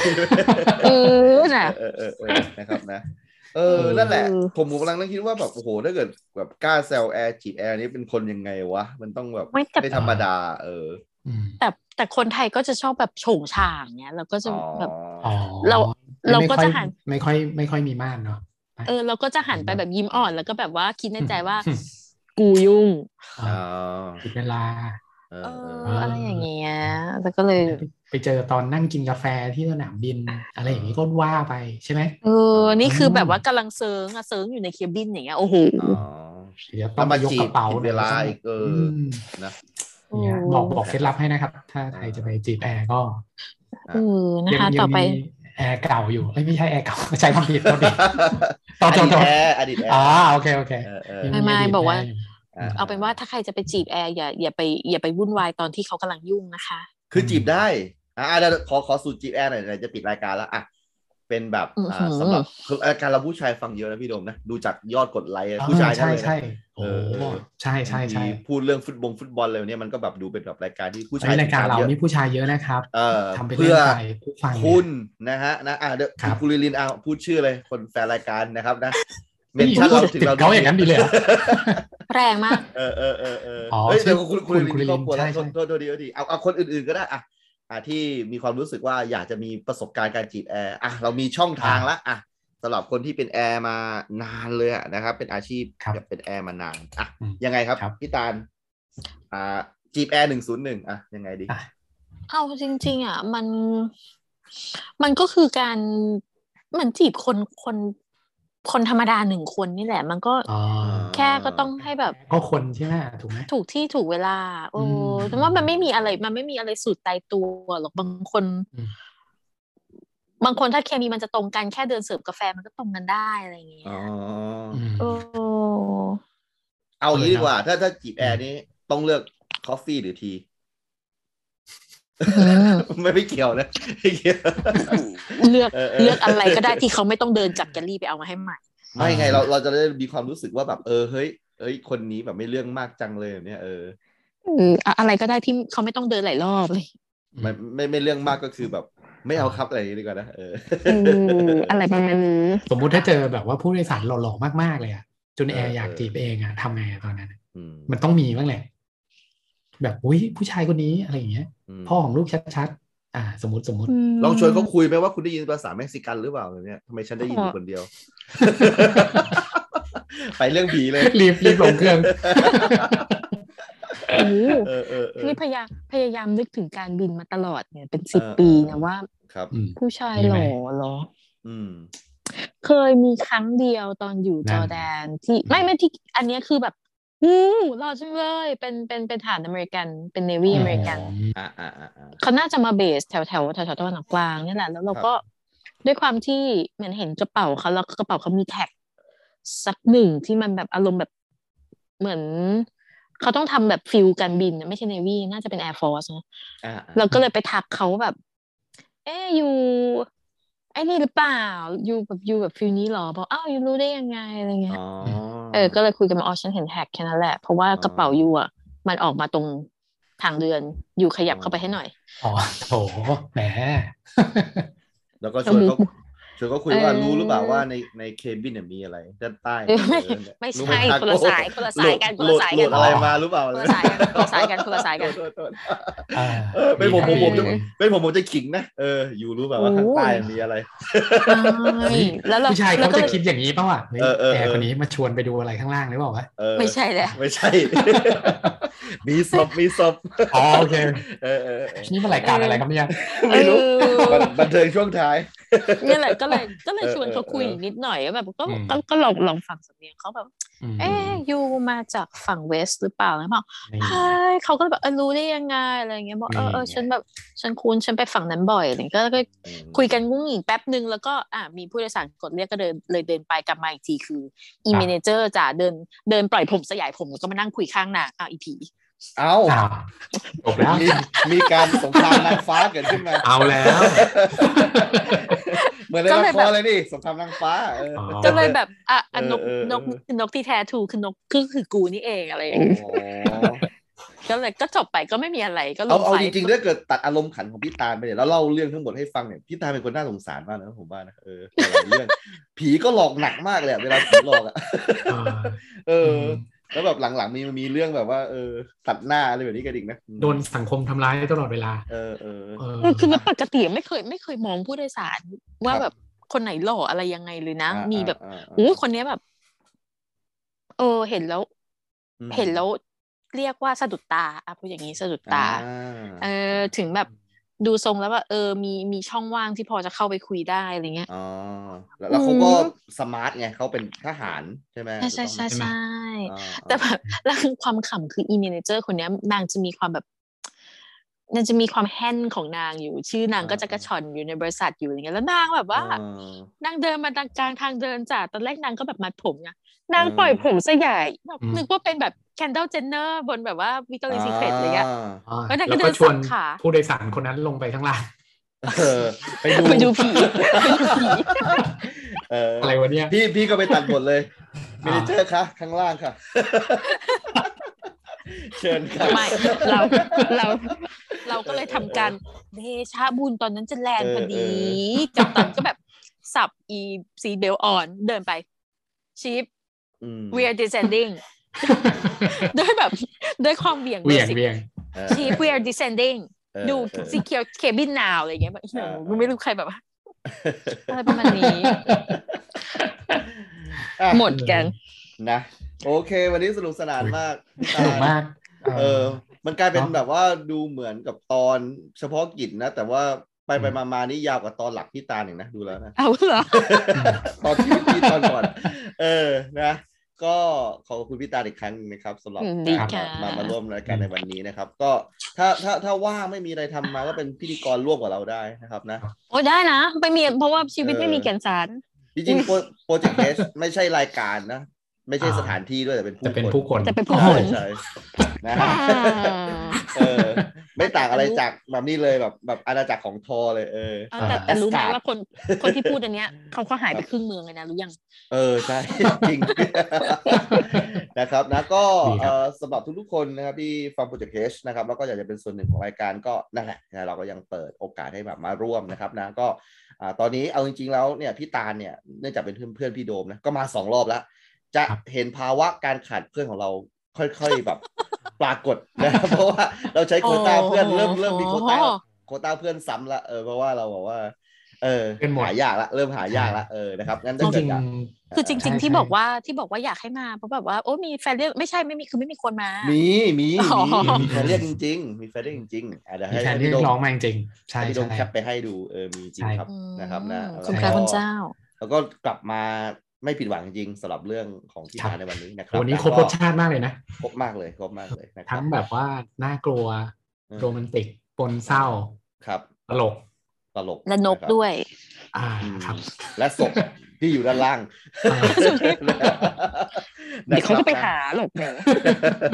Speaker 3: เออน่ะ
Speaker 4: เออเออเออเออนะครับนะ เออ นั่นแหละ
Speaker 3: เออ
Speaker 4: ผมกำลังนั่งคิดว่าแบบโอ้โหถ้าเกิดแบบกล้าแซวแอร์จีบแอร์นี่เป็นคนยังไงวะ มันต้องแบบ
Speaker 3: ไม่แต่
Speaker 4: ไม่ธรรมดา เออ
Speaker 2: อืม
Speaker 3: แต่แต่คนไทยก็จะชอบแบบโฉงฉางเนี้ยเราก็จะแบบ
Speaker 4: อ๋
Speaker 2: อ๋
Speaker 4: อ
Speaker 2: อ
Speaker 3: เราเราก็
Speaker 2: ไม่ค่อย
Speaker 3: จะหัน
Speaker 2: ไม่ค่อยไม่ค่อยมีม่านเนาะ
Speaker 3: เออเราก็จะหันไปแบบยิ้มอ่อนแล้วก็แบบว่าคิดในใจว่า
Speaker 2: อืม
Speaker 3: กูยุ่ง
Speaker 4: อ๋อ
Speaker 2: ผิดเวลา
Speaker 4: เอ
Speaker 3: เอ
Speaker 4: อ
Speaker 3: อ
Speaker 4: เออ
Speaker 3: อะไรอย่างเงี้ยแล้วก็เลย
Speaker 2: ไปเจอตอนนั่งกินกาแฟที่สนามบิน อะไรอย่างงี้ก็ว่าไปใช่ไหม
Speaker 3: เออ นี่คือแบบว่ากำลังเซิงอะเซิงอยู่ในเคบินอย่างเงี้ยโอ้โห
Speaker 4: อ๋อ
Speaker 2: เดี๋ยวต้องมายกกระเป๋า
Speaker 4: แล้วมาจีบผิดเวลาอีกเอออื
Speaker 2: ม
Speaker 4: นะ
Speaker 2: เนี่ยบอกบอกเคล็ดลับให้นะครับ ถ้าใครจะไปจีบแอร์ก็
Speaker 3: เออนะคะ
Speaker 2: ยั
Speaker 3: ต่อไป
Speaker 2: มีแอร์เก่าอยู่เอ้ยไม่ใช่แอร์เก่าใช้
Speaker 4: <laughs>
Speaker 2: คำผิดตอนนี้ตอน
Speaker 4: อ
Speaker 2: จ
Speaker 4: ดี
Speaker 2: บ
Speaker 4: ต
Speaker 2: จบ
Speaker 4: แอร์อดีตแอร์
Speaker 2: อ่าโอเคโอเค
Speaker 4: เออเออ
Speaker 2: ยัง
Speaker 3: ไม่
Speaker 2: ดีต
Speaker 3: บอกว่า
Speaker 2: แร์ยู่
Speaker 3: เอาเป็นว่าถ้าใครจะไปจีบแอร์อย่าอย่าไปอย่าไปวุ่นวายตอนที่เขากำลังยุ่งนะคะ
Speaker 4: คือจีบได้ อ่าเดี๋ยวขอขอสูตรจีบแอร์หน่อยไหนจะปิดรายการแล้วอ่ะ เป็นแบบ
Speaker 3: อื้อหื
Speaker 4: อ่า
Speaker 3: อ
Speaker 4: สำหรับคือรายการเราผู้ชายฟังเยอะนะพี่โดมนะ ดูจากยอดกดไลค์
Speaker 2: เอ
Speaker 4: นะ
Speaker 2: อ
Speaker 4: ผู้ชาย
Speaker 2: ใช่
Speaker 4: ทั้งนั้นเลยนะ
Speaker 2: ใช่
Speaker 4: เอ
Speaker 2: โอ้
Speaker 4: อเออ
Speaker 2: ใช่ใช่ใช่
Speaker 4: บางทีพูดเรื่องฟุตบงฟุตบอลอะไรเนี่ยมันก็แบบดูเป็นแบบรายการที่ผู้
Speaker 2: ใช่
Speaker 4: ชาย
Speaker 2: รายการเรา
Speaker 4: ติดตมยอะ
Speaker 2: นี่ผู้ชายเยอะนะครับ
Speaker 4: เออ
Speaker 2: ทำไปเพื่
Speaker 4: เพื่
Speaker 2: อ
Speaker 4: อ
Speaker 2: ไปผู้ฟังเนี่ย
Speaker 4: คุณนะฮะนะอ่ะเดี๋ยว
Speaker 2: ครับ
Speaker 4: คุณลิลินเอาพูดชื่อเลยคนแฟนรายการนะครับนะเม
Speaker 2: ไม่
Speaker 4: น
Speaker 2: รู้
Speaker 4: ชั่นเรา
Speaker 2: จะ
Speaker 4: ถึง
Speaker 2: ติด
Speaker 4: เรา
Speaker 2: เขาอย่างนั้นดีเลยเหร
Speaker 4: <laughs>
Speaker 2: อ
Speaker 3: แรง <laughs> มาก
Speaker 4: เออเออเออเออ
Speaker 2: อ
Speaker 4: เฮ้ย
Speaker 2: ชื่อ
Speaker 4: เดี๋ยวคุณคุณ
Speaker 2: คุณ
Speaker 4: ลิน
Speaker 2: คุณลิลิน
Speaker 4: ก็ปวดแล้ว
Speaker 2: ใช่
Speaker 4: โทษ
Speaker 2: ใช่
Speaker 4: โทษโทษดีโทษดีเอาเอาคนอื่นๆก็ได้อ่ะอ่ะที่มีความรู้สึกว่าอยากจะมีประสบการณ์การจีบแอร์อ่ะเรามีช่องทางละอ่ะสำหรับคนที่เป็นแอร์มานานเลยอะนะครับ เป็นอาชีพ
Speaker 2: ครับ
Speaker 4: แบบเป็นแอร์มานานอ่ะ
Speaker 2: อืม
Speaker 4: ยังไงครับ
Speaker 2: ครับ
Speaker 4: พี่ตาลอ่าจีบแอร์หนึ่งศูนย์หนึ่งอ่ะยังไงดี
Speaker 2: อ่ะ
Speaker 3: เอาจริง ๆ อ่ะ มัน มันก็คือการเหมือนจีบคนคนคนธรรมดาหนึ่งคนนี่แหละ มันก็
Speaker 2: อ๋อ
Speaker 3: แค่ก็ต้องให้แบบ
Speaker 2: ก็คนใช่ไหมถูกไหม
Speaker 3: ถูกที่ถูกเวลา โอ้
Speaker 2: อืม
Speaker 3: แต่ว่ามันไม่มีอะไร มันไม่มีอะไรสูตรตายตัวหรอกบางคน
Speaker 2: อืม
Speaker 3: บางคนถ้าเคมีมันจะตรงกันแค่เดินเสิร์ฟกาแฟมันก็ตรงกันได้อะไรอย่างเงี้ย
Speaker 4: อ๋อ
Speaker 2: อืม
Speaker 3: โอ้
Speaker 4: เอาอย่างนี้ดีกว่า ถ้าถ้าจีบแอร์นี่ต้องเลือกคอฟฟี่ห <laughs> รือที
Speaker 3: อืม
Speaker 4: ไม่ไม่เกี่ยวนะไม่เกี่ยว
Speaker 3: เลือก
Speaker 4: เออ
Speaker 3: เลือกอะไรก็ได้ที่เขาไม่ต้องเดินจากแกลลี่ไปเอามาให้ใหม่
Speaker 4: ไม่ไงเราเราจะได้มีความรู้สึกว่าแบบเออเฮ้ยเอ้ยคนนี้แบบไม่เรื่องมากจังเลยแบบเนี่ยเออ
Speaker 3: เอออะอะไรก็ได้ที่เขาไม่ต้องเดินหลายรอบเลย
Speaker 4: ไม่ไม่ไม่เรื่องมากก็คือแบบ ไม่เอาครับอะไรอย่างนี้ดีกว่านะเออ
Speaker 3: เอออะไรประมาณนี้
Speaker 2: สมมุติถ้าเจอแบบว่าผู้โดยสารหล่อๆมากๆเลยอะจนแอร์อยากจีบเองอะทำไงอะตอนนั้นอะ
Speaker 4: อืม
Speaker 2: มันต้องมีบ้างแหละ แบบอุ้ยผู้ชายคนนี้อะไรอย่างเงี้ย
Speaker 4: อืม
Speaker 2: พ่อของลูกชัดๆอ่า สมมติสมมติ
Speaker 4: ลองชวนเขาคุยไหมว่าคุณได้ยินภาษาเม็กซิกันหรือเปล่าแบบเนี่ยทำไมฉันได้ยินอยู่คนเดี
Speaker 3: <laughs>
Speaker 4: ยว ไปเรื่องผีเลย
Speaker 2: รีบรีบลงเครื่อง
Speaker 3: โอ้โห
Speaker 4: เออเออเออ
Speaker 3: นี่พยายามพยายามนึกถึงการบินมาตลอดเนี่ยเป็นสิบ
Speaker 4: เออ
Speaker 3: ปี
Speaker 4: เอ
Speaker 3: นะ
Speaker 4: อ
Speaker 3: ว่า
Speaker 4: ครับ
Speaker 2: อืม
Speaker 3: ผู้ชาย
Speaker 2: มี
Speaker 3: ห
Speaker 2: ไหม
Speaker 3: ล่อเหรอ
Speaker 4: อืม
Speaker 3: เคยมีครั้งเดียวตอนอยู่จ
Speaker 2: นั่น
Speaker 3: อร์แดนที่ไม่ไม่ที่อันเนี้ยคือแบบหูหล่อจังเลย เป็นเป็นเป็นฐานอเมริกันเป็นเนวี
Speaker 4: อ๋อ
Speaker 3: อเมริกัน
Speaker 4: อ่าอ่าอ่า
Speaker 3: เขาน่าจะมาเบสแถวแถวแถวแถวตะวันออกกลางนี่แหละแล้วเรา
Speaker 4: ครับ
Speaker 3: ก็ด้วยความที่เหมือนเห็นกระเป๋าเขาแล้วกระเป๋าเขามีแท็กสักหนึ่งที่มันแบบอารมณ์แบบเหมือนเขาต้องทำแบบฟิลการบินนะไม่ใช่เนวีน่าจะเป็นแอร์ฟอร์สนะ
Speaker 4: อ่า
Speaker 3: เราก็เลยไปทักเขาแบบ เอ้อยู่ไอ้นี่หรือเปล่า อยู่แบบอยู่แบบฟิลนี้หรอ บอกอ้าวอยู่รู้ได้ยังไงอะไรเงี้ย
Speaker 4: อ๋อ
Speaker 3: เออ ก็เลยคุยกันมาอ๋อฉันเห็นแฮกแค่นั้นแหละ เพราะว่ากระเป๋าอยู่อ่ะ มันออกมาตรงทางเดือน อยู่ขยับเข้าไปให้หน่อย
Speaker 2: อ๋อโถแหม
Speaker 4: แล้วก็ชวนเขา
Speaker 3: เออ
Speaker 4: ชวนเขาคุยว่า
Speaker 3: เออ
Speaker 4: รู้หรือเปล่าว่าในในเคบินเนี่ยมีอะไรด้านใต้
Speaker 3: เออไม่
Speaker 4: เออเนี่ย
Speaker 3: ไม่ใช่
Speaker 4: รู้ห
Speaker 3: คน
Speaker 4: รับ
Speaker 3: ละสายคนละสายกันคนละสาย
Speaker 4: โหลด
Speaker 3: กัน
Speaker 4: โหลดอะไรมารู้เปล่า
Speaker 3: คนละสายกันคนละสายกันคนละสายกัน
Speaker 4: โทษโทษโทษ
Speaker 2: อ่า
Speaker 4: เออเป็นผมผมผม
Speaker 2: ดี
Speaker 4: จะ
Speaker 2: นะ
Speaker 4: เป็นผมผมจะขิงนะเอออยู่รู้เปล่าว่าข้างใต้มีอะไร
Speaker 2: เฮ้ย
Speaker 3: แล้วเรา
Speaker 2: ผู้ชาย
Speaker 3: แล้ว
Speaker 2: เขา
Speaker 3: ก็
Speaker 2: จะ
Speaker 3: เลย
Speaker 2: คิดอย่างนี้เปล่าวะเฮ้ย
Speaker 4: เออเออเออ
Speaker 2: แอร์คนนี้มาชวนไปดูอะไรข้างล่างหรือเปล่าวะ
Speaker 4: เออ
Speaker 3: ไม่ใช่แหละ
Speaker 4: ไม่ใช่ <laughs> มีศพมีศพ
Speaker 2: อ๋อโอเค
Speaker 4: เออเออเออ
Speaker 2: นี่เป็นรายการอะไรครับเนี่ย
Speaker 4: ไม่รู้
Speaker 3: เออ
Speaker 4: บันบันเทิงช่วงท้าย
Speaker 3: เนี่ยแหละก็เลยก็เลย
Speaker 4: เออ
Speaker 3: ชวนเขาคุย
Speaker 4: เออเออ
Speaker 3: นิดหน่อยแบบก็ก็ก็ลองลองฟังสำเนียงเขาแบบ
Speaker 2: ม
Speaker 3: เอ๊ะยูมาจากฝั่งเวสหรือเปล่าแล้วบอก
Speaker 2: นี่
Speaker 3: ใช่เขาก็แบบเออรู้ได้ยังไงอะไรเงี้ยบอกเออเออ
Speaker 2: นี่ไง
Speaker 3: ฉันแบบฉันคุ้นฉันไปฝั่งนั้นบ่อยอะไรเงี้ยก็ก็คุยกันงุ้งหงิงแป๊บนึงแล้วก็อ่ะมีผู้โดยสารกดเรียกก็เดินเลยเดินไปกลับมาอีกทีคืออีเมเนเจอร์จ่าเดินเดินปล่อยผมสยายผมแล้วก็มานั่งคุยข้างนางอ้าวอีผี
Speaker 4: เอ้า
Speaker 2: อ้าวจบแล้ว
Speaker 4: มีมีการสงครามนางฟ้าเกิดขึ้นมา
Speaker 2: เอาแล้ว
Speaker 4: เหมือนในละครเลยนี่สงครามนางฟ้าเออ
Speaker 2: อ๋อ
Speaker 3: ก็เลยแบบอ่ะอ่ะนก
Speaker 4: เออเออ
Speaker 3: นกคือนกที่แท้ถูกคือนกคือคือกูนี่เองอะไรอย่าง
Speaker 4: โอ้
Speaker 3: เงี้ย
Speaker 4: โห
Speaker 3: ก็เลยก็จบไปก็ไม่มีอะไรก็ล
Speaker 4: เอา
Speaker 3: ง
Speaker 4: เอา
Speaker 3: ไป
Speaker 4: จริงๆถ้าเกิดตัดอารมณ์ขันของพี่ตาลไปเนี่ยแล้วเล่าเรื่องทั้งหมดให้ฟังเนี่ยพี่ตาลเป็นคนน่าสงสารมากนะผมว่านะเออหลายเรื่อง ผีก็หลอกหนักมากเลยอะเวลาผีหลอกอะ
Speaker 2: เออ
Speaker 4: เออ แล้วแบบหลังๆมีมีเรื่องแบบว่าเออตัดหน้าอะไรแบบนี้กันอีกนะ
Speaker 2: โดนสังคมทำร้ายตลอดเวลา
Speaker 4: เออเออ
Speaker 2: เออ
Speaker 3: เออคือมันปกติไม่เคยไม่เคยมองผู้โดยสารว่า
Speaker 4: ครับ
Speaker 3: แบบคนไหนหล่ออะไรยังไงเลยนะ
Speaker 4: อ่า
Speaker 3: มีแบบ
Speaker 4: าา
Speaker 3: อู้คนเนี้ยแบบ เออ เห็นแล้ว
Speaker 4: อืม
Speaker 3: เห็นแล้วเรียกว่าสะดุดตาอ่ะพูดอย่างนี้สะดุดตา
Speaker 4: อ่
Speaker 3: เออ ถึงแบบดูทรงแล้วว่าเออ มีมีช่องว่างที่พอจะเข้าไปคุยได้อะไรเงี้ย
Speaker 4: อ๋อแล้วแล้วเขาก็
Speaker 3: อืม
Speaker 4: สมาร์ทไงเขาเป็นทหารใช่ไหม
Speaker 3: ใช่ใช่ใช่
Speaker 2: ใช่ไหม
Speaker 3: ใช่
Speaker 4: อ่า
Speaker 3: แต่แบบ <laughs> แล้วคือความขำคืออีเมเนเจอร์คนเนี้ยนางจะมีความแบบนางจะมีความแฮนของนางอยู่ ชื่อนางก็จะกระชอนอยู่ในบริษัทอยู่อย่างเงี้ยแล้วนางแบบว่า
Speaker 4: อ่า
Speaker 3: นางเดินมาทางกลางทางเดินจ้ะตอนแรกนางก็แบบมัดผมไงนาง
Speaker 4: อืม
Speaker 3: ปล่อยผมซะใหญ่แบบ
Speaker 2: อืม
Speaker 3: นึกว่าเป็นแบบแคนด l ลเจนเนอร์บนแบบว่าวิกตอเรียซีเครตอะไรเงี้ย
Speaker 4: า
Speaker 2: อ่า
Speaker 3: แล้วนางก็
Speaker 2: แล้ว
Speaker 3: เดิ
Speaker 2: ก็
Speaker 3: น
Speaker 2: ชวน
Speaker 3: สับขา
Speaker 2: ผู้โดยสารคนนั้นลงไปข้างล่าง
Speaker 4: เออไปดู
Speaker 3: <laughs> ไปดูผีไปดูผี
Speaker 4: เออ
Speaker 2: อะไรวะเนี่ย
Speaker 4: พี่พี่ก็ไปตัดบทเลย
Speaker 2: อ่า
Speaker 4: มินิเจอร์คะข้างล่าง
Speaker 3: <laughs>
Speaker 4: ค่ะ เชิญค่ะ
Speaker 3: ไม่ <laughs> เราเรา เราก็เลยทำการเดชะบุญตอนนั้นจะแลนด์พอดี กัปตันก็แบบสับอีซีเบลออนเดินไปชีฟ
Speaker 4: อืม
Speaker 3: we are descending <laughs> ด้วยแบบด้วยความเหวี่ยง
Speaker 2: <laughs> เหวียงเหวียง
Speaker 4: เออ
Speaker 3: ชีฟ we are descending
Speaker 4: เออ
Speaker 3: ดู
Speaker 4: เออ
Speaker 3: ซีเคียวเคบินนาวอะไรอย่างเงี้ยแบบเหี้ย
Speaker 4: อ่า
Speaker 3: มึงไม่รู้ใครแบบว่าอะไรประมาณนี้
Speaker 4: อ่ะ
Speaker 3: หมดกัน
Speaker 4: นะโอเค วันนี้สนุกสนานมาก
Speaker 2: สนุกมาก
Speaker 4: เออ มันกลายเป็น
Speaker 2: เนอะ
Speaker 4: แบบว่าดูเหมือนกับตอนเฉพาะกิจนะ แต่ว่าไปไปมามานี่ยาวกว่าตอนหลักพี่ตาหนึ่งนะ ดูแล้วนะ
Speaker 3: เอาเหรอ
Speaker 4: ตอนที่พี่ตอนก่อน เออนะ ก็ขอบคุณพี่ตาลอีกครั้งหนึ่งนะครับสำหรับ
Speaker 3: อืม
Speaker 4: การ
Speaker 3: ดี
Speaker 4: มา
Speaker 3: ค่ะ
Speaker 4: มามาร่วมรายการในวันนี้นะครับ ก็ถ้าถ้าถ้าว่างไม่มีอะไรทำมาก็เป็นพิธีกรร่วมกับเราได้นะครับนะ
Speaker 3: โอ้ยได้นะไม่มีเพราะว่าชีวิต
Speaker 4: เออ
Speaker 3: ไม่มีแก่นสาร
Speaker 4: จริงๆโปรเจกต์เสไม่ใช่รายการนะ ไม่ใช่สถานที่ด้วยแต่เป็นผู้
Speaker 2: จะเป็น
Speaker 4: คน
Speaker 2: ผู้คน
Speaker 3: จะเป็นผู้
Speaker 4: ใช่
Speaker 3: คน
Speaker 4: ใช่นะฮะ
Speaker 3: อ่า
Speaker 4: เออไม่ต่างอะไรจากแบบนี้เลยแบบแบบอาณาจักรของทอเลยเออ
Speaker 3: เอาแต่
Speaker 2: อ่า
Speaker 3: แต่รู้ไหม
Speaker 4: Asgard
Speaker 3: ว่าคนคนที่พูดอันเนี้ยเขาก็หายไปครึ่งเมืองเลยนะรู้ยัง
Speaker 4: เออใช่ <laughs> จริง นะครับนะก็
Speaker 2: ดีครับ
Speaker 4: เอ่อสำหรับทุกๆคนนะครับที่ฟังโปรเจกต์เชนะครับแล้วก็อยากจะเป็นส่วนหนึ่งของรายการก็นั่นแหละนะเราก็ยังเปิดโอกาสให้แบบมาร่วมนะครับนะก็อ่าตอนนี้เอาจริงๆแล้วเนี่ยพี่ตาลเนี่ยเนื่องจากเป็นเพื่อนเพื่อนๆพี่โดมนะก็มาสองรอบแล้ว จะเห็นภาวะการขาดเพื่อนของเราค่อยๆแบบ <laughs> ปรากฏนะครับเพราะว่าเราใช้โควต้าเพื่อนเริ่มเริ่มมีโควต้า โควต้าเพื่อนซ้ำละเออเพราะว่าเราบอกว่า เออ
Speaker 2: เป็นหมด
Speaker 4: หายากละเริ่มหายากละเออนะครับงั้น
Speaker 2: จ
Speaker 4: ถ้าเกิ
Speaker 2: ริ
Speaker 4: ด
Speaker 2: ง
Speaker 4: อยาก
Speaker 3: คือจริง
Speaker 2: ใช่
Speaker 3: ๆ ที่
Speaker 2: ใช่
Speaker 3: บอกว่าที่บอกว่าอยากให้มาเพราะแบบว่าโอ้มีแฟนเรียกไม่ใช่ไม่มีคือไม่มีคนมา
Speaker 4: มีมี
Speaker 3: อ๋อ
Speaker 4: มีมีแฟนเรียกจริง ๆ มีแฟนเรียกจริงๆอ่ะเดี๋ยว
Speaker 2: ๆมี
Speaker 4: ให้
Speaker 2: แฟน
Speaker 4: ให้
Speaker 2: เรีย
Speaker 4: พี่โด
Speaker 2: ก
Speaker 4: ม
Speaker 2: ร้องมาจริงๆใช่
Speaker 4: ให้พี่โดม
Speaker 2: ใช่
Speaker 4: แคปไปให้ดูเออมีจริง
Speaker 2: ใช่
Speaker 4: ครับ
Speaker 3: อืม
Speaker 4: นะครับนะ
Speaker 3: คุณพระคุณเจ้า
Speaker 4: แล้วก็กลับมาไม่ผิดหวังจริงๆสำหรับเรื่องของที่มาในวันนี้นะครับ
Speaker 2: วันนี้ครบรสชาติมากเลยนะ
Speaker 4: ครบมากเลยครบมากเลยนะครั
Speaker 2: ทั้งแบบว่าน่ากลัวโรแมนติกปนเศร้า
Speaker 4: ครับ
Speaker 2: ตลก
Speaker 4: ตลก
Speaker 3: และนก
Speaker 4: ครับ
Speaker 3: ด้วย
Speaker 2: อ่า
Speaker 4: อืม
Speaker 2: ครับ
Speaker 4: และศพที่อยู่ด้าน
Speaker 3: <laughs>
Speaker 4: ล่าง
Speaker 2: อ่า
Speaker 3: เดี๋ยวเขา
Speaker 4: นครั
Speaker 3: ก็
Speaker 4: บ
Speaker 3: ไปหาหลบเนอะ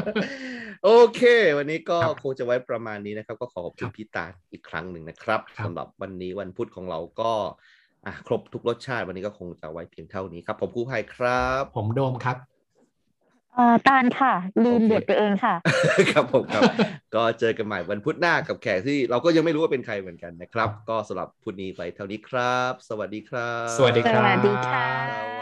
Speaker 4: <laughs> โอเค วันนี้ก็
Speaker 2: ครับ
Speaker 4: คงจะไว้ประมาณนี้นะครับ ก็ขอขอบ
Speaker 2: ค
Speaker 4: คุ
Speaker 2: รั
Speaker 4: ณ
Speaker 2: บ
Speaker 4: พี่ตาลอีกครั้งหนึ่งนะครับ
Speaker 2: ครับ
Speaker 4: สำหรับวันนี้วันพุธของเราก็อ่ะครบทุกรสชาติ วันนี้ก็คงจะไว้เพียงเท่านี้ครับ ผมกู้ภัยครับ
Speaker 2: ผมโดมครับ
Speaker 5: เอ่อตาลค่ะ ลืม
Speaker 4: โอเค
Speaker 5: บทตัวเองค่ะ
Speaker 4: ครับผม <laughs> ครับ ก็เจอกันใหม่วันพุธหน้ากับแขกที่เราก็ยังไม่รู้ว่าเป็นใครเหมือนกันนะครับ ก็สำหรับพุธนี้ไปเท่านี้ครับ สวัสดีครับ
Speaker 2: สวัสดี
Speaker 5: ส
Speaker 2: ครับ
Speaker 5: วัสดีค่ะ
Speaker 4: สวั